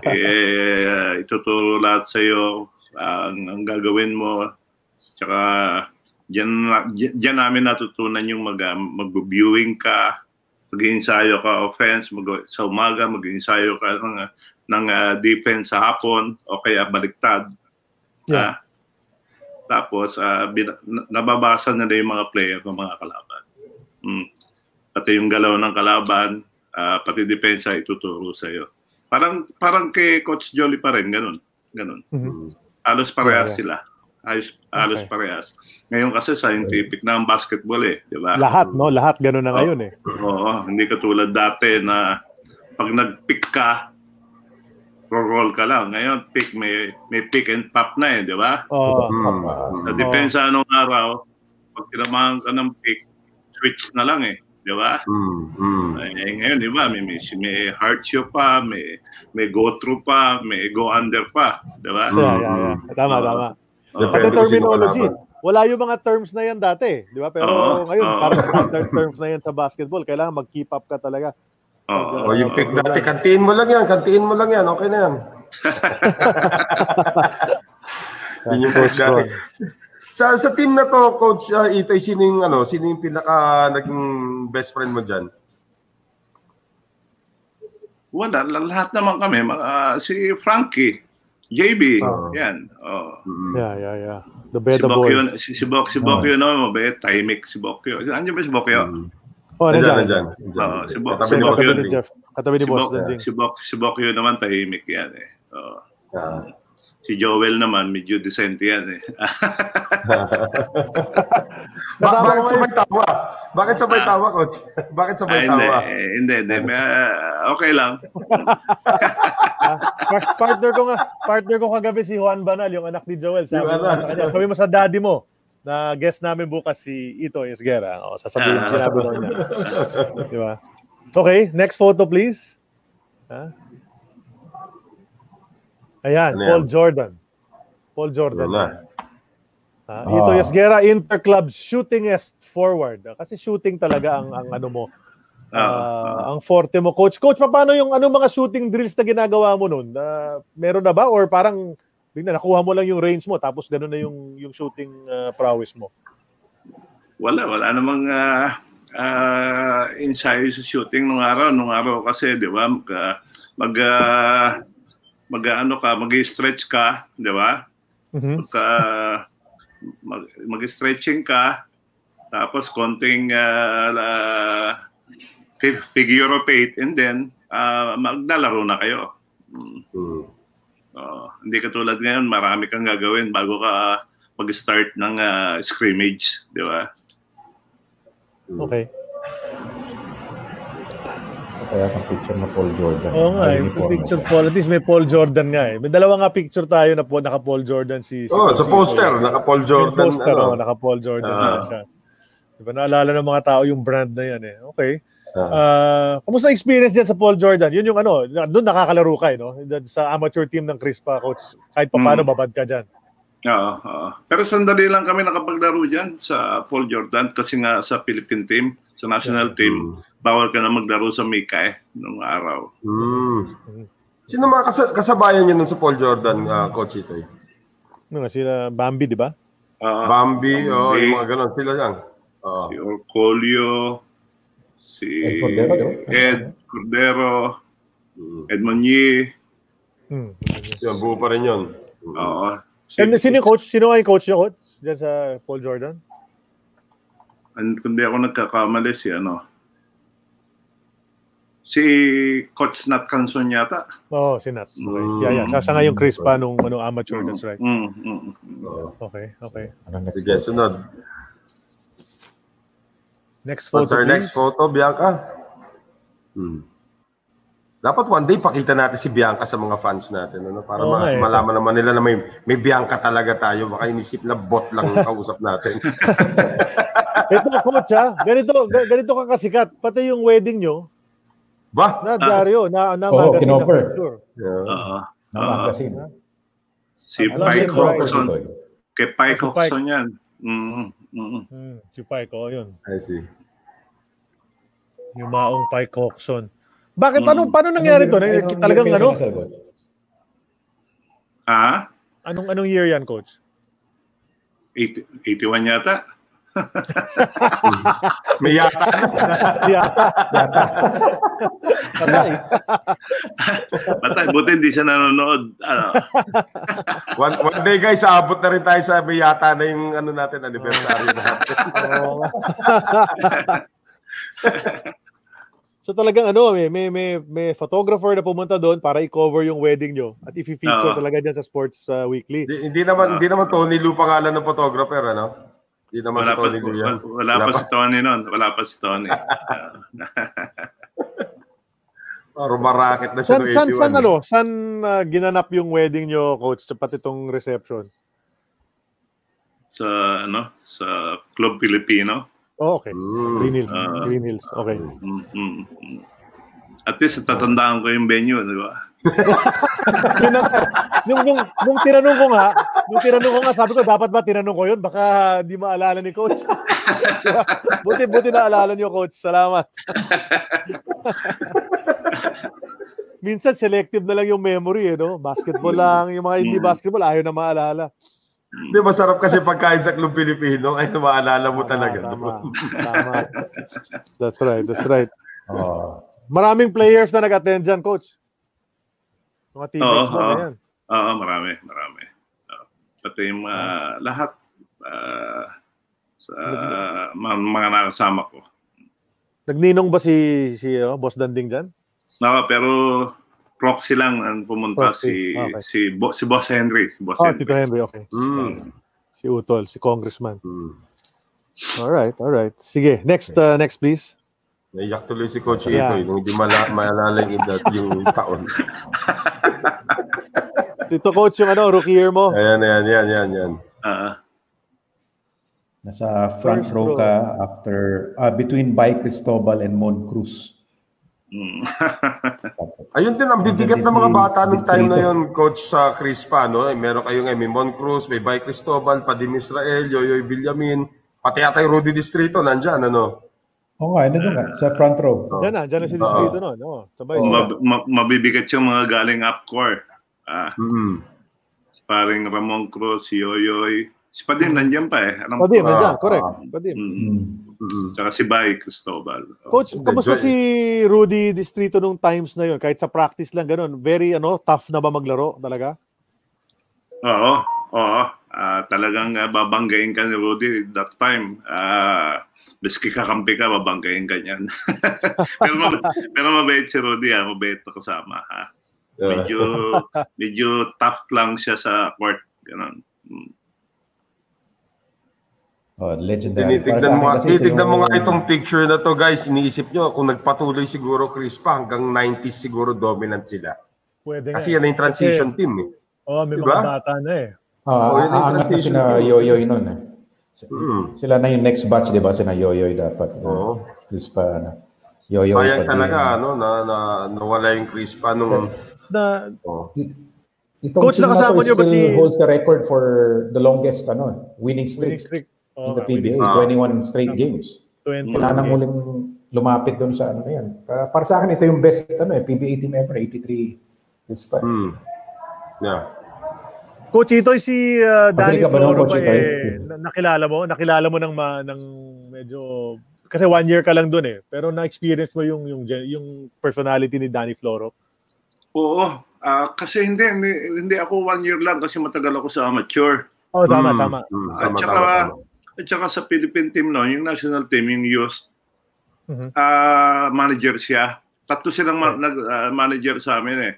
Speaker 3: eh, ituturo lahat sa iyo ang, ang gagawin mo. Tsaka diyan na- diyan diyan namin natutunan yung mag ah, mag-viewing ka, mag-ensayo ka offense, mag sa umaga mag-ensayo ka ng ah, ng ah, defense sa hapon o kaya baliktad.
Speaker 7: Yeah.
Speaker 3: Ah, tapos ah, bin- na- nababasa na rin yung mga player ng mga kalaban. Mm. Pati yung galaw ng kalaban, ah, pati depensa ituturo sa iyo. Parang parang kay Coach Jolly pa rin ganun, ganun. Alos parehas
Speaker 7: Mm-hmm. Yeah, yeah.
Speaker 3: sila. Ayos, alos
Speaker 7: Okay.
Speaker 3: parehas. Ngayon kasi scientific na ang basketball eh, di ba?
Speaker 7: Lahat, no? Lahat ganun na
Speaker 8: Ah.
Speaker 7: ngayon eh.
Speaker 3: Oo, hindi katulad dati na pag nag-pick ka, roll ka lang. Ngayon, pick, may, may pick and pop na eh, di ba?
Speaker 7: Oo.
Speaker 8: Mm-hmm. Hmm,
Speaker 3: Sa depensa anong araw, pag tinamahan ka ng pick, switch na lang eh, di ba?
Speaker 8: Mm, mm.
Speaker 3: Eh, ngayon, di ba, may, may, may hard show pa, may, may go-through pa, may go-under pa, di ba?
Speaker 7: yeah, yeah, yeah. Tama,
Speaker 8: Ah.
Speaker 3: Oo.
Speaker 7: tama. Pati
Speaker 8: Depende kung sino
Speaker 7: Ano terminology.
Speaker 8: kalaban.
Speaker 7: Wala yung mga terms na yan dati, di ba? Pero
Speaker 8: Ah.
Speaker 3: Oo,
Speaker 7: ngayon,
Speaker 3: oo.
Speaker 7: parang standard terms na yan sa basketball. Kailangan mag-keep up ka talaga.
Speaker 8: O
Speaker 3: Oo.
Speaker 8: Oh, yung pick dati, kantiin mo lang yan, kantiin mo lang yan, okay na yan. Yun yung coach dati. Sa, sa team na to, Coach uh, Itoy, sino yung, ano, sino yung pinaka naging best friend mo dyan?
Speaker 3: Wala, la- lahat naman kami. mga- ah, si Frankie, JB,
Speaker 8: Oo.
Speaker 3: yan. Oh.
Speaker 8: Mm.
Speaker 7: Yeah, yeah, yeah. The
Speaker 3: Si
Speaker 7: better
Speaker 3: Bokyo,
Speaker 7: boys.
Speaker 3: si, si, Bok, si Bokyo naman mabait, tahimik si Bokyo. Andiyan ba si Bokyo?
Speaker 7: Oh,
Speaker 8: Hmm. Nandyan,
Speaker 7: nandiyan.
Speaker 8: nandyan.
Speaker 3: Oo, Ah, si Bo-
Speaker 8: Katabi ni
Speaker 7: Katabi
Speaker 3: si Bo-
Speaker 8: Boss eh.
Speaker 7: katabi ni
Speaker 3: Bokyo.
Speaker 8: Landing.
Speaker 7: Jeff. Katabi ni
Speaker 3: Si,
Speaker 7: Boss
Speaker 3: Bok,
Speaker 7: Landing.
Speaker 3: si, Bok, si Bokyo naman tahimik yan eh. Oo.
Speaker 8: Ah.
Speaker 3: si Joel naman medyo decente yan eh.
Speaker 8: Ba-
Speaker 7: Kasama
Speaker 8: bakit
Speaker 7: ko
Speaker 8: sabay tawa? Bakit sabay
Speaker 3: Ah.
Speaker 8: tawa, Coach? Bakit sabay
Speaker 3: Ah, hindi,
Speaker 8: tawa?
Speaker 3: eh, hindi, hindi. May, ah, okay lang.
Speaker 7: Ah, Par- partner ko nga, partner ko kagabi si Juan Banal, yung anak ni Joel. Sabi,
Speaker 8: Yung
Speaker 7: mo,
Speaker 8: anak.
Speaker 7: sa kanya, sabi mo sa daddy mo, na guest namin bukas si Ito Isguera. O, sasabihin,
Speaker 3: Ah.
Speaker 7: sinabi mo niya. Di ba? Okay, next photo please. Ha?
Speaker 8: Ano
Speaker 7: Ayan,
Speaker 8: yan?
Speaker 7: Paul Jordan. Paul
Speaker 8: Wala
Speaker 7: Jordan.
Speaker 8: na.
Speaker 7: Ha? Ito Isguera, Interclub shootingest forward. Kasi shooting talaga ang, ang ano mo,
Speaker 3: Ah,
Speaker 7: Ah, ang forte mo, coach. Coach, paano yung ano mga shooting drills na ginagawa mo noon? Ah, meron na ba or parang bigla nakuha mo lang yung range mo tapos ganun na yung yung shooting ah, prowess mo?
Speaker 3: wala, wala namang ah, ah, ensayo sa shooting nung araw. Nung araw kasi, di ba, mag, ah, mag, ah, mag, ano ka, mag-stretch ka, di ba? ka mag, mag-stretching ka tapos konting ah, la- fi- figure of eight and then ah, maglalaro na kayo. Mm.
Speaker 8: Hmm.
Speaker 3: Oo. hindi katulad ngayon, marami kang gagawin bago ka ah, mag-start ng ah, scrimmage, di ba?
Speaker 7: Okay.
Speaker 5: Kaya ang picture na Paul Jordan.
Speaker 7: Oo nga,
Speaker 5: Ay,
Speaker 7: yung
Speaker 5: uniform.
Speaker 7: picture Paul. At least may Paul Jordan nga eh. May dalawa nga picture tayo na po, naka Paul Jordan si... si
Speaker 8: Oh, sa
Speaker 7: si-
Speaker 8: poster, naka Paul
Speaker 7: Yung
Speaker 8: Jordan.
Speaker 7: poster,
Speaker 8: ano.
Speaker 7: oh, naka Paul Jordan
Speaker 8: Ah.
Speaker 7: na siya. Diba, naalala ng mga tao yung brand na yan eh. Okay.
Speaker 8: Ah.
Speaker 7: Ah, kamusta experience dyan sa Paul Jordan? Yun yung ano, na- doon nakakalaro ka eh, no? Dyan Sa amateur team ng Crispa, coach. Kahit pa paano,
Speaker 3: Mm.
Speaker 7: babad ka dyan.
Speaker 3: Oo, oo. Pero sandali lang kami nakapaglaro dyan sa Paul Jordan kasi nga sa Philippine team, sa national team, bawal ka na maglaro sa Mika eh, nung araw.
Speaker 8: Hmm. Sino mga kas- kasabayan niyo nun sa Paul Jordan, ah, Coach Itoy?
Speaker 7: Ano nga, sila Bambi, di ba?
Speaker 3: Oo.
Speaker 8: Bambi, oh,
Speaker 3: Bambi.
Speaker 8: yung mga ganun, sila lang. Oh.
Speaker 3: Ah, si Orcolio, si
Speaker 5: Ed Cordero, di ba?
Speaker 3: Ed Cordero, Ed Monye,
Speaker 8: Yun, buo pa rin yun.
Speaker 3: Oo.
Speaker 7: Hmm. And sino yung coach? Sino nga yung coach niyo, coach? Diyan sa Paul Jordan?
Speaker 3: And kung di ako nagkakamali si ano, si Coach Nat Canson yata.
Speaker 7: Oo, oh, si Nats. Okay.
Speaker 8: Hmm.
Speaker 7: Yeah, yeah. Sasa nga yung Chris pa nung, nung amateur. That's right.
Speaker 3: Mm, mm.
Speaker 7: Okay, okay.
Speaker 5: Ano next?
Speaker 8: Sige, sunod.
Speaker 7: Next photo,
Speaker 8: What's our next
Speaker 7: please.
Speaker 8: photo, Bianca? Hmm. Dapat one day pakita natin si Bianca sa mga fans natin ano para ma-
Speaker 7: Okay.
Speaker 8: malaman naman nila na may may Bianca talaga tayo baka inisip na bot lang ang kausap natin.
Speaker 7: Ito, coach, ha? Ganito, ga- ganito ka kasikat. Pati yung wedding nyo,
Speaker 8: ba?
Speaker 7: na Dario, na, na
Speaker 5: Oo,
Speaker 7: magazine na
Speaker 5: kinoffer.
Speaker 7: picture.
Speaker 8: Yeah.
Speaker 3: Oo.
Speaker 7: Ah,
Speaker 8: Ah.
Speaker 5: Magazine. Ano
Speaker 3: Si
Speaker 7: Alam
Speaker 3: Pike
Speaker 7: ah, si Pike.
Speaker 3: Hawkson. Kay Pike
Speaker 7: Si Pike.
Speaker 3: Hawkson yan. Mm, mm.
Speaker 7: Hmm, si Pike, oh, yun.
Speaker 8: I see.
Speaker 7: Yung maong Pike Coxon. Bakit, paano, paano nangyari to? Nang- Talagang ano?
Speaker 3: Ah,
Speaker 7: Anong, anong year yan, coach?
Speaker 3: 80, 81 yata.
Speaker 8: May yata.
Speaker 7: Yeah.
Speaker 3: Bata, buti hindi siya nanonood. Ano,
Speaker 8: One, one day guys, aabot na rin tayo sa may yata na yung ano natin anniversary natin.
Speaker 7: Oo nga. so talagang ano, may, may, may, may photographer na pumunta doon para i-cover yung wedding nyo at i-feature
Speaker 3: Oo.
Speaker 7: talaga dyan sa Sports uh, Weekly.
Speaker 8: Hindi, hindi naman hindi naman Tony Lu pangalan ng photographer ano. Hindi naman
Speaker 3: wala,
Speaker 8: si
Speaker 3: pa,
Speaker 8: Tony Lu yan.
Speaker 3: wala, wala pa si Tony noon. Wala pa si Tony. Ah.
Speaker 8: Parang maraket Oh, na siya eh.
Speaker 7: San,
Speaker 8: no
Speaker 7: san, san,
Speaker 8: 81.
Speaker 7: ano, san uh, ginanap yung wedding nyo, coach, sa pati tong reception?
Speaker 3: sa ano sa Club Filipino.
Speaker 7: Oh, okay.
Speaker 8: Mm.
Speaker 7: Green Hills.
Speaker 3: Ah.
Speaker 7: Green Hills. Okay.
Speaker 3: Mm, mm, mm. At least tatandaan ko yung venue, di ba?
Speaker 7: nung, nung, nung tinanong ko nga, nung tinanong ko nga, sabi ko, dapat ba tinanong ko yun? Baka di maalala ni coach. buti, buti na alala niyo, coach. Salamat. Minsan, selective na lang yung memory, eh, no? Basketball lang, yung mga hindi
Speaker 3: Mm.
Speaker 7: basketball, ayaw na maalala.
Speaker 8: Hindi, masarap kasi pagkain sa Club Pilipino kaya maalala
Speaker 3: Ah,
Speaker 8: mo talaga.
Speaker 7: Ah, Tama, tama. That's right, that's right.
Speaker 3: Ah.
Speaker 5: Oh.
Speaker 7: Maraming players na nag-attend dyan, coach. Mga teammates
Speaker 3: Oo,
Speaker 7: mo,
Speaker 3: oo.
Speaker 7: ayan.
Speaker 3: Oo, marami, marami. Oo. pati yung mga lahat ah, sa mga, mga nakasama ko.
Speaker 7: Nagninong ba si, si ano, Boss Danding dyan?
Speaker 3: Naka, Ah, pero proxy lang ang pumunta
Speaker 7: Proxy,
Speaker 3: si
Speaker 7: okay.
Speaker 3: si, Bo, si Boss Henry, si Boss
Speaker 7: Oh,
Speaker 3: Henry.
Speaker 7: Tito Henry, okay.
Speaker 8: Mm.
Speaker 7: Si Utol, si Congressman.
Speaker 8: Mm.
Speaker 7: All right, all right. Sige, next uh, next please.
Speaker 8: Naiyak tuloy si Coach
Speaker 7: Yeah.
Speaker 8: Ito eh, nung hindi mala- maalala yung edad yung taon.
Speaker 7: Tito coach yung ano, rookie year mo.
Speaker 8: Ayan, ayan, ayan, ayan, ayan.
Speaker 3: Ah,
Speaker 5: Nasa front
Speaker 7: First
Speaker 5: row
Speaker 7: row.
Speaker 5: ka after ah, between Bay Cristobal and Mon Cruz.
Speaker 3: mm.
Speaker 8: Ayun din, ang bibigat ng mga bata nung time na yon Coach sa Crispa, no? Eh, meron kayong Emi Mon Cruz, may Bay Cristobal, Padim Israel, Yoyoy Villamin, pati yata yung Rudy Distrito, nandyan, ano?
Speaker 5: Oo nga, ano doon nga, sa front row.
Speaker 8: Oh.
Speaker 7: Diyan na, diyan ah, na si Distrito noon. Oh, sabay sila.
Speaker 3: Mab- ma- mabibigat yung mga galing up core. Ah,
Speaker 8: Mm.
Speaker 3: paring Ramon Cruz, si Yoyoy. Si Padim nandiyan pa eh. Alam ko.
Speaker 7: Mm. Padim, nandiyan,
Speaker 8: Ah,
Speaker 7: correct.
Speaker 8: ah.
Speaker 7: Padim.
Speaker 3: Mm.
Speaker 5: Mm.
Speaker 8: Mm.
Speaker 3: Tsaka si Bay Cristobal.
Speaker 7: Coach, kamusta
Speaker 8: Joy.
Speaker 7: si Rudy Distrito nung times na yon? Kahit sa practice lang ganun, very ano, tough na ba maglaro talaga?
Speaker 3: Oo, oo. Ah, talagang ah, babanggain ka ni Rudy that time. Ah, Miski kakampi ka, babanggain ka niyan. pero, mab- pero mabait si Rudy, ah. mabait na kasama. ah. Ha?
Speaker 8: Yeah.
Speaker 3: Medyo, medyo tough lang siya sa court. Ganun. Mm.
Speaker 5: Oh, legendary.
Speaker 8: Tinitignan mo,
Speaker 5: Para sa akin kasi
Speaker 8: tinitignan mo
Speaker 5: yung-
Speaker 8: nga itong picture na to guys, iniisip nyo kung nagpatuloy siguro Crispa hanggang 90s siguro dominant sila.
Speaker 7: Pwede
Speaker 8: Kasi yan na yung transition team eh.
Speaker 7: Oh, may
Speaker 8: Diba?
Speaker 7: mga bata na eh.
Speaker 5: Ah,
Speaker 8: Oh, yun yung
Speaker 5: aangat na
Speaker 8: transition
Speaker 5: sina
Speaker 8: team.
Speaker 5: Yoyoy noon eh.
Speaker 8: Mm.
Speaker 5: Sila na yung next batch, di ba? Sina Yoyoy dapat.
Speaker 8: Oo.
Speaker 5: Crispa, ano. Yoyoy.
Speaker 8: Sayang
Speaker 5: pa din.
Speaker 8: talaga ano na, na nawala yung Crispa nung
Speaker 7: Na,
Speaker 8: oh.
Speaker 5: Itong
Speaker 7: Coach,
Speaker 5: team na to
Speaker 7: nakasama niyo ba
Speaker 5: still
Speaker 7: si-
Speaker 5: holds the record for the longest ano, winning streak
Speaker 7: winning streak.
Speaker 5: in
Speaker 7: Oh,
Speaker 5: the PBA.
Speaker 8: streak.
Speaker 5: 21 straight games.
Speaker 7: 20.
Speaker 5: Wala nang muling lumapit doon sa ano na yan. Para, para sa akin, ito yung best ano, eh, PBA team ever, 83 Crispa.
Speaker 8: Mm. Yeah.
Speaker 7: Coach Itoy, si uh, Danny
Speaker 5: Pabalik ka ba ng
Speaker 7: Floro
Speaker 5: Coach
Speaker 7: ba,
Speaker 5: Itoy?
Speaker 7: eh, na- nakilala mo? Nakilala mo ng, ma, ng medyo... Kasi one year ka lang dun eh. Pero na-experience mo yung, yung, gen- yung personality ni Danny Floro.
Speaker 3: Oo, Ah, kasi hindi, hindi, hindi ako one year lang kasi matagal ako sa amateur.
Speaker 7: Oh, tama, tama.
Speaker 8: Mm,
Speaker 3: At
Speaker 8: tama,
Speaker 3: saka,
Speaker 8: tama, tama.
Speaker 3: At saka sa Philippine team noon, yung national team, yung youth,
Speaker 7: Mhm.
Speaker 3: ah, manager siya. Tatlo silang ma- nag- ah, manager sa amin eh.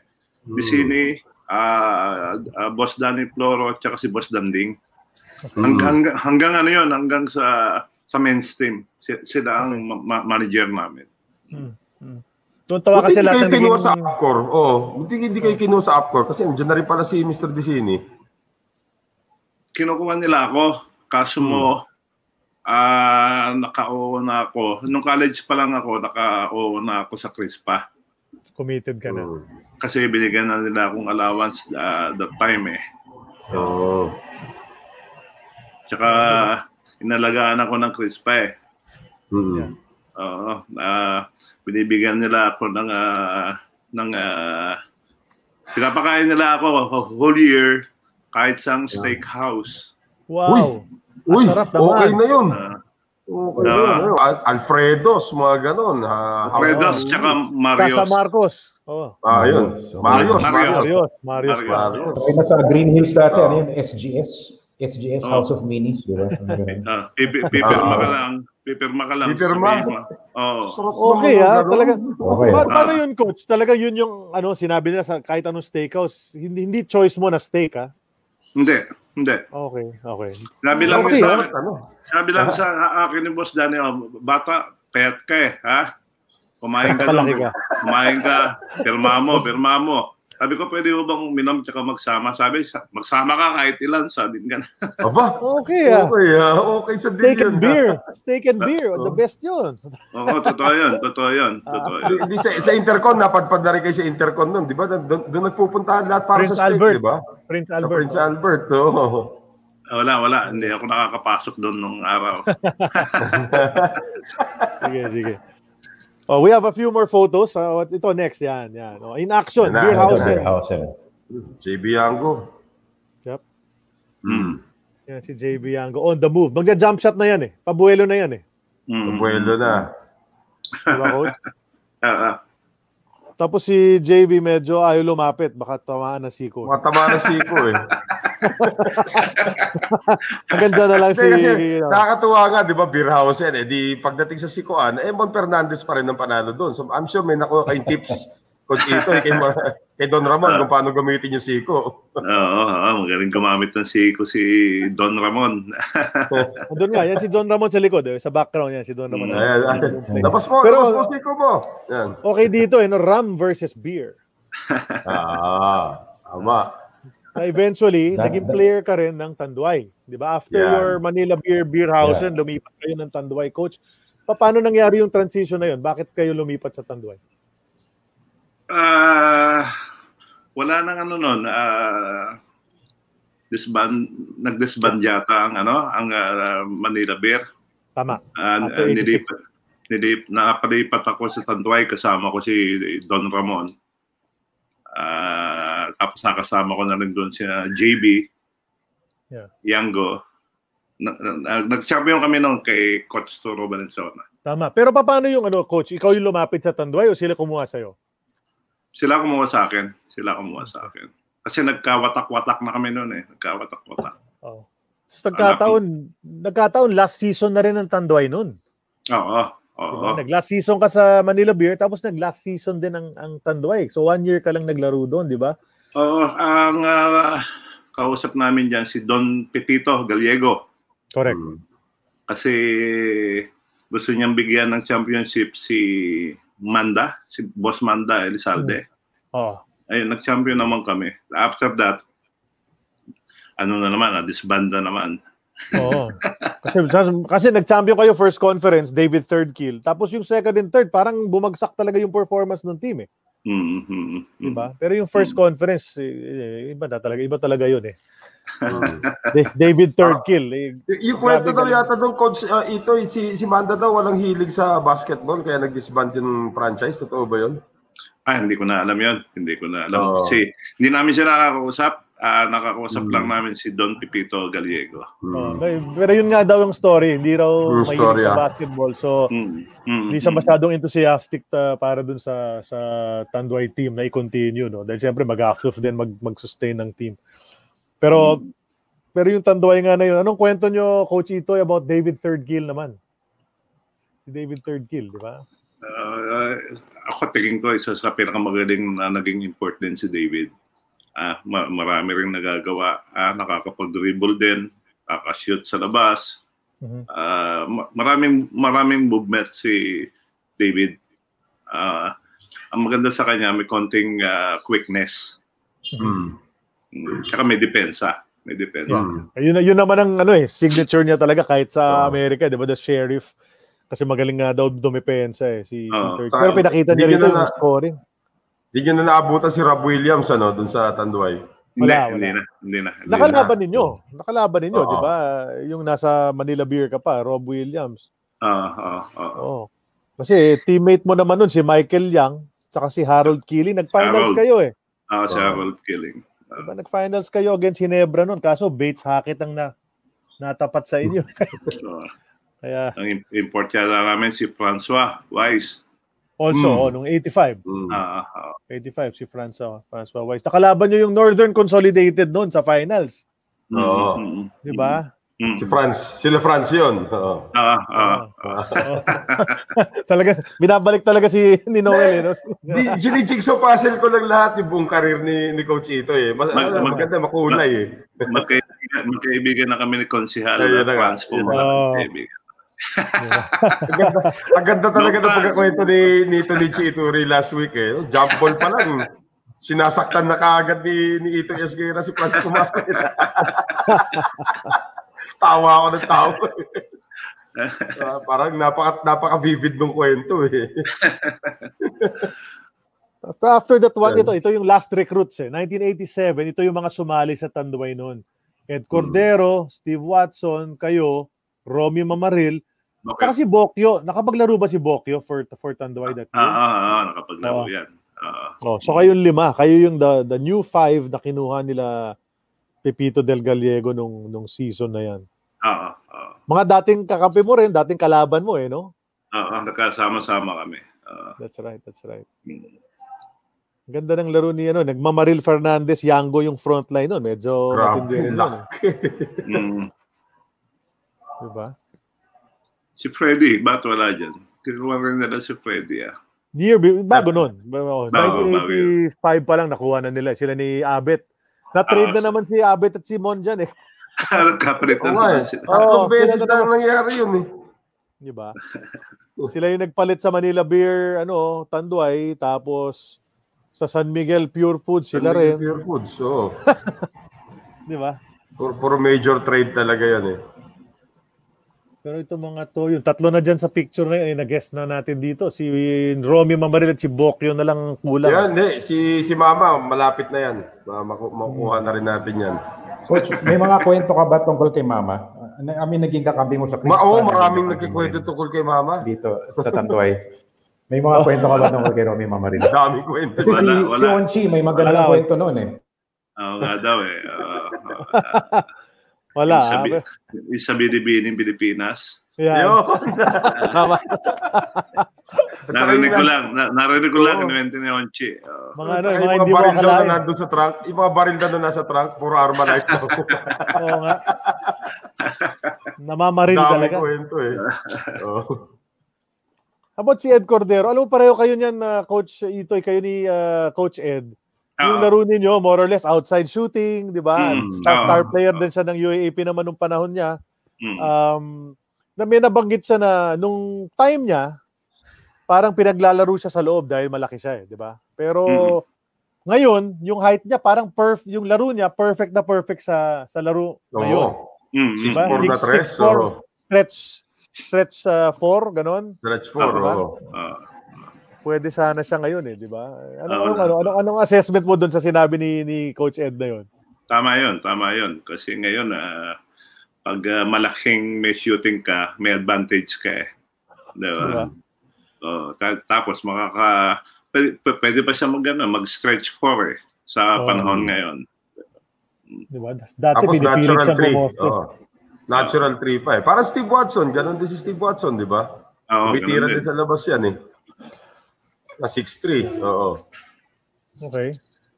Speaker 3: Di Sini, ah, ah, Boss Danny Floro, at saka si Boss Danding. Hang- hanggang, hanggang ano yun, hanggang sa sa men's team. Si- Sila ang ma- ma- manager namin.
Speaker 7: Tuntawa
Speaker 8: Buti
Speaker 7: kasi
Speaker 8: hindi
Speaker 7: lahat
Speaker 8: kayo
Speaker 7: ng
Speaker 8: kinuha sa
Speaker 7: naging...
Speaker 8: Upcore. Oh, hindi, hindi kayo kinuha sa Upcore kasi andyan na rin pala si Mr. Dicini.
Speaker 3: Kinukuha nila ako, kaso mo, ah, naka-oo na ako. Nung college pa lang ako, naka-oo na ako sa Crispa.
Speaker 7: Committed ka
Speaker 8: Hmm.
Speaker 7: na.
Speaker 3: kasi binigyan na nila akong allowance uh, that time eh.
Speaker 8: Oo.
Speaker 3: Tsaka inalagaan ako ng crispa eh.
Speaker 8: Mm.
Speaker 3: Oo. ah, binibigyan nila ako ng ah, ng ah, pinapakain nila ako whole year kahit sa steakhouse.
Speaker 7: Wow.
Speaker 8: Uy,
Speaker 7: sarap naman.
Speaker 8: okay na yun.
Speaker 3: Ah.
Speaker 8: Okay
Speaker 3: Ah.
Speaker 8: na yun. ano. Al- Alfredo's, mga ganon. Ha,
Speaker 3: Redos tsaka Marios.
Speaker 7: Casa Marcos. Oh.
Speaker 8: Ah, yun. Marios,
Speaker 3: Marios.
Speaker 8: Marios.
Speaker 7: Marios. Marios.
Speaker 3: Marios.
Speaker 8: Marios.
Speaker 5: Ay, nasa Green Hills dati,
Speaker 8: Oo.
Speaker 5: ano yun, SGS? SGS,
Speaker 3: Oo.
Speaker 5: House of Minis, di ba? Ano ganun.
Speaker 3: Ah, pipi- pipirma
Speaker 8: Ah.
Speaker 3: ka lang. Pipirma ka lang.
Speaker 8: Pipirma?
Speaker 3: sabihin mo. Oo.
Speaker 8: Sarap
Speaker 7: Okay,
Speaker 8: naman ng
Speaker 7: ah,
Speaker 8: ganon.
Speaker 7: talaga.
Speaker 5: Okay.
Speaker 7: Pa- paano
Speaker 3: Ah.
Speaker 7: yun, coach? Talaga yun yung ano, sinabi nila sa kahit anong steakhouse. Hindi, hindi choice mo na steak, ah.
Speaker 3: Hindi. Hindi.
Speaker 7: Okay, okay.
Speaker 3: Sabi lang
Speaker 8: Okay,
Speaker 3: yun sa
Speaker 8: ah,
Speaker 3: akin.
Speaker 8: ano.
Speaker 3: Sabi lang sa akin ni Boss Danny, oh, bata, payat ka eh, ha? Kumain ka lang.
Speaker 7: Palaki ka.
Speaker 3: Kumain ka. Pirma mo, pirma mo. Sabi ko, pwede mo bang uminom tsaka magsama? Sabi, "Sa- magsama ka kahit ilan. Sabi nga.
Speaker 8: Aba,
Speaker 7: Okay, ah.
Speaker 8: okay ah. Okay sa
Speaker 7: Steak
Speaker 8: deal yun.
Speaker 7: and beer. Steak and beer. The best yun.
Speaker 3: Oo, totoo yun. Totoo yun. Totoo yun.
Speaker 8: Di, di sa, sa Intercon, napadpad na rin kayo sa Intercon nun, di ba? Doon, doon nagpupuntahan lahat para
Speaker 7: Prince
Speaker 8: sa steak,
Speaker 7: Albert.
Speaker 8: di ba?
Speaker 7: Prince
Speaker 8: Sa
Speaker 7: Albert.
Speaker 8: Prince Albert, oo.
Speaker 3: Wala, wala. Hindi ako nakakapasok doon nung araw.
Speaker 7: Sige, sige. Oh, we have a few more photos. Ah, what- ito next, yan, yan. Oh, in action,
Speaker 8: Yan na,
Speaker 7: beer
Speaker 8: yan
Speaker 7: house.
Speaker 8: na.
Speaker 7: Yan.
Speaker 5: House, ano.
Speaker 8: JB Yango.
Speaker 7: Yep.
Speaker 3: Mm.
Speaker 7: Yan, si JB Yango on the move. Magja-jump shot na yan eh. Pabuelo na yan eh.
Speaker 3: Mm.
Speaker 8: Abuelo na.
Speaker 7: Di ba, coach?
Speaker 3: Ah, ah.
Speaker 7: Tapos si JB medyo ayaw lumapit. Baka tamaan na si coach.
Speaker 8: Matama na siko eh.
Speaker 7: Ang ganda na lang si... uh,
Speaker 8: Kasi, kasi nakakatuwa nga, di ba, beer house yan. Eh, di pagdating sa Sikoan, eh, Bon Fernandez pa rin ang panalo doon. So, I'm sure may nakuha kayong tips, Coach Ito, eh, kay, Mar- kay Don Ramon, kung paano gamitin yung Siko.
Speaker 3: Oo, oo, magaling gumamit ng si, si Don Ramon.
Speaker 7: Doon nga, yan si John Ramon sa likod. Eh. Sa background yan, si John Ramon.
Speaker 8: Ayan, ayan. Labas mo,
Speaker 7: Pero-
Speaker 8: labas mo, Siko mo. Yan.
Speaker 7: Okay dito, eh, no? rum versus beer.
Speaker 8: Ah, tama.
Speaker 7: Na eventually,
Speaker 5: That-
Speaker 7: naging
Speaker 5: that-
Speaker 7: player ka rin ng Tanduay. Di ba? After
Speaker 8: Yeah.
Speaker 7: your Manila Beer Beer House,
Speaker 5: Yeah.
Speaker 7: lumipat kayo ng Tanduay. Coach, pa- paano nangyari yung transition na yun? Bakit kayo lumipat sa Tanduay?
Speaker 3: Ah, wala nang ano noon, ah disband nag-disband yata ang ano, ang ah, Manila Beer.
Speaker 7: Tama.
Speaker 3: Ah,
Speaker 7: After
Speaker 3: ah, nilipat, nilip, nakapalipat ako sa Tanduay kasama ko si Don Ramon. Ah, tapos nakasama ko na rin doon si ah, JB.
Speaker 7: Yeah.
Speaker 3: Yango. Na, na- na- nag-champion kami noon kay Coach Toro Valenzuela.
Speaker 7: Tama. Pero pa- paano yung ano, coach? Ikaw yung lumapit sa Tanduay o sila kumuha sa'yo?
Speaker 3: Sila kumuha sa akin. Sila kumuha sa akin. Kasi nagkawatak-watak na kami noon eh. Nagkawatak-watak.
Speaker 7: Oh. Tapos nagkataon, nagkataon last season na rin ng Tanduay nun.
Speaker 3: Oo. Oo.
Speaker 7: Diba? Nag-last season ka sa Manila Beer, tapos nag-last season din ang, ang Tanduay. So one year ka lang naglaro doon, di ba?
Speaker 3: Oo. Ang ah, kausap namin dyan si Don Pepito Gallego.
Speaker 7: Correct.
Speaker 3: Kasi gusto niyang bigyan ng championship si Manda, si Boss Manda Elizalde.
Speaker 7: Oh.
Speaker 3: Ayun, nag-champion naman kami. After that, ano na naman, ah, disband na naman.
Speaker 7: Oo. kasi kasi nag-champion kayo first conference, David third kill. Tapos yung second and third, parang bumagsak talaga yung performance ng team eh,
Speaker 3: Mm, mm, mm, mm.
Speaker 7: 'di
Speaker 8: Mm-hmm.
Speaker 7: ba? Pero yung first conference, eh, eh, iba na talaga, iba talaga 'yun eh. Da- David third kill. eh.
Speaker 8: Y- yung kwento daw
Speaker 7: Grabe ka
Speaker 8: yata nung coach ah, ito, eh, si, si Manda daw walang hilig sa basketball kaya nag-disband yung franchise. Totoo ba yun?
Speaker 3: Ah, hindi ko na alam yon. Hindi ko na alam.
Speaker 8: Oo.
Speaker 3: Kasi hindi namin siya nakakausap. Ah, nakakausap
Speaker 7: Hmm.
Speaker 3: lang namin si Don Pipito Gallego.
Speaker 8: Mm.
Speaker 7: Okay, Pero yun nga daw yung story. Hindi raw
Speaker 8: Yung
Speaker 7: mahilig
Speaker 8: story,
Speaker 7: sa
Speaker 8: ah.
Speaker 7: basketball. So,
Speaker 3: Mm. Mm.
Speaker 7: hindi siya masyadong enthusiastic ta- para dun sa sa Tanduay team na i-continue. No? Dahil siyempre mag-active din, mag- mag-sustain ng team. Pero, pero yung Tanduay nga na yun, anong kwento nyo, Coach Itoy, about David Third Kill naman? Si David Third Kill, di ba?
Speaker 3: Ah, ako tingin ko isa sa pinakamagaling na naging import din si David. Ah, ma- marami rin nagagawa. Ah, nakakapag-dribble din, nakashoot sa labas.
Speaker 7: Mhm.
Speaker 3: Ah, ma- maraming maraming movement si David. Ah, ang maganda sa kanya may konting ah, quickness.
Speaker 8: Mm.
Speaker 3: Mm, Tsaka may depensa, may depensa.
Speaker 8: Mm.
Speaker 7: Ayun, yun naman ang ano eh, signature niya talaga
Speaker 8: Ah.
Speaker 7: kahit sa Amerika, di ba? The Sheriff. Kasi magaling nga daw dumipensa eh, si, si
Speaker 3: Oo,
Speaker 7: Third
Speaker 8: saka
Speaker 7: Pero pinakita niya
Speaker 8: Ah, hindi
Speaker 7: rito
Speaker 8: niya na-
Speaker 7: yung scoring.
Speaker 8: Di nyo na naabutan si Rob Williams ano, dun sa Tanduay.
Speaker 3: Hindi,
Speaker 7: Wala, wala.
Speaker 3: hindi na, hindi na. hindi na.
Speaker 7: Nakalaban ninyo. Nakalaban ninyo,
Speaker 8: Oo.
Speaker 7: di ba? Yung nasa Manila Beer ka pa, Rob Williams.
Speaker 3: Ah, ah, ah.
Speaker 7: Oo. Kasi eh, teammate mo naman nun, si Michael Young, tsaka si Harold Keeling. Nag-finals
Speaker 3: Harold.
Speaker 7: kayo eh.
Speaker 3: Ah, si
Speaker 8: Oo.
Speaker 3: Harold Killing.
Speaker 7: Di ba? Nag-finals kayo against Hinebra nun. Kaso Bates Hackett ang na, natapat sa inyo.
Speaker 3: Ah.
Speaker 7: Kaya
Speaker 3: Ang im- import niya lang namin si Francois Wise.
Speaker 7: also,
Speaker 8: Mm.
Speaker 7: oh, nung 85,
Speaker 8: Mm.
Speaker 3: Ah, ah,
Speaker 7: 85 si Francois, Francois Wise. Nakalaban nyo yung Northern Consolidated nun sa finals.
Speaker 3: mm,
Speaker 8: Oo.
Speaker 3: mm,
Speaker 7: Di ba?
Speaker 3: mm, mm.
Speaker 8: Si Franz. Sila Franz yun. Oo.
Speaker 3: Ah, ah, ah.
Speaker 7: Oo. talaga, binabalik talaga si ni Noel. Eh, no?
Speaker 8: Di, ginijigsaw puzzle ko lang lahat yung buong karir ni, ni Coach Ito eh. Mas,
Speaker 3: Mag-
Speaker 8: ano,
Speaker 3: mag-
Speaker 8: maganda, makulay eh.
Speaker 3: Magkaibigan, magkaibigan na kami ni Konsihal
Speaker 8: Ayun na
Speaker 3: na
Speaker 8: nga.
Speaker 3: Franz po.
Speaker 8: Yun
Speaker 7: na.
Speaker 3: magkaibigan.
Speaker 8: Ang ganda, ang ganda talaga
Speaker 3: No,
Speaker 8: ng
Speaker 3: pa-
Speaker 8: pagkakwento ni, ni Tonichi Ituri last week eh. Jump ball pa lang. Sinasaktan na kaagad ni, ni Ito Esguera si Franz Kumapit. tawa ako ng tawa. Ah, parang napaka, napaka-vivid ng kwento eh.
Speaker 7: So after that one,
Speaker 8: Yeah.
Speaker 7: ito, ito yung last recruits eh. 1987, ito yung mga sumali sa Tanduay noon. Ed
Speaker 3: Hmm.
Speaker 7: Cordero, Steve Watson, kayo, Romy Mamaril,
Speaker 3: Okay.
Speaker 7: saka si Bokyo. Nakapaglaro ba si Bokyo for, for Tanduay that
Speaker 3: Ah,
Speaker 7: year?
Speaker 3: ah, ah, nakapaglaro
Speaker 7: Oo.
Speaker 3: yan. Ah,
Speaker 7: Oh, so kayong lima, kayo yung the, the new five na kinuha nila Pepito Del Gallego nung, nung season na yan.
Speaker 3: ah, ah,
Speaker 7: Mga dating kakampi mo rin, dating kalaban mo eh, no?
Speaker 3: ah, ah, nakasama-sama kami. Ah,
Speaker 7: That's right, that's right.
Speaker 3: mm.
Speaker 7: Ganda ng laro ni ano, nagmamaril Fernandez, Yango yung frontline nun. Medyo
Speaker 8: Grabe,
Speaker 7: matindi rin yun,
Speaker 8: luck.
Speaker 3: Mm.
Speaker 7: eh. Diba?
Speaker 3: Si Freddy, ba't wala dyan? Kinuha rin nila si Freddy ah.
Speaker 7: Year be- bago nun. Bago,
Speaker 3: Bago, bago
Speaker 7: 1985 pa lang nakuha na nila sila ni Abet. Na-trade
Speaker 3: Ah.
Speaker 7: na naman si Abet at si Monjan eh.
Speaker 3: Nagkapalit
Speaker 8: Oo
Speaker 3: na
Speaker 8: nga eh.
Speaker 3: naman sila.
Speaker 7: Oo,
Speaker 8: Tatlong beses
Speaker 7: sila
Speaker 8: na nangyari yun eh.
Speaker 7: Di ba? sila yung nagpalit sa Manila Beer, ano, Tanduay, tapos sa San Miguel Pure Food sila rin,
Speaker 8: Pure Foods, oo.
Speaker 7: di ba?
Speaker 8: Puro, puro major trade talaga yan eh.
Speaker 7: Pero ito mga to, yung tatlo na dyan sa picture na yun, eh, na-guess na natin dito. Si Romy Mamaril at si Bokyo na lang kulang.
Speaker 8: Yan, eh. Si, si Mama, malapit na yan. Ma- maku- Makukuha na rin natin yan.
Speaker 5: Coach, may mga kwento ka ba tungkol kay Mama? Na- I mean, naging kakambing mo sa Chris.
Speaker 8: Ma oo,
Speaker 5: Pan,
Speaker 8: maraming
Speaker 5: naging
Speaker 8: nagkikwento
Speaker 5: kakambing
Speaker 8: tungkol kay Mama.
Speaker 5: Dito, sa Tanduay. May mga kwento ka ba tungkol kay Romy Mamarino?
Speaker 8: Daming kwento.
Speaker 5: Kasi si,
Speaker 3: Wala, wala.
Speaker 5: si Onchi, may magandang
Speaker 7: Wala,
Speaker 5: kwento noon eh.
Speaker 3: Oo nga daw eh. Ah, ah, ah.
Speaker 7: Wala.
Speaker 3: Yung sabi,
Speaker 7: ah.
Speaker 3: yung sa binibining Pilipinas.
Speaker 7: Yan.
Speaker 8: Yun.
Speaker 7: Tama.
Speaker 8: At saka
Speaker 3: Narinig
Speaker 8: yung-
Speaker 3: ko lang. Na, narinig ko lang.
Speaker 8: Oo.
Speaker 3: Kinuwento ni Onchi. Oo.
Speaker 7: Mga
Speaker 8: at
Speaker 7: ano,
Speaker 8: saka
Speaker 7: mga
Speaker 8: yung mga
Speaker 7: hindi mo
Speaker 8: baril daw na
Speaker 7: akalain.
Speaker 8: nandun sa trunk. Yung mga baril daw na nasa trunk, puro Armalite daw.
Speaker 7: Oo nga. Namamaril
Speaker 8: Daming
Speaker 7: talaga.
Speaker 8: kwento eh. oh, Oo.
Speaker 7: How about si Ed Cordero? Alam mo, pareho kayo niyan, na Coach Itoy, kayo ni ah, Coach Ed. Yung
Speaker 3: Oo.
Speaker 7: laro ninyo, more or less, outside shooting, di ba?
Speaker 8: Hmm,
Speaker 3: Mm,
Speaker 7: star,
Speaker 3: oo.
Speaker 7: star player din siya ng UAAP naman nung panahon niya.
Speaker 3: Mm.
Speaker 7: um, na may nabanggit siya na nung time niya, parang pinaglalaro siya sa loob dahil malaki siya eh, di ba? Pero
Speaker 3: Mhm.
Speaker 7: ngayon, yung height niya parang perf yung laro niya perfect na perfect sa sa laro
Speaker 8: Oo.
Speaker 7: ngayon.
Speaker 3: Mm, mm.
Speaker 7: Diba?
Speaker 8: Four na
Speaker 7: Six-
Speaker 8: tres.
Speaker 7: six, four.
Speaker 8: Oo.
Speaker 7: Stretch stretch uh, four, ganon.
Speaker 8: Stretch four.
Speaker 7: diba?
Speaker 8: oh. oo.
Speaker 3: Tama. Ah.
Speaker 7: Pwede sana siya ngayon eh, di ba? Ano
Speaker 3: Oo
Speaker 7: anong,
Speaker 3: na.
Speaker 7: ano anong, anong assessment mo doon sa sinabi ni ni Coach Ed na yun?
Speaker 3: Tama yun, tama yun. Kasi ngayon, ah, pag ah, malaking may shooting ka, may advantage ka eh.
Speaker 7: Diba?
Speaker 3: Diba? Oo, ta- tapos makaka... Pwede, pwede pa siya mag, ano, mag-stretch for eh, sa
Speaker 7: Oo.
Speaker 3: panahon ngayon.
Speaker 7: Di ba? Das- Dati
Speaker 8: Tapos
Speaker 7: pinipilit
Speaker 8: natural
Speaker 7: siyang
Speaker 8: 3.
Speaker 7: bumoto.
Speaker 8: Oo. Natural 3 pa eh. Parang Steve Watson. Ganon din si Steve Watson, di ba?
Speaker 3: Oo,
Speaker 8: Umitira
Speaker 3: ganun
Speaker 8: din
Speaker 3: din.
Speaker 8: sa labas yan eh. Na 6-3. Oo.
Speaker 7: Okay.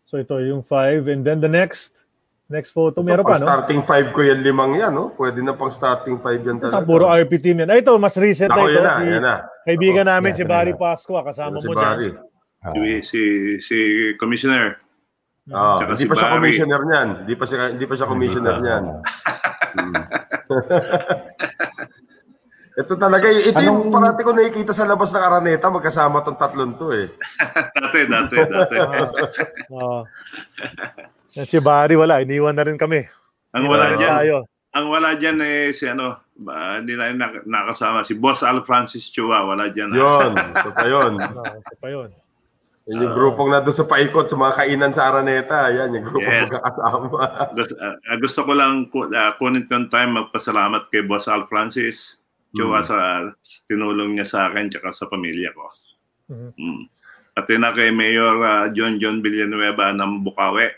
Speaker 7: So ito yung five. And then the next, next photo. Meron pa,
Speaker 8: pang
Speaker 7: no?
Speaker 8: starting 5 ko yan, limang yan, no? Pwede na pang starting 5 yan
Speaker 7: Ito,
Speaker 8: talaga. Ano
Speaker 7: puro RP team yan. Ay, ito, mas recent na
Speaker 8: Ako,
Speaker 7: ito.
Speaker 8: yan na,
Speaker 7: si
Speaker 8: yan na.
Speaker 7: Kaibigan namin,
Speaker 5: yan,
Speaker 7: si
Speaker 5: yan
Speaker 7: Barry
Speaker 5: na.
Speaker 7: Pasqua. Kasama
Speaker 8: Si
Speaker 7: mo
Speaker 8: Barry.
Speaker 7: dyan.
Speaker 3: Si, si, si Commissioner.
Speaker 8: Ah,
Speaker 3: Tsaka
Speaker 8: hindi
Speaker 3: si
Speaker 8: pa siya
Speaker 3: Barry.
Speaker 8: commissioner niyan. Hindi pa siya hindi pa siya commissioner niyan. Hmm. Ito talaga, eh, ito
Speaker 5: Anong-
Speaker 8: yung parati ko nakikita sa labas ng Araneta, magkasama tong tatlong to eh.
Speaker 3: dati, dati, dati.
Speaker 7: Oo. Yan si Barry, wala. Iniwan na rin kami.
Speaker 3: ang
Speaker 7: Iniwan
Speaker 3: wala
Speaker 7: na rin
Speaker 3: dyan,
Speaker 7: tayo.
Speaker 3: ang wala dyan eh, si ano, ba, hindi na nak- nakasama. Si Boss Al Francis Chua, wala dyan. ah.
Speaker 8: Yun, ito pa yun.
Speaker 7: Oo, ito pa yun.
Speaker 8: Yan yung grupong na doon sa paikot, sa mga kainan sa Araneta. Yan, yung grupong
Speaker 3: Yes.
Speaker 8: magkakasama.
Speaker 3: Gusto, ah, gusto ko lang ku- ah, kunin ko ng time magpasalamat kay Boss Al Francis Chua sa tinulong niya sa akin tsaka sa pamilya ko.
Speaker 7: Mhm.
Speaker 3: Mm. Pati na kay Mayor ah, John John Villanueva ng Bukawi.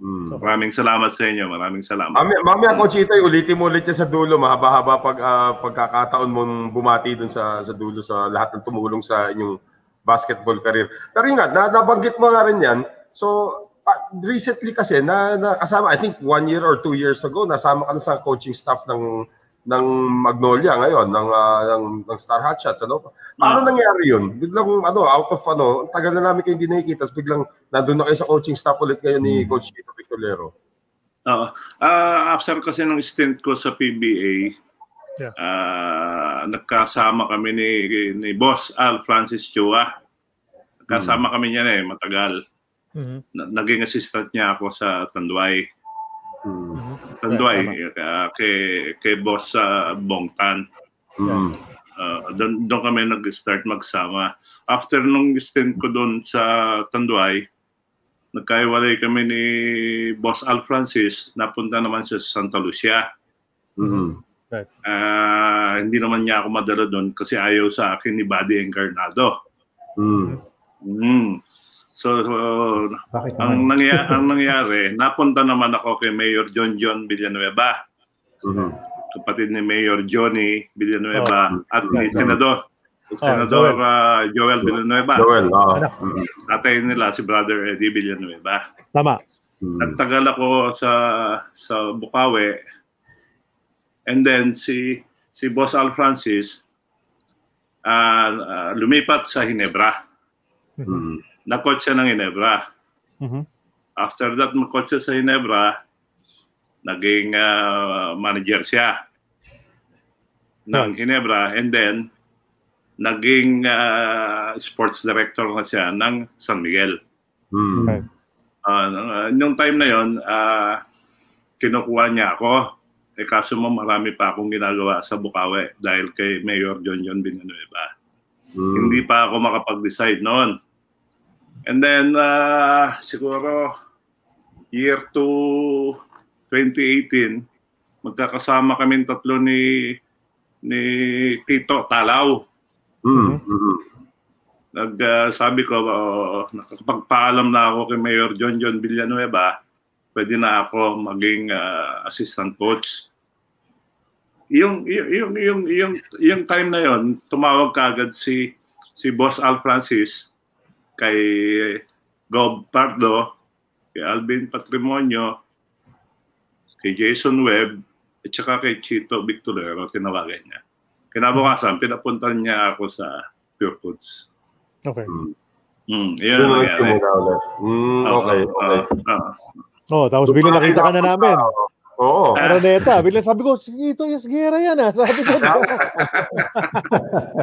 Speaker 8: Mm.
Speaker 3: Maraming salamat sa inyo. Maraming salamat.
Speaker 8: Mami, mamaya ko ulitin mo ulit yan sa dulo, mahaba-haba pag ah, pagkakataon mong bumati dun sa sa dulo sa lahat ng tumulong sa inyong basketball career. Pero yun nga, na, nabanggit mo nga rin 'yan. So pa- recently kasi na nakasama I think one year or two years ago nasama ka na sa coaching staff ng ng Magnolia ngayon ng ah, ng, ng Star Hot Shots ano. Paano nangyari 'yun? Biglang ano out of ano, ang tagal na namin kayo hindi nakikita, tapos biglang nandoon na kayo sa coaching staff ulit ngayon ni Coach Tito Victorero.
Speaker 3: Oo. Ah, after kasi ng stint ko sa PBA,
Speaker 7: Yeah.
Speaker 3: ah, nagkasama kami ni, ni Boss Al Francis Chua. Kasama kami niya eh, matagal.
Speaker 7: Mhm.
Speaker 3: Na- Naging assistant niya ako sa Tanduay. Tanduay, ah, kay, kay Boss sa Bongtan.
Speaker 8: Mm.
Speaker 3: Ah, doon, doon kami nag-start magsama. After nung stint ko doon sa Tanduay, nagkaiwalay kami ni Boss Al Francis, napunta naman siya sa Santa Lucia.
Speaker 8: Mm.
Speaker 7: Right.
Speaker 3: Ah, hindi naman niya ako madala doon kasi ayaw sa akin ni Buddy Encarnado.
Speaker 8: Mm.
Speaker 3: Mm. So, so,
Speaker 5: Bakit
Speaker 3: ang,
Speaker 5: naman?
Speaker 3: nangya- ang nangyari, napunta naman ako kay Mayor John John Villanueva,
Speaker 8: Mhm.
Speaker 3: kapatid ni Mayor Johnny Villanueva at ni Senador. Senador
Speaker 7: Joel.
Speaker 3: ah, Joel Villanueva.
Speaker 8: Joel, oo.
Speaker 7: Ano?
Speaker 8: Mhm.
Speaker 3: Tatay nila si Brother Eddie Villanueva.
Speaker 7: Tama.
Speaker 3: Nagtagal ako sa sa Bukawi. And then si si Boss Al Francis ah, ah, lumipat sa Hinebra.
Speaker 8: Mhm.
Speaker 3: Na-coach siya ng Hinebra.
Speaker 7: Mhm.
Speaker 3: After that, na-coach siya sa Hinebra, naging ah, manager siya ng Hinebra. And then, naging ah, sports director na siya ng San Miguel.
Speaker 8: Mhm.
Speaker 7: Right.
Speaker 3: Ah, nung time na yon, ah, kinukuha niya ako. Eh kaso mo marami pa akong ginagawa sa Bukawi dahil kay Mayor John John Villanueva.
Speaker 8: Mhm.
Speaker 3: Hindi pa ako makapag-decide noon. And then, ah, siguro, year to 2018, magkakasama kami tatlo ni ni Tito Talaw.
Speaker 8: Mhm. Mhm.
Speaker 3: Nag, ah, sabi ko, oh, nakapagpaalam na ako kay Mayor John John Villanueva, pwede na ako maging ah, assistant coach. Yung, yung, yung, yung, yung, yung time na yon tumawag kaagad si, si Boss Al Francis kay Gob Pardo, kay Alvin Patrimonio, kay Jason Webb, at saka kay Chito Victorero, tinawagan niya. Kinabukasan, pinapuntan niya ako sa Pure Foods.
Speaker 7: Okay.
Speaker 3: Mm, yun
Speaker 8: Yun
Speaker 3: ang
Speaker 8: ang
Speaker 3: nangyari.
Speaker 8: simula ulit. Mhm, Okay, okay.
Speaker 3: Ah, ah.
Speaker 7: Oh, tapos biglang nakita ka na namin.
Speaker 8: Oo.
Speaker 7: Araneta, biglang sabi ko, sige ito, yes, gera yan ah. Sabi ko, no.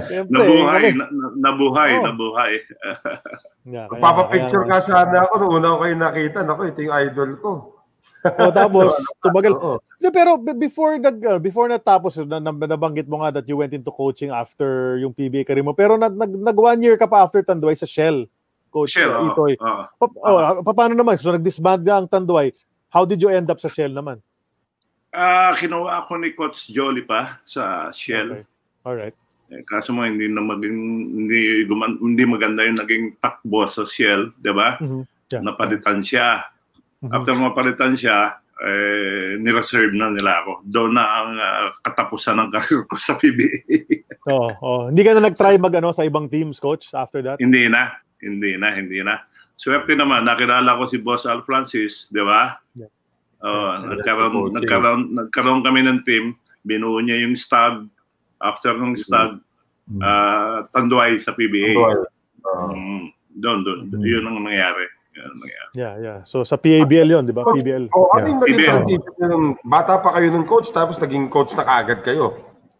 Speaker 7: Siyempre,
Speaker 3: nabuhay,
Speaker 7: eh, kami.
Speaker 3: na- na- nabuhay,
Speaker 7: Oo.
Speaker 3: nabuhay.
Speaker 7: Yeah, kaya-
Speaker 8: Papapicture
Speaker 7: kaya-
Speaker 8: ka sana ako nung una ko kayo nakita. Naku, ito yung idol ko.
Speaker 7: Oh, tapos, tumagal.
Speaker 8: Oo.
Speaker 7: Hindi, pero b- before nag uh, before natapos na, na, nabanggit mo nga that you went into coaching after yung PBA career mo pero nag nag, nag one year ka pa after Tanduay sa Shell coach
Speaker 3: Shell,
Speaker 7: uh,
Speaker 3: oo, Ah.
Speaker 7: Itoy.
Speaker 3: oo.
Speaker 7: Pa- oh, pa- paano naman? So nag-disband ka ang Tanduay. How did you end up sa Shell naman?
Speaker 3: Ah, kinuha ako ni Coach Jolly pa sa Shell.
Speaker 7: Okay. All right.
Speaker 3: Eh, Kaso mo hindi na maging hindi, guman, hindi maganda yung naging takbo sa Shell, 'di ba?
Speaker 7: Mhm. Yeah.
Speaker 3: Napalitan siya.
Speaker 7: Mhm.
Speaker 3: After mapalitan siya, eh, nireserve na nila ako. Doon na ang ah, katapusan ng career ko sa PBA.
Speaker 7: Oh, oh. Hindi ka na nag-try mag ano, sa ibang teams, coach, after that?
Speaker 3: hindi na, hindi na, hindi na. Swerte naman, nakilala ko si Boss Al Francis, di ba?
Speaker 7: Yeah.
Speaker 3: Oh, nagkaroon,
Speaker 8: coaching.
Speaker 3: nagkaroon, nagkaroon kami ng team, binuo niya yung stud, after ng stud, ah, Tanduay sa PBA.
Speaker 8: Well, uh,
Speaker 3: Mm, doon, doon, yun ang nangyari. Yun ang nangyari.
Speaker 7: Yeah, yeah. So sa PABL yon, di ba? PBL.
Speaker 8: Oh, ano yung naging
Speaker 3: PBL.
Speaker 8: transition ng bata pa kayo ng coach tapos naging coach na kaagad kayo?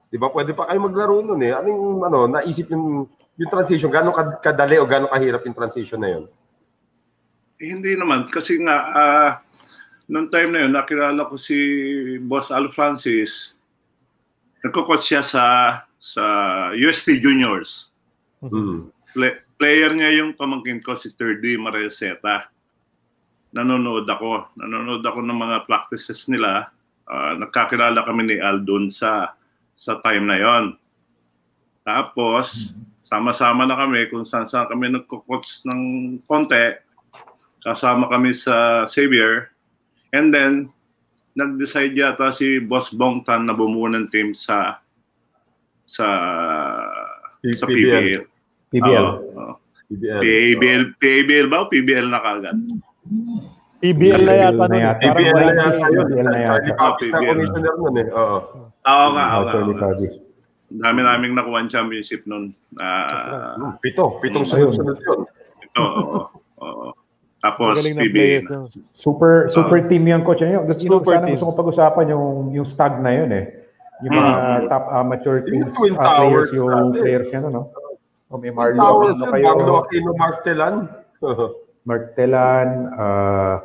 Speaker 8: Di ba? Pwede pa kayo maglaro nun eh. Ano yung ano, naisip yung, yung transition? Gano'ng kad- kadali o gano'ng kahirap yung transition na yun?
Speaker 3: Eh, hindi naman, kasi nga, ah, noong time na yun, nakilala ko si Boss Al Francis, nagkakot siya sa, sa UST Juniors.
Speaker 7: Mm-hmm.
Speaker 8: Mm.
Speaker 3: Play- player niya yung pamangkin ko, si 3D Mareseta. Nanonood ako. Nanonood ako ng mga practices nila. Ah, nagkakilala kami ni Al doon sa, sa time na yon. Tapos, sama-sama na kami kung saan-saan kami nagko-coach ng konti. Kasama kami sa Xavier. And then, nag-decide yata si Boss Bongtan na bumuo ng team sa sa sa
Speaker 8: PBL.
Speaker 3: PBL.
Speaker 5: PBL.
Speaker 3: Oo, oo.
Speaker 8: PBL.
Speaker 3: PBL, PBL ba o PBL na kagad?
Speaker 7: PBL na yata.
Speaker 5: PBL na
Speaker 7: nun, eh.
Speaker 5: yata.
Speaker 7: parang
Speaker 8: PBL
Speaker 7: wala
Speaker 8: na yata yun.
Speaker 5: PBL na yata.
Speaker 8: Charlie Papis na
Speaker 3: PBL.
Speaker 8: commissioner nun eh. Oo.
Speaker 3: Oo nga,
Speaker 5: Ah,
Speaker 3: oo nga, oo
Speaker 5: Charlie
Speaker 3: nga.
Speaker 5: Fabi.
Speaker 3: Dami naming nakuha ang championship nun. Ah,
Speaker 8: Hmm, Pito. Pitong
Speaker 3: Mm,
Speaker 8: sunod-sunod yun.
Speaker 3: ito, oo, oo. Tapos,
Speaker 7: Magaling na
Speaker 3: PBL
Speaker 7: players.
Speaker 3: na.
Speaker 7: no?
Speaker 5: Super super team yun coach. Ano yun? Gusto you know,
Speaker 7: Ah. Super
Speaker 5: sana
Speaker 7: team.
Speaker 5: gusto ko pag-usapan yung yung stag na yun eh. Yung mga
Speaker 7: Hmm.
Speaker 5: top amateur
Speaker 8: Yung
Speaker 5: teams,
Speaker 8: Twin
Speaker 5: ah, players
Speaker 8: Towers
Speaker 5: yung
Speaker 8: natin.
Speaker 5: players niya no. no? O may Marlo,
Speaker 8: Tawag
Speaker 5: ano
Speaker 8: yun.
Speaker 5: kayo?
Speaker 8: Pablo Aquino Martelan.
Speaker 5: Martelan, ah,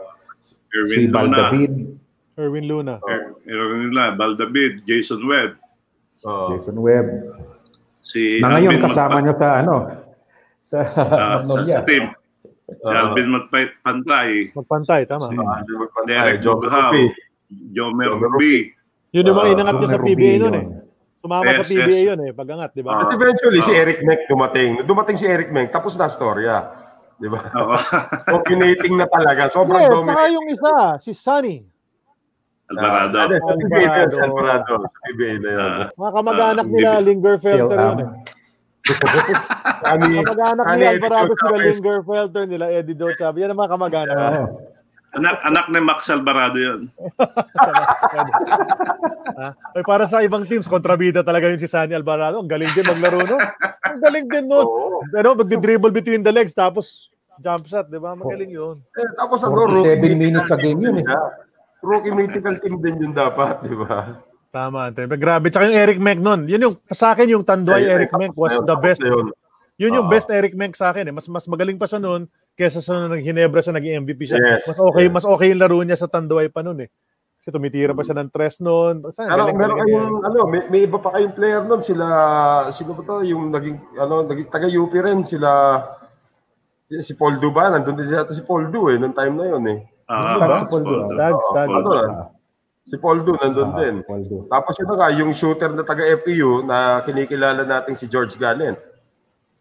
Speaker 5: si
Speaker 3: Erwin Luna,
Speaker 5: Baldavid,
Speaker 7: Erwin Luna.
Speaker 3: Er- Erwin Luna, Baldavid, Jason Webb,
Speaker 8: Oo.
Speaker 5: Jason Webb,
Speaker 3: si
Speaker 5: na ngayon
Speaker 3: Alvin
Speaker 5: kasama
Speaker 3: Magpa-
Speaker 5: nyo sa ano sa
Speaker 3: ah, sa-
Speaker 5: Magnolia.
Speaker 3: sa team. Si
Speaker 8: Ah.
Speaker 3: Alvin Magpantay,
Speaker 7: Magpantay, tama.
Speaker 8: Ah, di ba,
Speaker 3: Derek
Speaker 8: Joe
Speaker 3: Bughaw,
Speaker 8: Rupi.
Speaker 3: Jomer
Speaker 8: Jomer
Speaker 3: Rubi.
Speaker 7: Yun yung mga
Speaker 8: Ah,
Speaker 7: inangat niya sa
Speaker 5: Ruby
Speaker 7: PBA nun
Speaker 5: yun.
Speaker 7: eh. Sumama sa
Speaker 3: Yes,
Speaker 7: PBA
Speaker 3: yes.
Speaker 7: yun eh, pagangat, di ba?
Speaker 3: Ah.
Speaker 8: Tapos eventually, si
Speaker 3: Oo.
Speaker 8: Eric Meng dumating. Nung Dumating si Eric Meng, tapos na Astoria. Di ba?
Speaker 3: Oo.
Speaker 8: Dominating na talaga. Ah, Sobrang
Speaker 7: Yes, saka
Speaker 8: dominating.
Speaker 7: yung isa, si Sunny.
Speaker 3: Alvarado.
Speaker 8: Ah, Sa PBA na yun, sa
Speaker 7: Alvarado.
Speaker 8: Alvarado. Sa PBA na yun.
Speaker 3: Ah,
Speaker 7: Mga kamag-anak
Speaker 3: Ah,
Speaker 7: nila,
Speaker 3: hindi-
Speaker 7: Lingerfelter
Speaker 5: Phil
Speaker 7: yun eh.
Speaker 5: Am.
Speaker 8: Ani,
Speaker 7: Kamag-anak
Speaker 8: ani
Speaker 7: nila,
Speaker 8: Eric
Speaker 7: Alvarado sila,
Speaker 8: Chavez.
Speaker 7: Lingerfelter nila, Eddie Joe Sabi. Yan ang mga kamag-anak.
Speaker 5: Oo.
Speaker 3: Anak, anak ni Max Alvarado yun.
Speaker 7: Ha? Ah, Ay, para sa ibang teams, kontrabida talaga yun si Sunny Alvarado. Ang galing din maglaro nun. Ang galing din nun. Pero magdi-dribble between the legs, tapos jump shot, di ba? Magaling yun.
Speaker 8: Eh, tapos ano,
Speaker 5: 47
Speaker 8: rookie
Speaker 5: minutes sa game yun eh.
Speaker 8: siya. Rookie mythical team din yun dapat, di ba?
Speaker 7: Tama, Anthony. Pero Grabe. Tsaka yung Eric Menk nun. Yun yung, sa akin, yung Tanduay
Speaker 8: Ayun,
Speaker 7: Eric
Speaker 8: tapos
Speaker 7: Menk
Speaker 8: na
Speaker 7: was
Speaker 8: yun,
Speaker 7: the
Speaker 8: tapos
Speaker 7: best.
Speaker 8: na yun.
Speaker 7: Yun yung
Speaker 8: Oo.
Speaker 7: best Eric Menk sa akin. Eh. Mas, mas magaling pa siya nun kesa sa nung Ginebra siya naging MVP siya.
Speaker 8: Yes.
Speaker 7: Mas okay,
Speaker 8: Yes.
Speaker 7: mas okay yung laro niya sa Tanduay pa nun eh. Kasi tumitira pa siya ng tres nun. Basta,
Speaker 8: Pero
Speaker 7: galing-
Speaker 8: meron
Speaker 7: galing
Speaker 8: kayong
Speaker 7: niya.
Speaker 8: ano, may, may iba pa kayong player noon sila sino ba to yung naging ano, naging taga UP rin sila si si Paul Du ba? Nandun din yata si Paul Du eh nung time na yun eh.
Speaker 3: Ah,
Speaker 5: Stag
Speaker 3: ba?
Speaker 5: si Poldo, ah.
Speaker 7: Stag, stag.
Speaker 8: Ano
Speaker 3: Poldo.
Speaker 8: na? Si Paul Du nandun
Speaker 5: Ah,
Speaker 8: din.
Speaker 5: Poldo.
Speaker 8: Tapos yun na nga, yung shooter na taga FPU na kinikilala natin si George Gallen.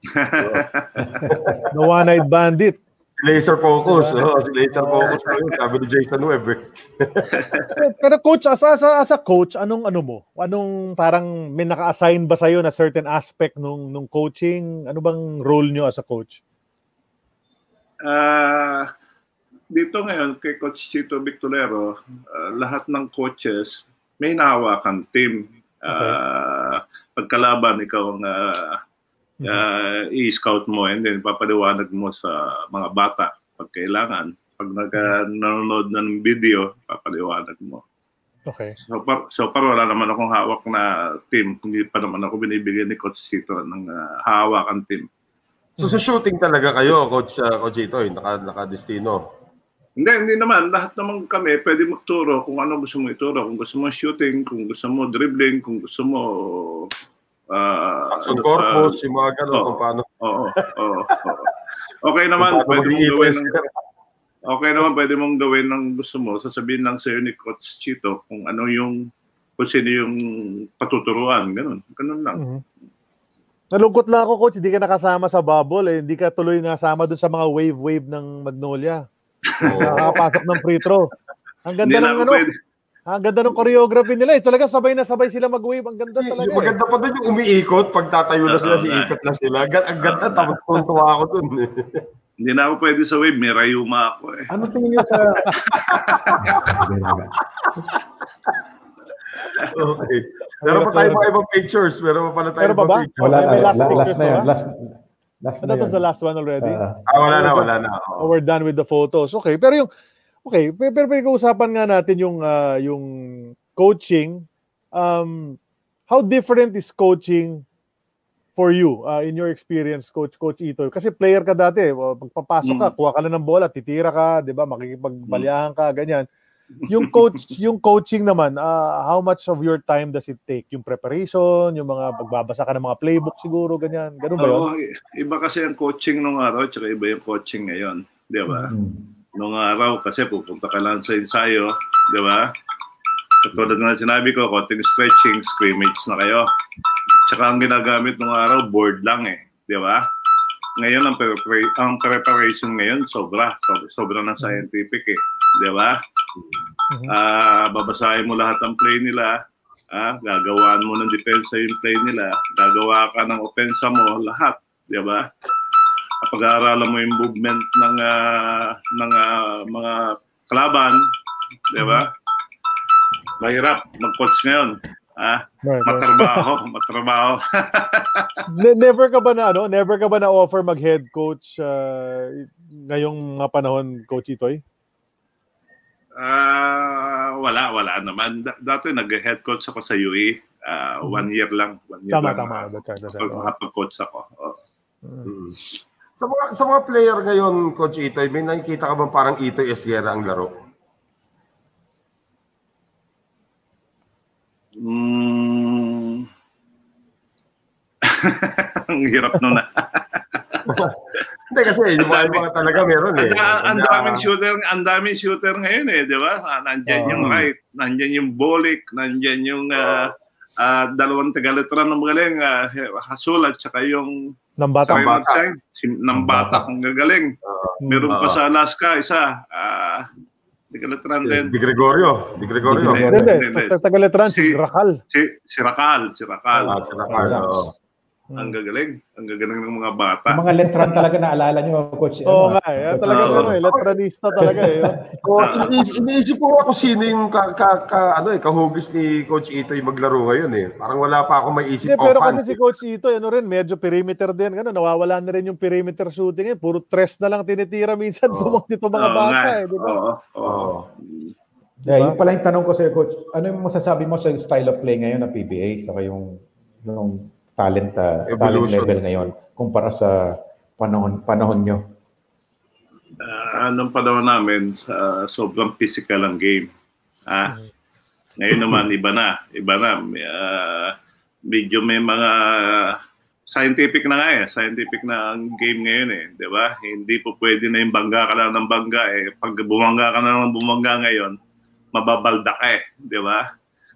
Speaker 7: The one-eyed bandit.
Speaker 8: Si Laser Focus.
Speaker 7: Diba?
Speaker 8: Oo, si Laser Focus na yun. Sabi ni Jason Webb eh.
Speaker 7: Pero- Pero coach, as, as, as a coach, anong ano mo? Anong parang may naka-assign ba sa'yo na certain aspect nung, nung coaching? Ano bang role nyo as a coach?
Speaker 3: Ah, dito ngayon kay Coach Chito Victorero, ah, lahat ng coaches may nahawakan team. Ah, pagkalaban ikaw ang ah, ah, i-scout mo and then papaliwanag mo sa mga bata pag kailangan. Pag naga, nanonood na ng video, papaliwanag mo.
Speaker 7: Okay.
Speaker 3: So far, so far wala naman akong hawak na team. Hindi pa naman ako binibigyan ni Coach Chito ng ah, hawakan team.
Speaker 8: So sa shooting talaga kayo, Coach, uh, Coach Itoy, naka, naka-destino.
Speaker 3: Hindi, hindi naman. Lahat naman kami pwede magturo kung ano gusto mo ituro. Kung gusto mo shooting, kung gusto mo dribbling, kung gusto mo... ah,
Speaker 8: Action
Speaker 3: ano pa.
Speaker 8: corpus, yung mga ganun,
Speaker 3: Oo.
Speaker 8: kung paano.
Speaker 3: Oo, oo, oo. Okay naman,
Speaker 8: Kung paano
Speaker 3: pwede mong
Speaker 8: mag-iipon
Speaker 3: gawin ng,
Speaker 8: sila.
Speaker 3: okay naman, pwede mong gawin ng gusto mo. Sasabihin lang sa'yo ni Coach Chito kung ano yung kung sino yung patuturuan. Ganun, ganun lang.
Speaker 7: Mhm. Nalungkot lang ako, coach. Hindi ka nakasama sa bubble. Eh. Hindi ka tuloy nasama dun sa mga wave-wave ng Magnolia.
Speaker 8: Oo.
Speaker 7: Nakakapasok ng free throw. Ang ganda
Speaker 3: Hindi na
Speaker 7: ng
Speaker 3: ako
Speaker 7: ano,
Speaker 3: pwede.
Speaker 7: ang ganda ng choreography nila. Eh. Talaga sabay na sabay sila mag-wave. Ang ganda talaga.
Speaker 8: Yung
Speaker 7: eh.
Speaker 8: maganda pa doon yung umiikot, pagtatayo na sila,
Speaker 3: Oo,
Speaker 8: siikot na sila. Ang gan- Ang
Speaker 3: Ah,
Speaker 8: ganda, tapos tuntua ako doon. eh.
Speaker 3: Hindi na ako pwede sa wave. May rayuma ako eh.
Speaker 5: Ano tingin niyo sa...
Speaker 8: Okay. Meron pa tayo mga ibang pictures. Meron pa pala tayo
Speaker 7: Meron pa
Speaker 8: ibang
Speaker 7: ba?
Speaker 8: pictures.
Speaker 5: Wala na,
Speaker 7: May last
Speaker 5: last,
Speaker 7: pictures
Speaker 5: last na
Speaker 7: pa
Speaker 5: yun.
Speaker 7: ba?
Speaker 5: Last, last
Speaker 7: And
Speaker 5: na
Speaker 7: that was the
Speaker 5: yun.
Speaker 7: last one already.
Speaker 5: Ah,
Speaker 8: Ah, wala na, wala na.
Speaker 7: Oh,
Speaker 8: Oo.
Speaker 7: we're done with the photos. Okay, pero yung okay, pero, pero pag-uusapan nga natin yung ah, yung coaching. Um how different is coaching for you ah, in your experience coach coach Ito? Kasi player ka dati, oh, pagpapasok ka,
Speaker 3: Mm.
Speaker 7: kuha ka lang ng bola, titira ka, 'di ba? Makikipagbalayahan ka, ganyan. Yung coach, yung coaching naman, ah, how much of your time does it take? Yung preparation, yung mga pagbabasa ka ng mga playbook siguro, ganyan. Ganun ba 'yun?
Speaker 3: Oo, iba kasi ang coaching nung araw, tsaka iba yung coaching ngayon. Di ba?
Speaker 7: Mm-hmm.
Speaker 3: Nung araw kasi pupunta ka lang sa ensayo, di ba? Katulad na sinabi ko, konting stretching, scrimmage na kayo. Tsaka ang ginagamit nung araw, board lang eh. Di ba? Ngayon, ang, prepara- ang preparation ngayon, sobra. Sob- Sobra ng
Speaker 7: Mm-hmm.
Speaker 3: scientific eh. Di ba? Ah, babasahin mo lahat ng play nila. Ah, gagawaan mo ng depensa yung play nila. Gagawa ka ng opensa mo, lahat. Di ba? Pag-aaralan mo yung movement ng, ah, ng ah, mga kalaban. Di ba? Mahirap mag-coach ngayon. Ah,
Speaker 7: Right, right.
Speaker 3: matrabaho, matrabaho.
Speaker 7: Ne- never ka ba na ano, never ka ba na offer mag head coach ah, ngayong mga panahon coach Itoy?
Speaker 3: Ah, wala, wala naman. Da- dati nag-head coach ako sa UE. Ah, one year lang. One year
Speaker 7: Mm-hmm. Tama tama.
Speaker 3: lang, ah,
Speaker 7: That's right, that's right.
Speaker 3: pag- Makapag-coach ako. Oo.
Speaker 8: Sa mga, sa mga player ngayon, Coach Itoy, may nakikita ka bang parang Itoy Esguera ang laro?
Speaker 3: Mm. ang hirap nun ah. na.
Speaker 8: Hindi kasi, yung mga, yung mga talaga meron eh.
Speaker 3: Ang da- ang
Speaker 8: Na-
Speaker 3: daming shooter, ang daming shooter ngayon eh, di ba? Ah, Nandyan yung right, nandyan yung bolik, nandyan yung ah, ah, dalawang tagalitra ng magaling, ah, Hasul at saka yung
Speaker 7: Nang bata.
Speaker 8: Tama.
Speaker 3: Raymond Chang, si, ng bata kung gagaling. Meron pa
Speaker 8: Oo.
Speaker 3: sa Alaska, isa, ah, tagalitraan din.
Speaker 8: Di Gregorio. Di Gregorio.
Speaker 5: Di Gregorio.
Speaker 7: Hindi,
Speaker 3: Hindi,
Speaker 7: ta- tagaletran si
Speaker 3: Si-
Speaker 7: Rakal.
Speaker 3: Si, si Rakal, si Rakal.
Speaker 8: Ah, si Rafael, oo.
Speaker 3: Ang gagaling, ang gagaling ng mga bata.
Speaker 5: Yung mga letran talaga naalala niyo, Coach.
Speaker 7: Oo
Speaker 5: ano,
Speaker 7: nga, eh. Yan talaga
Speaker 3: Oo.
Speaker 7: ano, eh, letranista talaga eh.
Speaker 8: So, iniisip, iniisip ko ako sino yung ka, ka, ka, ano, eh, kahugis ni Coach Itoy maglaro ngayon eh. Parang wala pa ako
Speaker 7: Hindi,
Speaker 8: maisip
Speaker 7: pero
Speaker 8: offhand.
Speaker 7: kasi si coach Itoy, ano rin, medyo perimeter din, ano, nawawala na rin yung perimeter shooting eh. Puro tres na lang tinitira minsan oh. dito mga
Speaker 3: Oo
Speaker 7: bata
Speaker 3: nga,
Speaker 7: eh, di ba?
Speaker 3: Oo, oo.
Speaker 8: Oo.
Speaker 5: Yeah, yung Eh, pala yung tanong ko sa'yo, Coach. Ano yung masasabi mo sa yung style of play ngayon ng PBA? Saka yung, yung talent, ah, talent
Speaker 8: Evolution.
Speaker 5: level ngayon kumpara sa panahon panahon nyo.
Speaker 3: Ah, nung panahon namin, ah, sobrang physical ang game. Ah, ngayon naman, iba na. Iba na. May, ah, medyo may mga scientific na nga eh. Scientific na ang game ngayon eh. Di ba? Hindi po pwede na yung bangga ka lang ng bangga eh. Pag bumangga ka na ng bumangga ngayon, mababalda ka eh. Di ba?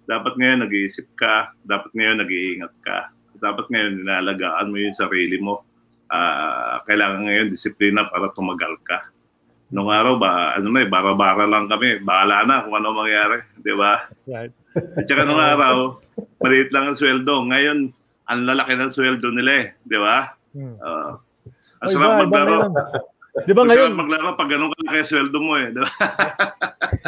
Speaker 3: Dapat ngayon nag-iisip ka. Dapat ngayon nag-iingat ka. Dapat ngayon nilalagaan mo yung sarili mo. Ah, kailangan ngayon disiplina para tumagal ka nung araw ba, ano na eh, bara-bara lang kami. Bahala na kung ano mangyari, di ba?
Speaker 7: Right.
Speaker 3: At saka nung araw, maliit lang ang sweldo. Ngayon, ang lalaki ng sweldo nila eh, di ba?
Speaker 7: Hmm.
Speaker 3: Uh,
Speaker 7: Oh, iba,
Speaker 3: ang sarap
Speaker 7: iba
Speaker 3: maglaro.
Speaker 7: ngayon. Di ba
Speaker 3: Ang
Speaker 7: ngayon,
Speaker 3: sarap maglaro pag ganun ka kaya sweldo mo eh, di ba?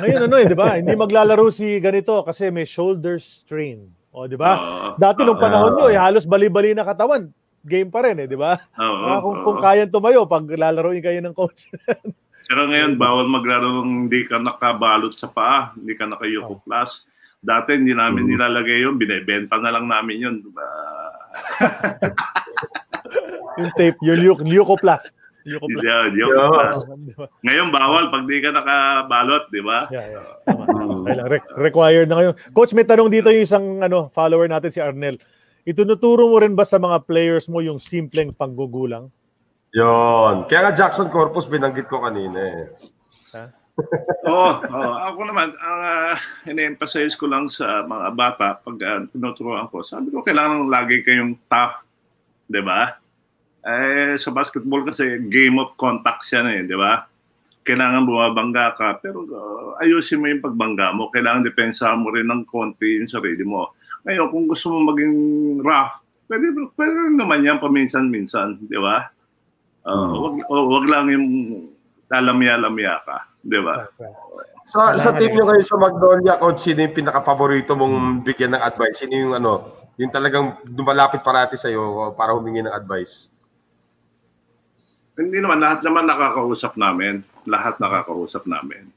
Speaker 7: Ngayon ano eh, 'di ba? Hindi maglalaro si ganito kasi may shoulder strain. O, 'di ba?
Speaker 3: Oo.
Speaker 7: Dati nung
Speaker 3: Oo.
Speaker 7: panahon nyo, eh,
Speaker 8: Ah.
Speaker 7: halos bali-bali na katawan. Game pa rin eh, 'di ba?
Speaker 3: Oo,
Speaker 8: Ah,
Speaker 7: Kaya kung,
Speaker 3: oo.
Speaker 7: kung kaya tumayo pag lalaruin kayo ng coach.
Speaker 3: Saka ngayon, bawal maglaro ng hindi ka nakabalot sa paa, hindi ka
Speaker 7: Oh.
Speaker 3: nakayuko plus. Dati hindi namin
Speaker 7: Hmm.
Speaker 3: nilalagay yun, binebenta na lang namin yun. Ah,
Speaker 7: yung tape, yung leuc- leucoplast.
Speaker 3: Hindi
Speaker 7: Leucoplast.
Speaker 3: yun,
Speaker 8: Yeah.
Speaker 3: yuko plus.
Speaker 7: Di ba?
Speaker 3: Ngayon, bawal pag di ka nakabalot, di ba?
Speaker 7: Yeah, yeah. Tama. Kailangan, re- required na ngayon. Coach, may tanong dito yung isang ano, follower natin si Arnel. Itunuturo mo rin ba sa mga players mo yung simpleng panggugulang?
Speaker 8: Yun. Kaya nga Jackson Corpus binanggit ko kanina eh.
Speaker 3: Oo, oo. ako naman, ang uh, in-emphasize ko lang sa mga bata pag ah, tinuturoan ko, sabi ko kailangan lagi kayong tough, di ba? Eh, sa basketball kasi game of contacts yan eh, di ba? kailangan bumabangga ka, pero uh, ayusin mo yung pagbangga mo. Kailangan depensa mo rin ng konti yung sarili mo. Ngayon, kung gusto mo maging rough, pwede, pwede rin naman yan paminsan-minsan, di ba? Uh, wag, wag lang yung lalamya-lamya ka, di ba?
Speaker 8: Sa, sa team nyo ngayon sa Magnolia, coach, sino yung pinaka-paborito mong bigyan ng advice? Sino yung ano, yung talagang dumalapit parati sa'yo para humingi ng advice?
Speaker 3: Hindi naman, lahat naman nakakausap namin. Lahat nakakausap namin.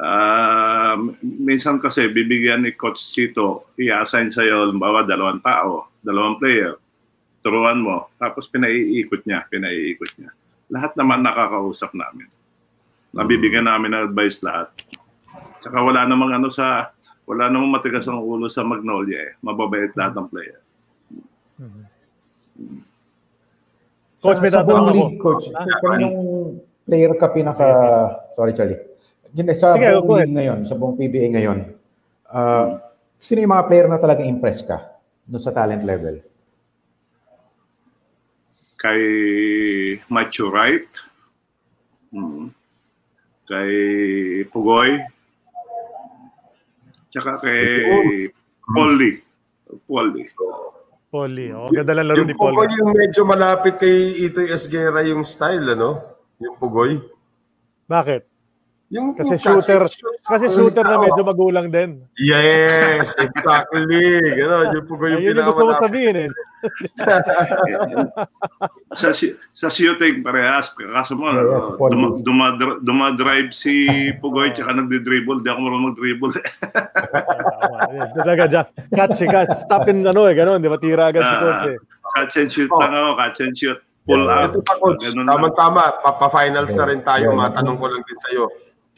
Speaker 3: Ah, minsan kasi bibigyan ni Coach Chito, i-assign sa'yo, halimbawa, dalawang tao, dalawang player. Turuan mo. Tapos pinaiikot niya, pinaiikot niya. Lahat naman nakakausap namin. Nabibigyan namin ng advice lahat. Saka wala namang ano sa, wala namang matigas ang ulo sa Magnolia eh. Mababait lahat ng player.
Speaker 7: Coach, may
Speaker 5: sa
Speaker 7: tatanong
Speaker 5: buong
Speaker 7: ako.
Speaker 5: league, coach.
Speaker 7: Ah,
Speaker 5: Sinong player ka pinaka... Sorry, Charlie. Yun, sa
Speaker 7: Sige, go
Speaker 5: buong
Speaker 7: ahead.
Speaker 5: league ngayon, sa buong PBA ngayon, ah, sino yung mga player na talaga impress ka doon sa talent level?
Speaker 3: kay Macho Wright, mm, kay Pugoy, tsaka kay Paul Lee. Paul Lee.
Speaker 7: Polly. Oh, ganda lang laro ni
Speaker 8: yung Pugoy
Speaker 7: Polly.
Speaker 8: yung medyo malapit kay Itoy Esguerra yung style, ano? Yung Pugoy.
Speaker 7: Bakit?
Speaker 8: Yung,
Speaker 7: Kasi
Speaker 8: yung classic
Speaker 7: shooter,
Speaker 8: shoot.
Speaker 7: kasi shooter na
Speaker 8: Oo.
Speaker 7: medyo magulang din.
Speaker 8: Yes, exactly. Ganon, yung Pugoy yung
Speaker 7: Ayun yung gusto ko
Speaker 8: pinakamalapit.
Speaker 7: sabihin eh.
Speaker 3: sa si- sa shooting parehas kaso mo
Speaker 5: Yeah, si Paul
Speaker 3: duma,
Speaker 5: Lee.
Speaker 3: dumadri- dumadrive si Pugoy tsaka nagdi-dribble di ako marunong mag-dribble
Speaker 7: Yes, eh, Talaga dyan. Catch, eh, catch. Stop and ano eh, ganun. Di ba? Tira agad si
Speaker 8: Ah.
Speaker 7: coach eh.
Speaker 3: catch and shoot lang ako catch and shoot pull up
Speaker 8: Ito pa, coach.
Speaker 3: Ganun lang.
Speaker 8: Tama-tama. Papa-finals na rin tayo.
Speaker 5: Yeah.
Speaker 8: Matanong ko lang din sa'yo.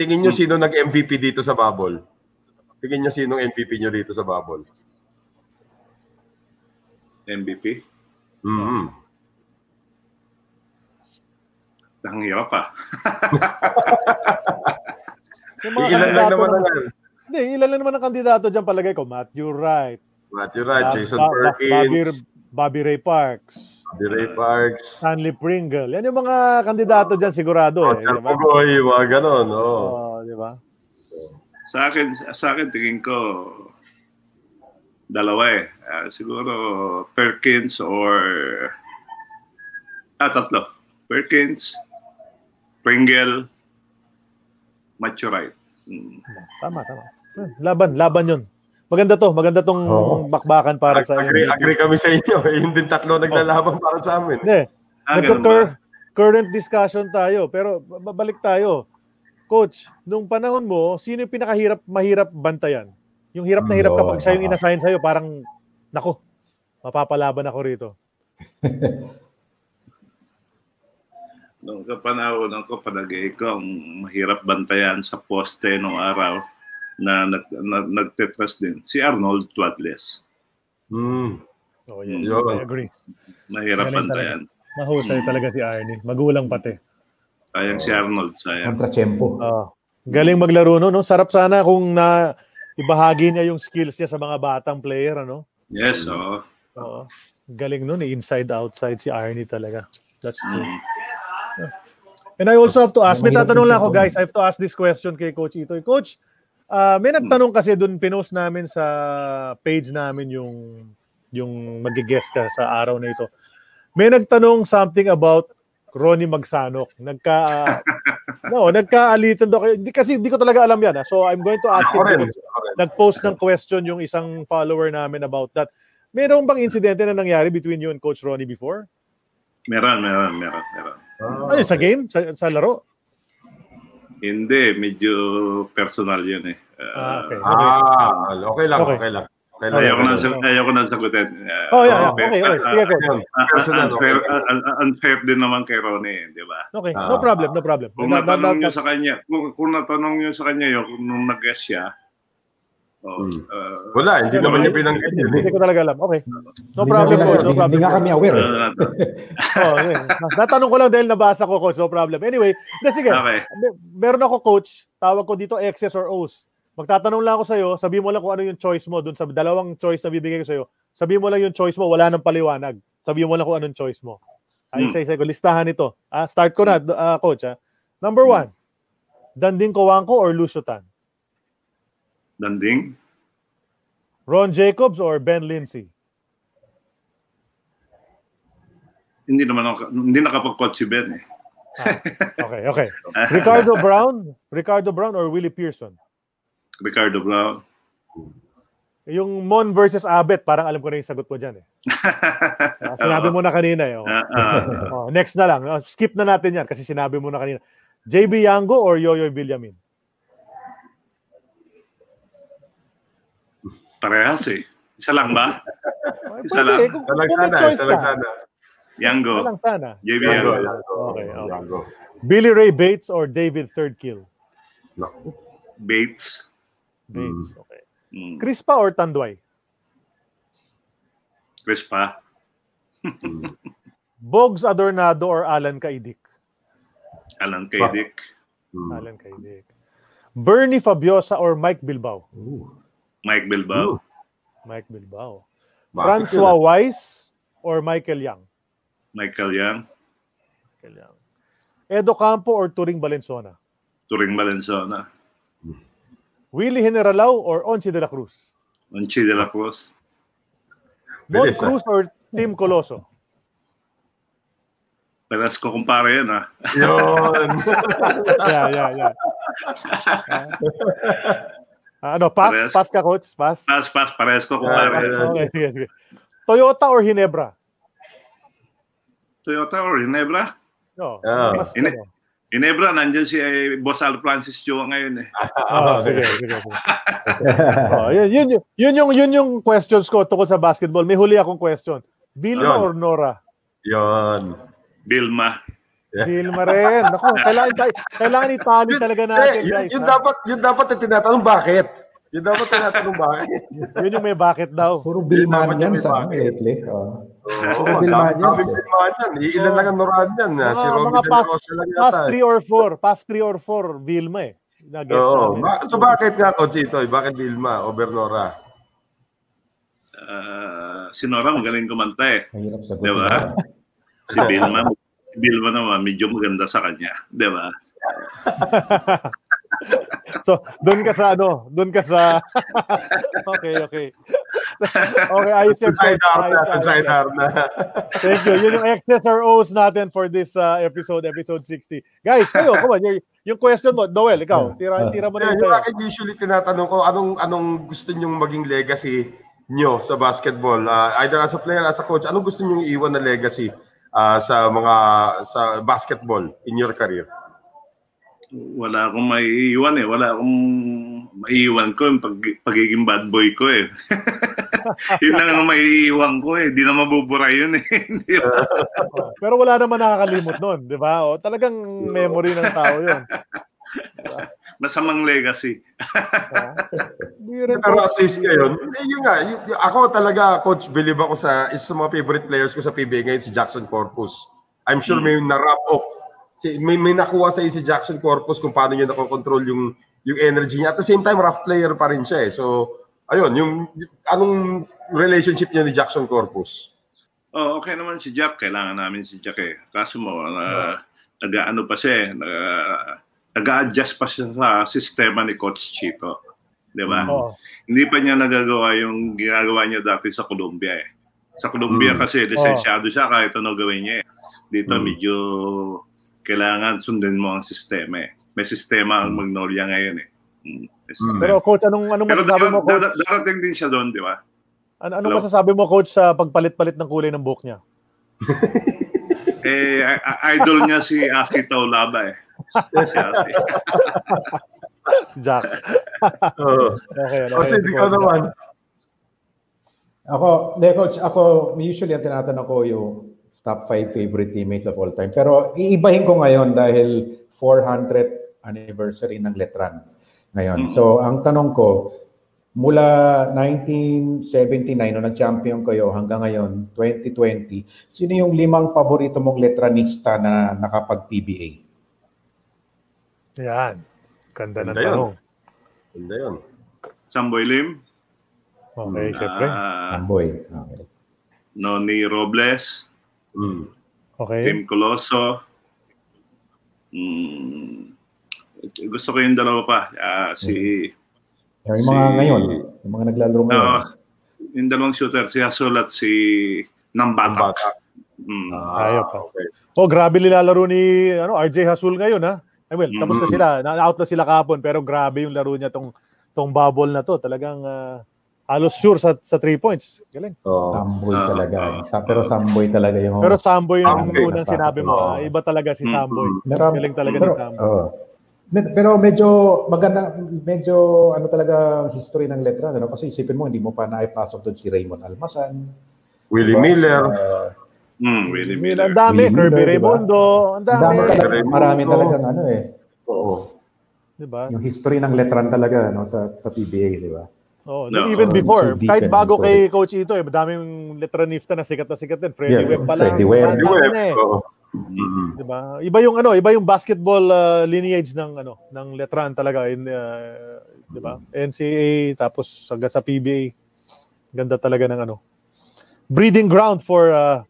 Speaker 8: Tingin nyo
Speaker 7: Hmm.
Speaker 8: sino nag-MVP dito sa bubble? Tingin nyo sinong MVP nyo dito sa bubble?
Speaker 3: MVP
Speaker 8: Mm-hmm.
Speaker 3: ang hirap ah. pa
Speaker 7: Yung
Speaker 8: Ilan
Speaker 7: mga
Speaker 8: lang
Speaker 7: kandidato
Speaker 8: naman ang
Speaker 7: ng- Hindi, ilan lang naman ang kandidato dyan palagay ko. Matthew Wright.
Speaker 8: Matthew Wright,
Speaker 7: Bob-
Speaker 8: Ah, Jason
Speaker 7: Bob- Bobby,
Speaker 8: Perkins,
Speaker 7: Bobby Ray Parks.
Speaker 8: Bobby Ray Parks,
Speaker 7: Stanley Pringle. Yan yung mga kandidato dyan sigurado eh.
Speaker 8: Roger
Speaker 7: Di ba?
Speaker 8: Pugoy, mga ganon. Oh.
Speaker 7: Oo, di ba?
Speaker 3: Sa akin, sa akin tingin ko dalawa eh. Ah, siguro Perkins or ah, tatlo. Perkins, Pringle, Maturite. Mm.
Speaker 7: Tama, tama. Eh, Laban, laban yun. Maganda to, maganda tong
Speaker 5: Oo.
Speaker 7: bakbakan para sa
Speaker 8: agree,
Speaker 7: MVP.
Speaker 8: agree kami sa inyo. eh. Yun din tatlo
Speaker 7: Oh.
Speaker 8: naglalaban para sa amin.
Speaker 7: Hindi.
Speaker 3: Ah, ganun
Speaker 7: Nagka-cur- current discussion tayo, pero babalik tayo. Coach, nung panahon mo, sino yung pinakahirap, mahirap bantayan? Yung hirap na hirap
Speaker 5: Mm,
Speaker 7: kapag
Speaker 5: yun,
Speaker 7: siya yung
Speaker 5: oo.
Speaker 7: inassign sa'yo, parang, nako, mapapalaban ako rito.
Speaker 3: Noong kapanahon ko, palagay ko ang mahirap bantayan sa poste noong araw na, nag, na nagtetras din. Si Arnold Twadless.
Speaker 8: Mm.
Speaker 7: Oh, yes.
Speaker 8: Yun.
Speaker 7: I agree.
Speaker 3: Mahirap
Speaker 7: Galing talaga.
Speaker 3: bantayan. Hmm.
Speaker 7: Mahusay talaga si Arnie. Magulang pati.
Speaker 3: Sayang si Arnold, sayang.
Speaker 5: Contra
Speaker 3: Hmm.
Speaker 5: Chempo.
Speaker 7: Ah, galing maglaro no, no? Sarap sana kung na ibahagi niya yung skills niya sa mga batang player, ano?
Speaker 3: Yes, oo.
Speaker 7: Oo. Galing nun, eh. inside outside si Arnie talaga. That's true.
Speaker 3: Mm.
Speaker 7: And I also have to ask, may
Speaker 5: Mahirap
Speaker 7: tatanong lang
Speaker 5: yung
Speaker 7: ako
Speaker 5: tanong.
Speaker 7: guys, I have to ask this question kay Coach Itoy. Coach, ah, may nagtanong kasi dun pinost namin sa page namin yung yung magigest ka sa araw na ito. May nagtanong something about Ronnie Magsanok. Nagka No, nagkaalitan daw kayo. Di, kasi hindi ko talaga alam yan. ah. So I'm going to ask
Speaker 8: Ako rin.
Speaker 7: him.
Speaker 8: Ako rin.
Speaker 7: Nag-post ng question yung isang follower namin about that. Meron bang insidente na nangyari between you and Coach Ronnie before?
Speaker 3: Meron, meron, meron, meron.
Speaker 8: Ah,
Speaker 7: Ayun, sa game? Sa, sa laro?
Speaker 3: Hindi, medyo personal yun eh.
Speaker 7: Ah, okay.
Speaker 8: Ah, okay lang,
Speaker 7: Okay.
Speaker 8: okay, lang. Okay lang.
Speaker 3: Ah, Ayoko na,
Speaker 8: okay lang.
Speaker 3: ayoko na sagutin. Ah,
Speaker 7: Oh, yeah, yeah.
Speaker 3: pero-
Speaker 7: Okay, okay.
Speaker 3: ah,
Speaker 7: Sige, coach.
Speaker 8: Ayun,
Speaker 3: ah,
Speaker 8: personal,
Speaker 3: unfair,
Speaker 8: okay lang.
Speaker 3: ah, ah, unfair din naman kay Ronnie, eh, di ba?
Speaker 7: Okay, no problem, no problem.
Speaker 3: Kung
Speaker 7: Nag-
Speaker 3: natanong
Speaker 7: nag-
Speaker 3: niyo sa kanya, kung, kung natanong niyo sa kanya yun, kung nung nag-guess siya, oh,
Speaker 8: Hmm.
Speaker 3: ah,
Speaker 8: Wala, hindi
Speaker 7: Ano,
Speaker 8: naman niya
Speaker 7: eh?
Speaker 8: binanggit yun. eh.
Speaker 7: Hindi ko talaga alam. Okay. No
Speaker 5: Hindi
Speaker 7: problem,
Speaker 5: nga-
Speaker 7: coach. No
Speaker 5: hindi- Hindi
Speaker 7: problem. Uh,
Speaker 5: nga kami aware.
Speaker 3: ano
Speaker 5: eh.
Speaker 3: na to?
Speaker 7: Oh, okay. Natanong ko lang dahil nabasa ko, coach. No problem. Anyway, na sige.
Speaker 3: Okay.
Speaker 7: Mer- Meron ako, coach. Tawag ko dito X's or O's. Magtatanong lang ako sa'yo. Sabihin mo lang kung ano yung choice mo dun sa dalawang choice na bibigay ko sa'yo. Sabihin mo lang yung choice mo. Wala nang paliwanag. Sabihin mo lang kung anong choice mo. Ay,
Speaker 3: Hmm.
Speaker 7: isa-isa ko. Listahan ito. Ah, start ko na, d- ah, coach. ah. Number one, Danding Kawangko or Lusutan?
Speaker 3: Danding,
Speaker 7: Ron Jacobs or Ben Lindsay?
Speaker 3: hindi naman ako, hindi nakapag-coach si Ben eh.
Speaker 7: Okay, okay. Ricardo Brown? Ricardo Brown or Willie Pearson?
Speaker 3: Ricardo Brown.
Speaker 7: Yung Mon versus Abet, parang alam ko na yung sagot mo dyan eh. Ah, Sinabi mo na kanina eh. oh.
Speaker 3: Ah, ah.
Speaker 7: Oh, next na lang. Oh, Skip na natin yan kasi sinabi mo na kanina. JB Yango or Yoyoy Villamin?
Speaker 3: parehas eh. Isa lang ba?
Speaker 7: Ay,
Speaker 3: Isa lang.
Speaker 7: Kung,
Speaker 8: Salag
Speaker 7: kung may
Speaker 8: sana,
Speaker 7: choice
Speaker 8: salag
Speaker 7: ka.
Speaker 8: sana.
Speaker 7: Isa
Speaker 3: Yango,
Speaker 7: lang sana.
Speaker 3: JB
Speaker 8: Yango,
Speaker 3: Yango.
Speaker 8: Yango,
Speaker 7: Okay, okay.
Speaker 8: Yango.
Speaker 7: Billy Ray Bates or David Third Kill?
Speaker 8: Naku.
Speaker 3: Bates. Hmm.
Speaker 7: Bates. Okay.
Speaker 3: Mm.
Speaker 7: Crispa or Tanduay?
Speaker 3: Chris pa.
Speaker 7: Bogs Adornado or Alan Kaidik?
Speaker 3: Alan Kaydick.
Speaker 7: Alan Kaidik. Bernie Fabiosa or Mike Bilbao?
Speaker 3: Mike
Speaker 8: Uh.
Speaker 3: Bilbao.
Speaker 7: Mike Bilbao.
Speaker 8: Bakit
Speaker 7: Francois
Speaker 8: sila?
Speaker 7: Weiss or Michael Young?
Speaker 3: Michael Young.
Speaker 7: Michael Young. Edo Campo or Turing Valenzuela?
Speaker 3: Turing Valenzuela.
Speaker 7: Willie Generalao or Onsi De La Cruz?
Speaker 3: Onchi de la Cruz.
Speaker 7: Mon
Speaker 8: Bilis, ah.
Speaker 7: Cruz or Tim Coloso?
Speaker 3: Parehas ko kumpara yan ah.
Speaker 8: Yun.
Speaker 7: yeah, yeah, yeah. Ah, ano, pass?
Speaker 3: Pares.
Speaker 7: Pass ka, coach? Pass?
Speaker 3: Pass, pass. Parehas ko
Speaker 8: Ah,
Speaker 3: kumpara
Speaker 8: pares.
Speaker 3: yan.
Speaker 7: Okay, sige, sige. Toyota or Hinebra?
Speaker 3: Toyota or Ginebra?
Speaker 7: No.
Speaker 8: Ah.
Speaker 7: Mas,
Speaker 3: Hine-
Speaker 7: ano.
Speaker 3: Ginebra, nandyan si eh, Boss Al Francis Chua ngayon eh.
Speaker 7: Ah, sige, sige. sige. oh, yun, yun, yun, yun, yung, yun yung questions ko tungkol sa basketball. May huli akong question. Bilma
Speaker 8: Ayun.
Speaker 7: or Nora?
Speaker 8: Yun.
Speaker 3: Bilma.
Speaker 7: Bilma rin. Ako, kailangan, tayo, kailangan itali
Speaker 8: Yun-
Speaker 7: talaga
Speaker 8: eh,
Speaker 7: natin,
Speaker 8: yun-
Speaker 7: guys.
Speaker 8: yun
Speaker 7: ha?
Speaker 8: dapat, yun dapat na tinatanong bakit. Yun dapat tinatanong bakit.
Speaker 7: yun yung may bakit daw.
Speaker 5: Puro bilman
Speaker 8: Dapat
Speaker 5: yan
Speaker 8: yung
Speaker 5: sa
Speaker 8: iba.
Speaker 5: lately. Oh.
Speaker 8: Oo,
Speaker 5: Bilman yan.
Speaker 8: dami- daming bilmahan yan. Iilan lang ang nuraan yan. ah. Si
Speaker 7: Mga-
Speaker 8: Robby
Speaker 7: mga
Speaker 8: De La
Speaker 7: past,
Speaker 8: Rosa lang
Speaker 7: past
Speaker 8: yata. eh.
Speaker 7: 3 or 4. Past 3 or 4, Vilma eh. Na-guess
Speaker 8: Oo.
Speaker 7: namin.
Speaker 8: Ma- so bakit nga, Coach Itoy? Bakit Vilma over Nora?
Speaker 3: Ah, si Nora magaling kumanta eh.
Speaker 5: Ang hirap sagutin.
Speaker 7: Diba?
Speaker 3: Di ba? Si Bilma, si Bilma naman medyo maganda sa kanya. Di ba?
Speaker 7: So, doon ka sa ano, doon ka sa Okay, okay. okay, ayos yan. coach.
Speaker 8: Sidearm na.
Speaker 7: Ayos yan, ayos yan.
Speaker 8: Sidearm na.
Speaker 7: Thank you. Yun yung X's or O's natin for this uh, episode, episode 60. Guys, kayo, come on. Yung, yung question mo, Noel, ikaw, tira, tira mo na
Speaker 8: Yan,
Speaker 7: yun
Speaker 8: yung
Speaker 7: sa'yo.
Speaker 8: akin usually tinatanong ko, anong anong gusto nyong maging legacy nyo sa basketball? Ah, either as a player, as a coach, anong gusto nyong iwan na legacy ah, sa mga sa basketball in your career?
Speaker 3: wala akong maiiwan eh. Wala akong maiiwan ko yung pag- pagiging bad boy ko eh. yun lang ang maiiwan ko eh. Di na mabubura yun eh. Di ba?
Speaker 7: Pero wala naman nakakalimot nun, di ba? O, talagang memory ng tao yun.
Speaker 3: Masamang legacy.
Speaker 8: Pero at least ngayon, eh, yun nga, yun- yun- ako talaga, coach, believe ako sa isa sa mga favorite players ko sa PBA ngayon, si Jackson Corpus. I'm sure may na-wrap off. Si, may, may nakuha sa si Jackson Corpus kung paano niya nakokontrol yung, yung energy niya. At the same time, rough player pa rin siya eh. So, ayun, yung, yung- anong relationship niya ni Jackson Corpus?
Speaker 3: Oh, okay naman si Jack. Kailangan namin si Jack eh. Kaso mo, na, nag-ano pa siya eh. nag- Nag-adjust pa siya sa sistema ni Coach Chito. Di ba?
Speaker 7: Oo.
Speaker 3: Hindi pa niya nagagawa yung ginagawa niya dati sa Colombia eh. Sa Colombia
Speaker 7: Hmm. Oh.
Speaker 3: kasi, lisensyado siya kahit ano gawin niya eh. Dito medyo kailangan sundin mo ang sistema eh. May sistema ang Magnolia ngayon eh. Mm, may sistema.
Speaker 7: Hmm. Pero coach, anong anong
Speaker 3: Pero
Speaker 7: masasabi
Speaker 3: dar-
Speaker 7: mo coach?
Speaker 3: dar- darating din siya doon, di ba?
Speaker 7: An- anong
Speaker 3: Hello?
Speaker 7: masasabi mo coach sa pagpalit-palit ng kulay ng buhok niya?
Speaker 3: Eh, i- i- idol niya si Asi Taulaba eh. Si Asi.
Speaker 7: Si Jax.
Speaker 8: Oo.
Speaker 7: Okay, ano,
Speaker 8: Kasi
Speaker 7: ayos,
Speaker 8: hindi ko
Speaker 7: coach.
Speaker 8: Oh, naman.
Speaker 5: Ako, de coach, ako usually ang tinatanong ko yung top 5 favorite teammates of all time. Pero iibahin ko ngayon dahil 400th anniversary ng Letran ngayon.
Speaker 3: Mm.
Speaker 5: So, ang tanong ko, mula 1979 nung nag-champion kayo hanggang ngayon, 2020, sino yung limang paborito mong letranista na nakapag-PBA?
Speaker 7: Yan. Ganda ng
Speaker 8: Ganda yun.
Speaker 7: tanong.
Speaker 8: Hindi yun.
Speaker 3: Samboy Lim,
Speaker 7: Okay,
Speaker 8: Hmm.
Speaker 7: syempre.
Speaker 3: ah,
Speaker 5: Amboy. Okay.
Speaker 3: Noni Robles,
Speaker 8: Mm.
Speaker 7: Okay.
Speaker 3: Tim Coloso, mm, gusto ko yung dalawa pa. Ah, si,
Speaker 5: Yung mga
Speaker 3: Si-
Speaker 5: ngayon, yung mga naglalaro ngayon.
Speaker 3: ah, yung dalawang shooter, si Hasol at si Nambata.
Speaker 8: Bata.
Speaker 3: Mm.
Speaker 7: Ayaw pa.
Speaker 8: ah, Okay.
Speaker 7: Oh, grabe nilalaro ni ano, RJ Hasul ngayon ha. I mean, tapos
Speaker 8: Mm-hmm.
Speaker 7: na sila,
Speaker 3: Mhm.
Speaker 7: na-out na sila kahapon pero grabe yung laro niya tong tong bubble na to. Talagang ah, halos sure sa sa three points. Galing.
Speaker 8: Oo.
Speaker 5: Samboy
Speaker 3: Ah,
Speaker 5: talaga.
Speaker 3: ah,
Speaker 5: eh. Sa- pero samboy talaga
Speaker 8: Oh.
Speaker 5: yung...
Speaker 7: Pero Samboy yung
Speaker 8: Samboy,
Speaker 7: unang sinabi mo,
Speaker 8: napaka-
Speaker 7: ah, iba talaga si
Speaker 8: Mm-hmm.
Speaker 3: Mhm.
Speaker 7: Samboy.
Speaker 5: Pero,
Speaker 7: Galing talaga
Speaker 5: pero,
Speaker 7: ni Samboy.
Speaker 5: oo. Me- pero medyo maganda, medyo ano talaga history ng letra. Ano? Kasi isipin mo, hindi mo pa naipasok doon si Raymond Almasan.
Speaker 8: Willie
Speaker 5: Diba?
Speaker 8: Miller.
Speaker 5: Ah,
Speaker 3: Mm, Willie
Speaker 7: I mean,
Speaker 3: Miller.
Speaker 7: ang dami,
Speaker 5: Miller,
Speaker 7: Kirby
Speaker 5: diba?
Speaker 7: Raimundo,
Speaker 5: ang
Speaker 7: ang
Speaker 5: dami
Speaker 7: dami.
Speaker 5: talaga,
Speaker 8: Raymond,
Speaker 5: marami
Speaker 8: no?
Speaker 5: talaga ano eh.
Speaker 8: Oo.
Speaker 7: Di ba?
Speaker 5: Yung history ng letran talaga ano, sa, sa PBA, di ba?
Speaker 7: Oh,
Speaker 3: No.
Speaker 7: even before,
Speaker 5: So,
Speaker 7: kahit
Speaker 5: defense,
Speaker 7: bago
Speaker 5: sorry.
Speaker 7: kay Coach Ito, eh, madaming letranista na sikat na sikat din. Freddy
Speaker 5: Yeah,
Speaker 7: Webb pa lang.
Speaker 5: Freddy Webb.
Speaker 7: Ang
Speaker 8: Di
Speaker 7: dami
Speaker 8: Web.
Speaker 7: na eh.
Speaker 8: Oo.
Speaker 3: Mm.
Speaker 7: Diba? Iba yung ano, iba yung basketball uh, lineage ng ano, ng Letran talaga in uh, 'di ba? NCAA tapos hanggang sa PBA. Ganda talaga ng ano. Breeding ground for uh,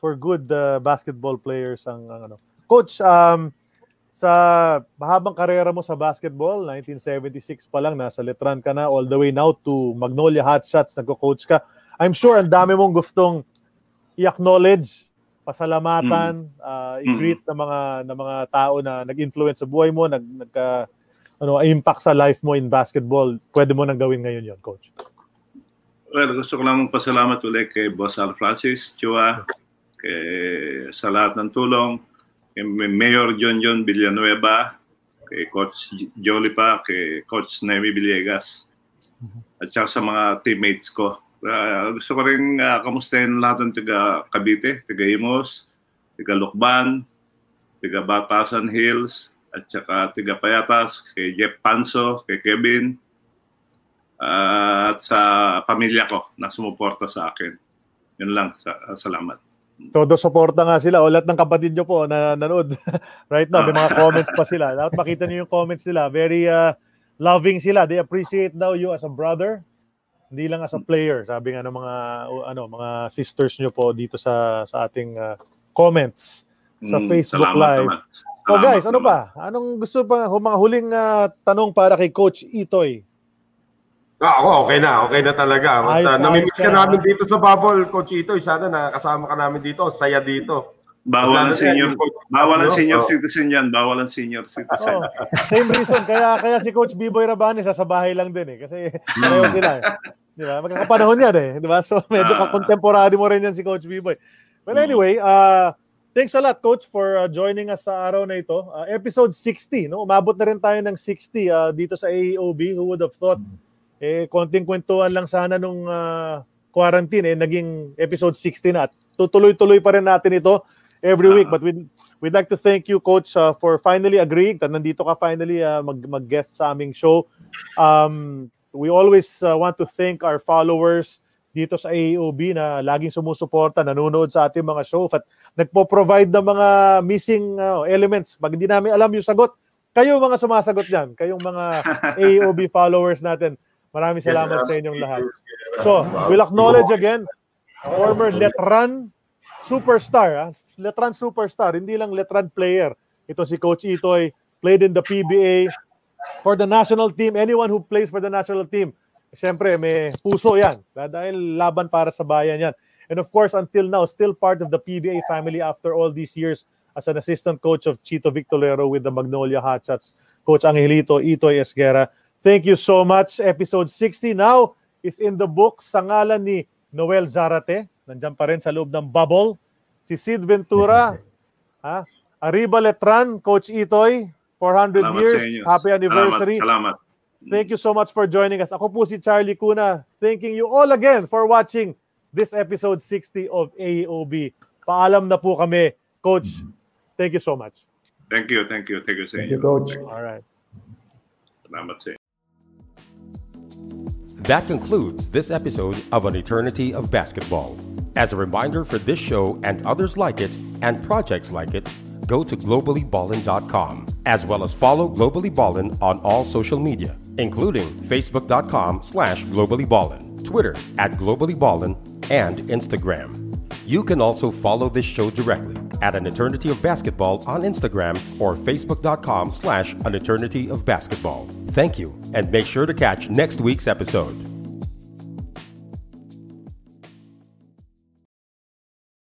Speaker 7: for good uh, basketball players ang, ang ano. Coach, um sa mahabang karera mo sa basketball, 1976 pa lang nasa Letran ka na all the way now to Magnolia Hotshots, nagko-coach ka. I'm sure ang dami mong gustong i-acknowledge pasalamatan, ah, i-greet ng mga ng mga tao na nag-influence sa buhay mo, nag nagka ano, impact sa life mo in basketball. Pwede mo nang gawin ngayon 'yon, coach.
Speaker 3: Well, gusto ko lang magpasalamat ulit kay Boss Al Francis, Chua, kay, sa lahat ng tulong, kay Mayor John John Villanueva, kay Coach Jolipa, kay Coach Nemi Villegas, at saka sa mga teammates ko. Ah, gusto ko rin ah, kamustahin lahat ng taga Cavite, taga Imos, taga Lukban, taga Batasan Hills, at saka taga Payatas, kay Jeff Panso, kay Kevin, Ah, at sa pamilya ko na sumuporta sa akin. Yun lang. Sa, salamat.
Speaker 7: Todo suporta nga sila, o lahat ng kapatid nyo po na nanood. right now, may
Speaker 3: Ah.
Speaker 7: mga comments pa sila. Dapat makita niyo yung comments nila. Very ah, loving sila. They appreciate now you as a brother, hindi lang as a player. Sabi nga ng mga o, ano, mga sisters nyo po dito sa sa ating ah, comments sa
Speaker 3: Mm,
Speaker 7: Facebook Live.
Speaker 3: salamat naman.
Speaker 7: Oh
Speaker 3: Salamat
Speaker 7: guys, ano
Speaker 3: naman.
Speaker 7: pa? Anong gusto pa hu- mga huling ah, tanong para kay Coach Itoy?
Speaker 8: Ah, ako, okay na. Okay na talaga. But,
Speaker 7: Ayos,
Speaker 8: uh,
Speaker 7: ayos
Speaker 8: namimiss ka
Speaker 7: ka.
Speaker 8: namin dito sa bubble, Coach Itoy. Sana nakasama ka namin dito. Ang Saya dito.
Speaker 3: Bawal
Speaker 8: Salamat
Speaker 3: ang senior,
Speaker 8: yan, yung-
Speaker 3: bawal ang
Speaker 8: Ano?
Speaker 3: senior
Speaker 8: Oh.
Speaker 3: citizen yan. Bawal ang senior citizen.
Speaker 7: Oh, same reason kaya kaya si Coach B-Boy Rabanes sa bahay lang din eh kasi
Speaker 3: Mm.
Speaker 7: pareho sila. Eh. Di ba? Magkakapanahon yan eh, di ba? So medyo
Speaker 3: Ah.
Speaker 7: kakontemporary mo rin yan si Coach B-Boy. Well
Speaker 3: Mm.
Speaker 7: anyway, uh, thanks a lot Coach for uh, joining us sa araw na ito. Uh, episode 60, no? Umabot na rin tayo ng 60 uh, dito sa AEOB. Who would have thought?
Speaker 3: Mm.
Speaker 7: Eh konting kwentuhan lang sana nung uh, quarantine eh naging episode 60 na at tutuloy-tuloy pa rin natin ito every week
Speaker 3: Ah.
Speaker 7: but we'd, we'd like to thank you coach uh, for finally agreeing that nandito ka finally uh, mag mag-guest sa aming show um we always uh, want to thank our followers dito sa AOB na laging sumusuporta, nanonood sa ating mga show at nagpo-provide ng mga missing uh, elements. Pag hindi namin alam yung sagot, kayo mga sumasagot yan. Kayong mga AOB followers natin. Maraming salamat sa inyong lahat. So, we'll acknowledge again, former Letran superstar. ah. Letran superstar, hindi lang Letran player. Ito si Coach Itoy, played in the PBA for the national team. Anyone who plays for the national team, syempre may puso yan. Dahil laban para sa bayan yan. And of course, until now, still part of the PBA family after all these years as an assistant coach of Chito Victorero with the Magnolia Hotshots. Coach Angelito Itoy Esguera, thank you so much. Episode 60 now is in the books sa ngalan ni Noel Zarate. Nandiyan pa rin sa loob ng bubble. Si Sid Ventura. ha? Arriba Letran, Coach Itoy, 400
Speaker 3: Salamat
Speaker 7: years.
Speaker 3: sa inyo.
Speaker 7: Happy anniversary.
Speaker 3: Salamat. salamat.
Speaker 7: Thank you so much for joining us. Ako po si Charlie Kuna, thanking you all again for watching this episode 60 of AOB. Paalam na po kami, Coach. Thank you so much.
Speaker 3: Thank you, thank you. Thank you sa
Speaker 5: Thank you,
Speaker 3: inyo.
Speaker 5: Coach.
Speaker 7: All right.
Speaker 3: Salamat sa inyo.
Speaker 6: That concludes this episode of An Eternity of Basketball. As a reminder for this show and others like it and projects like it, go to globallyballin.com as well as follow Globally Ballin on all social media, including facebook.com slash globallyballin, Twitter at globallyballin, and Instagram.
Speaker 8: You can also follow this show directly at An Eternity of Basketball on Instagram or facebook.com slash An Eternity of Basketball. Thank you, and make sure to catch next week's episode.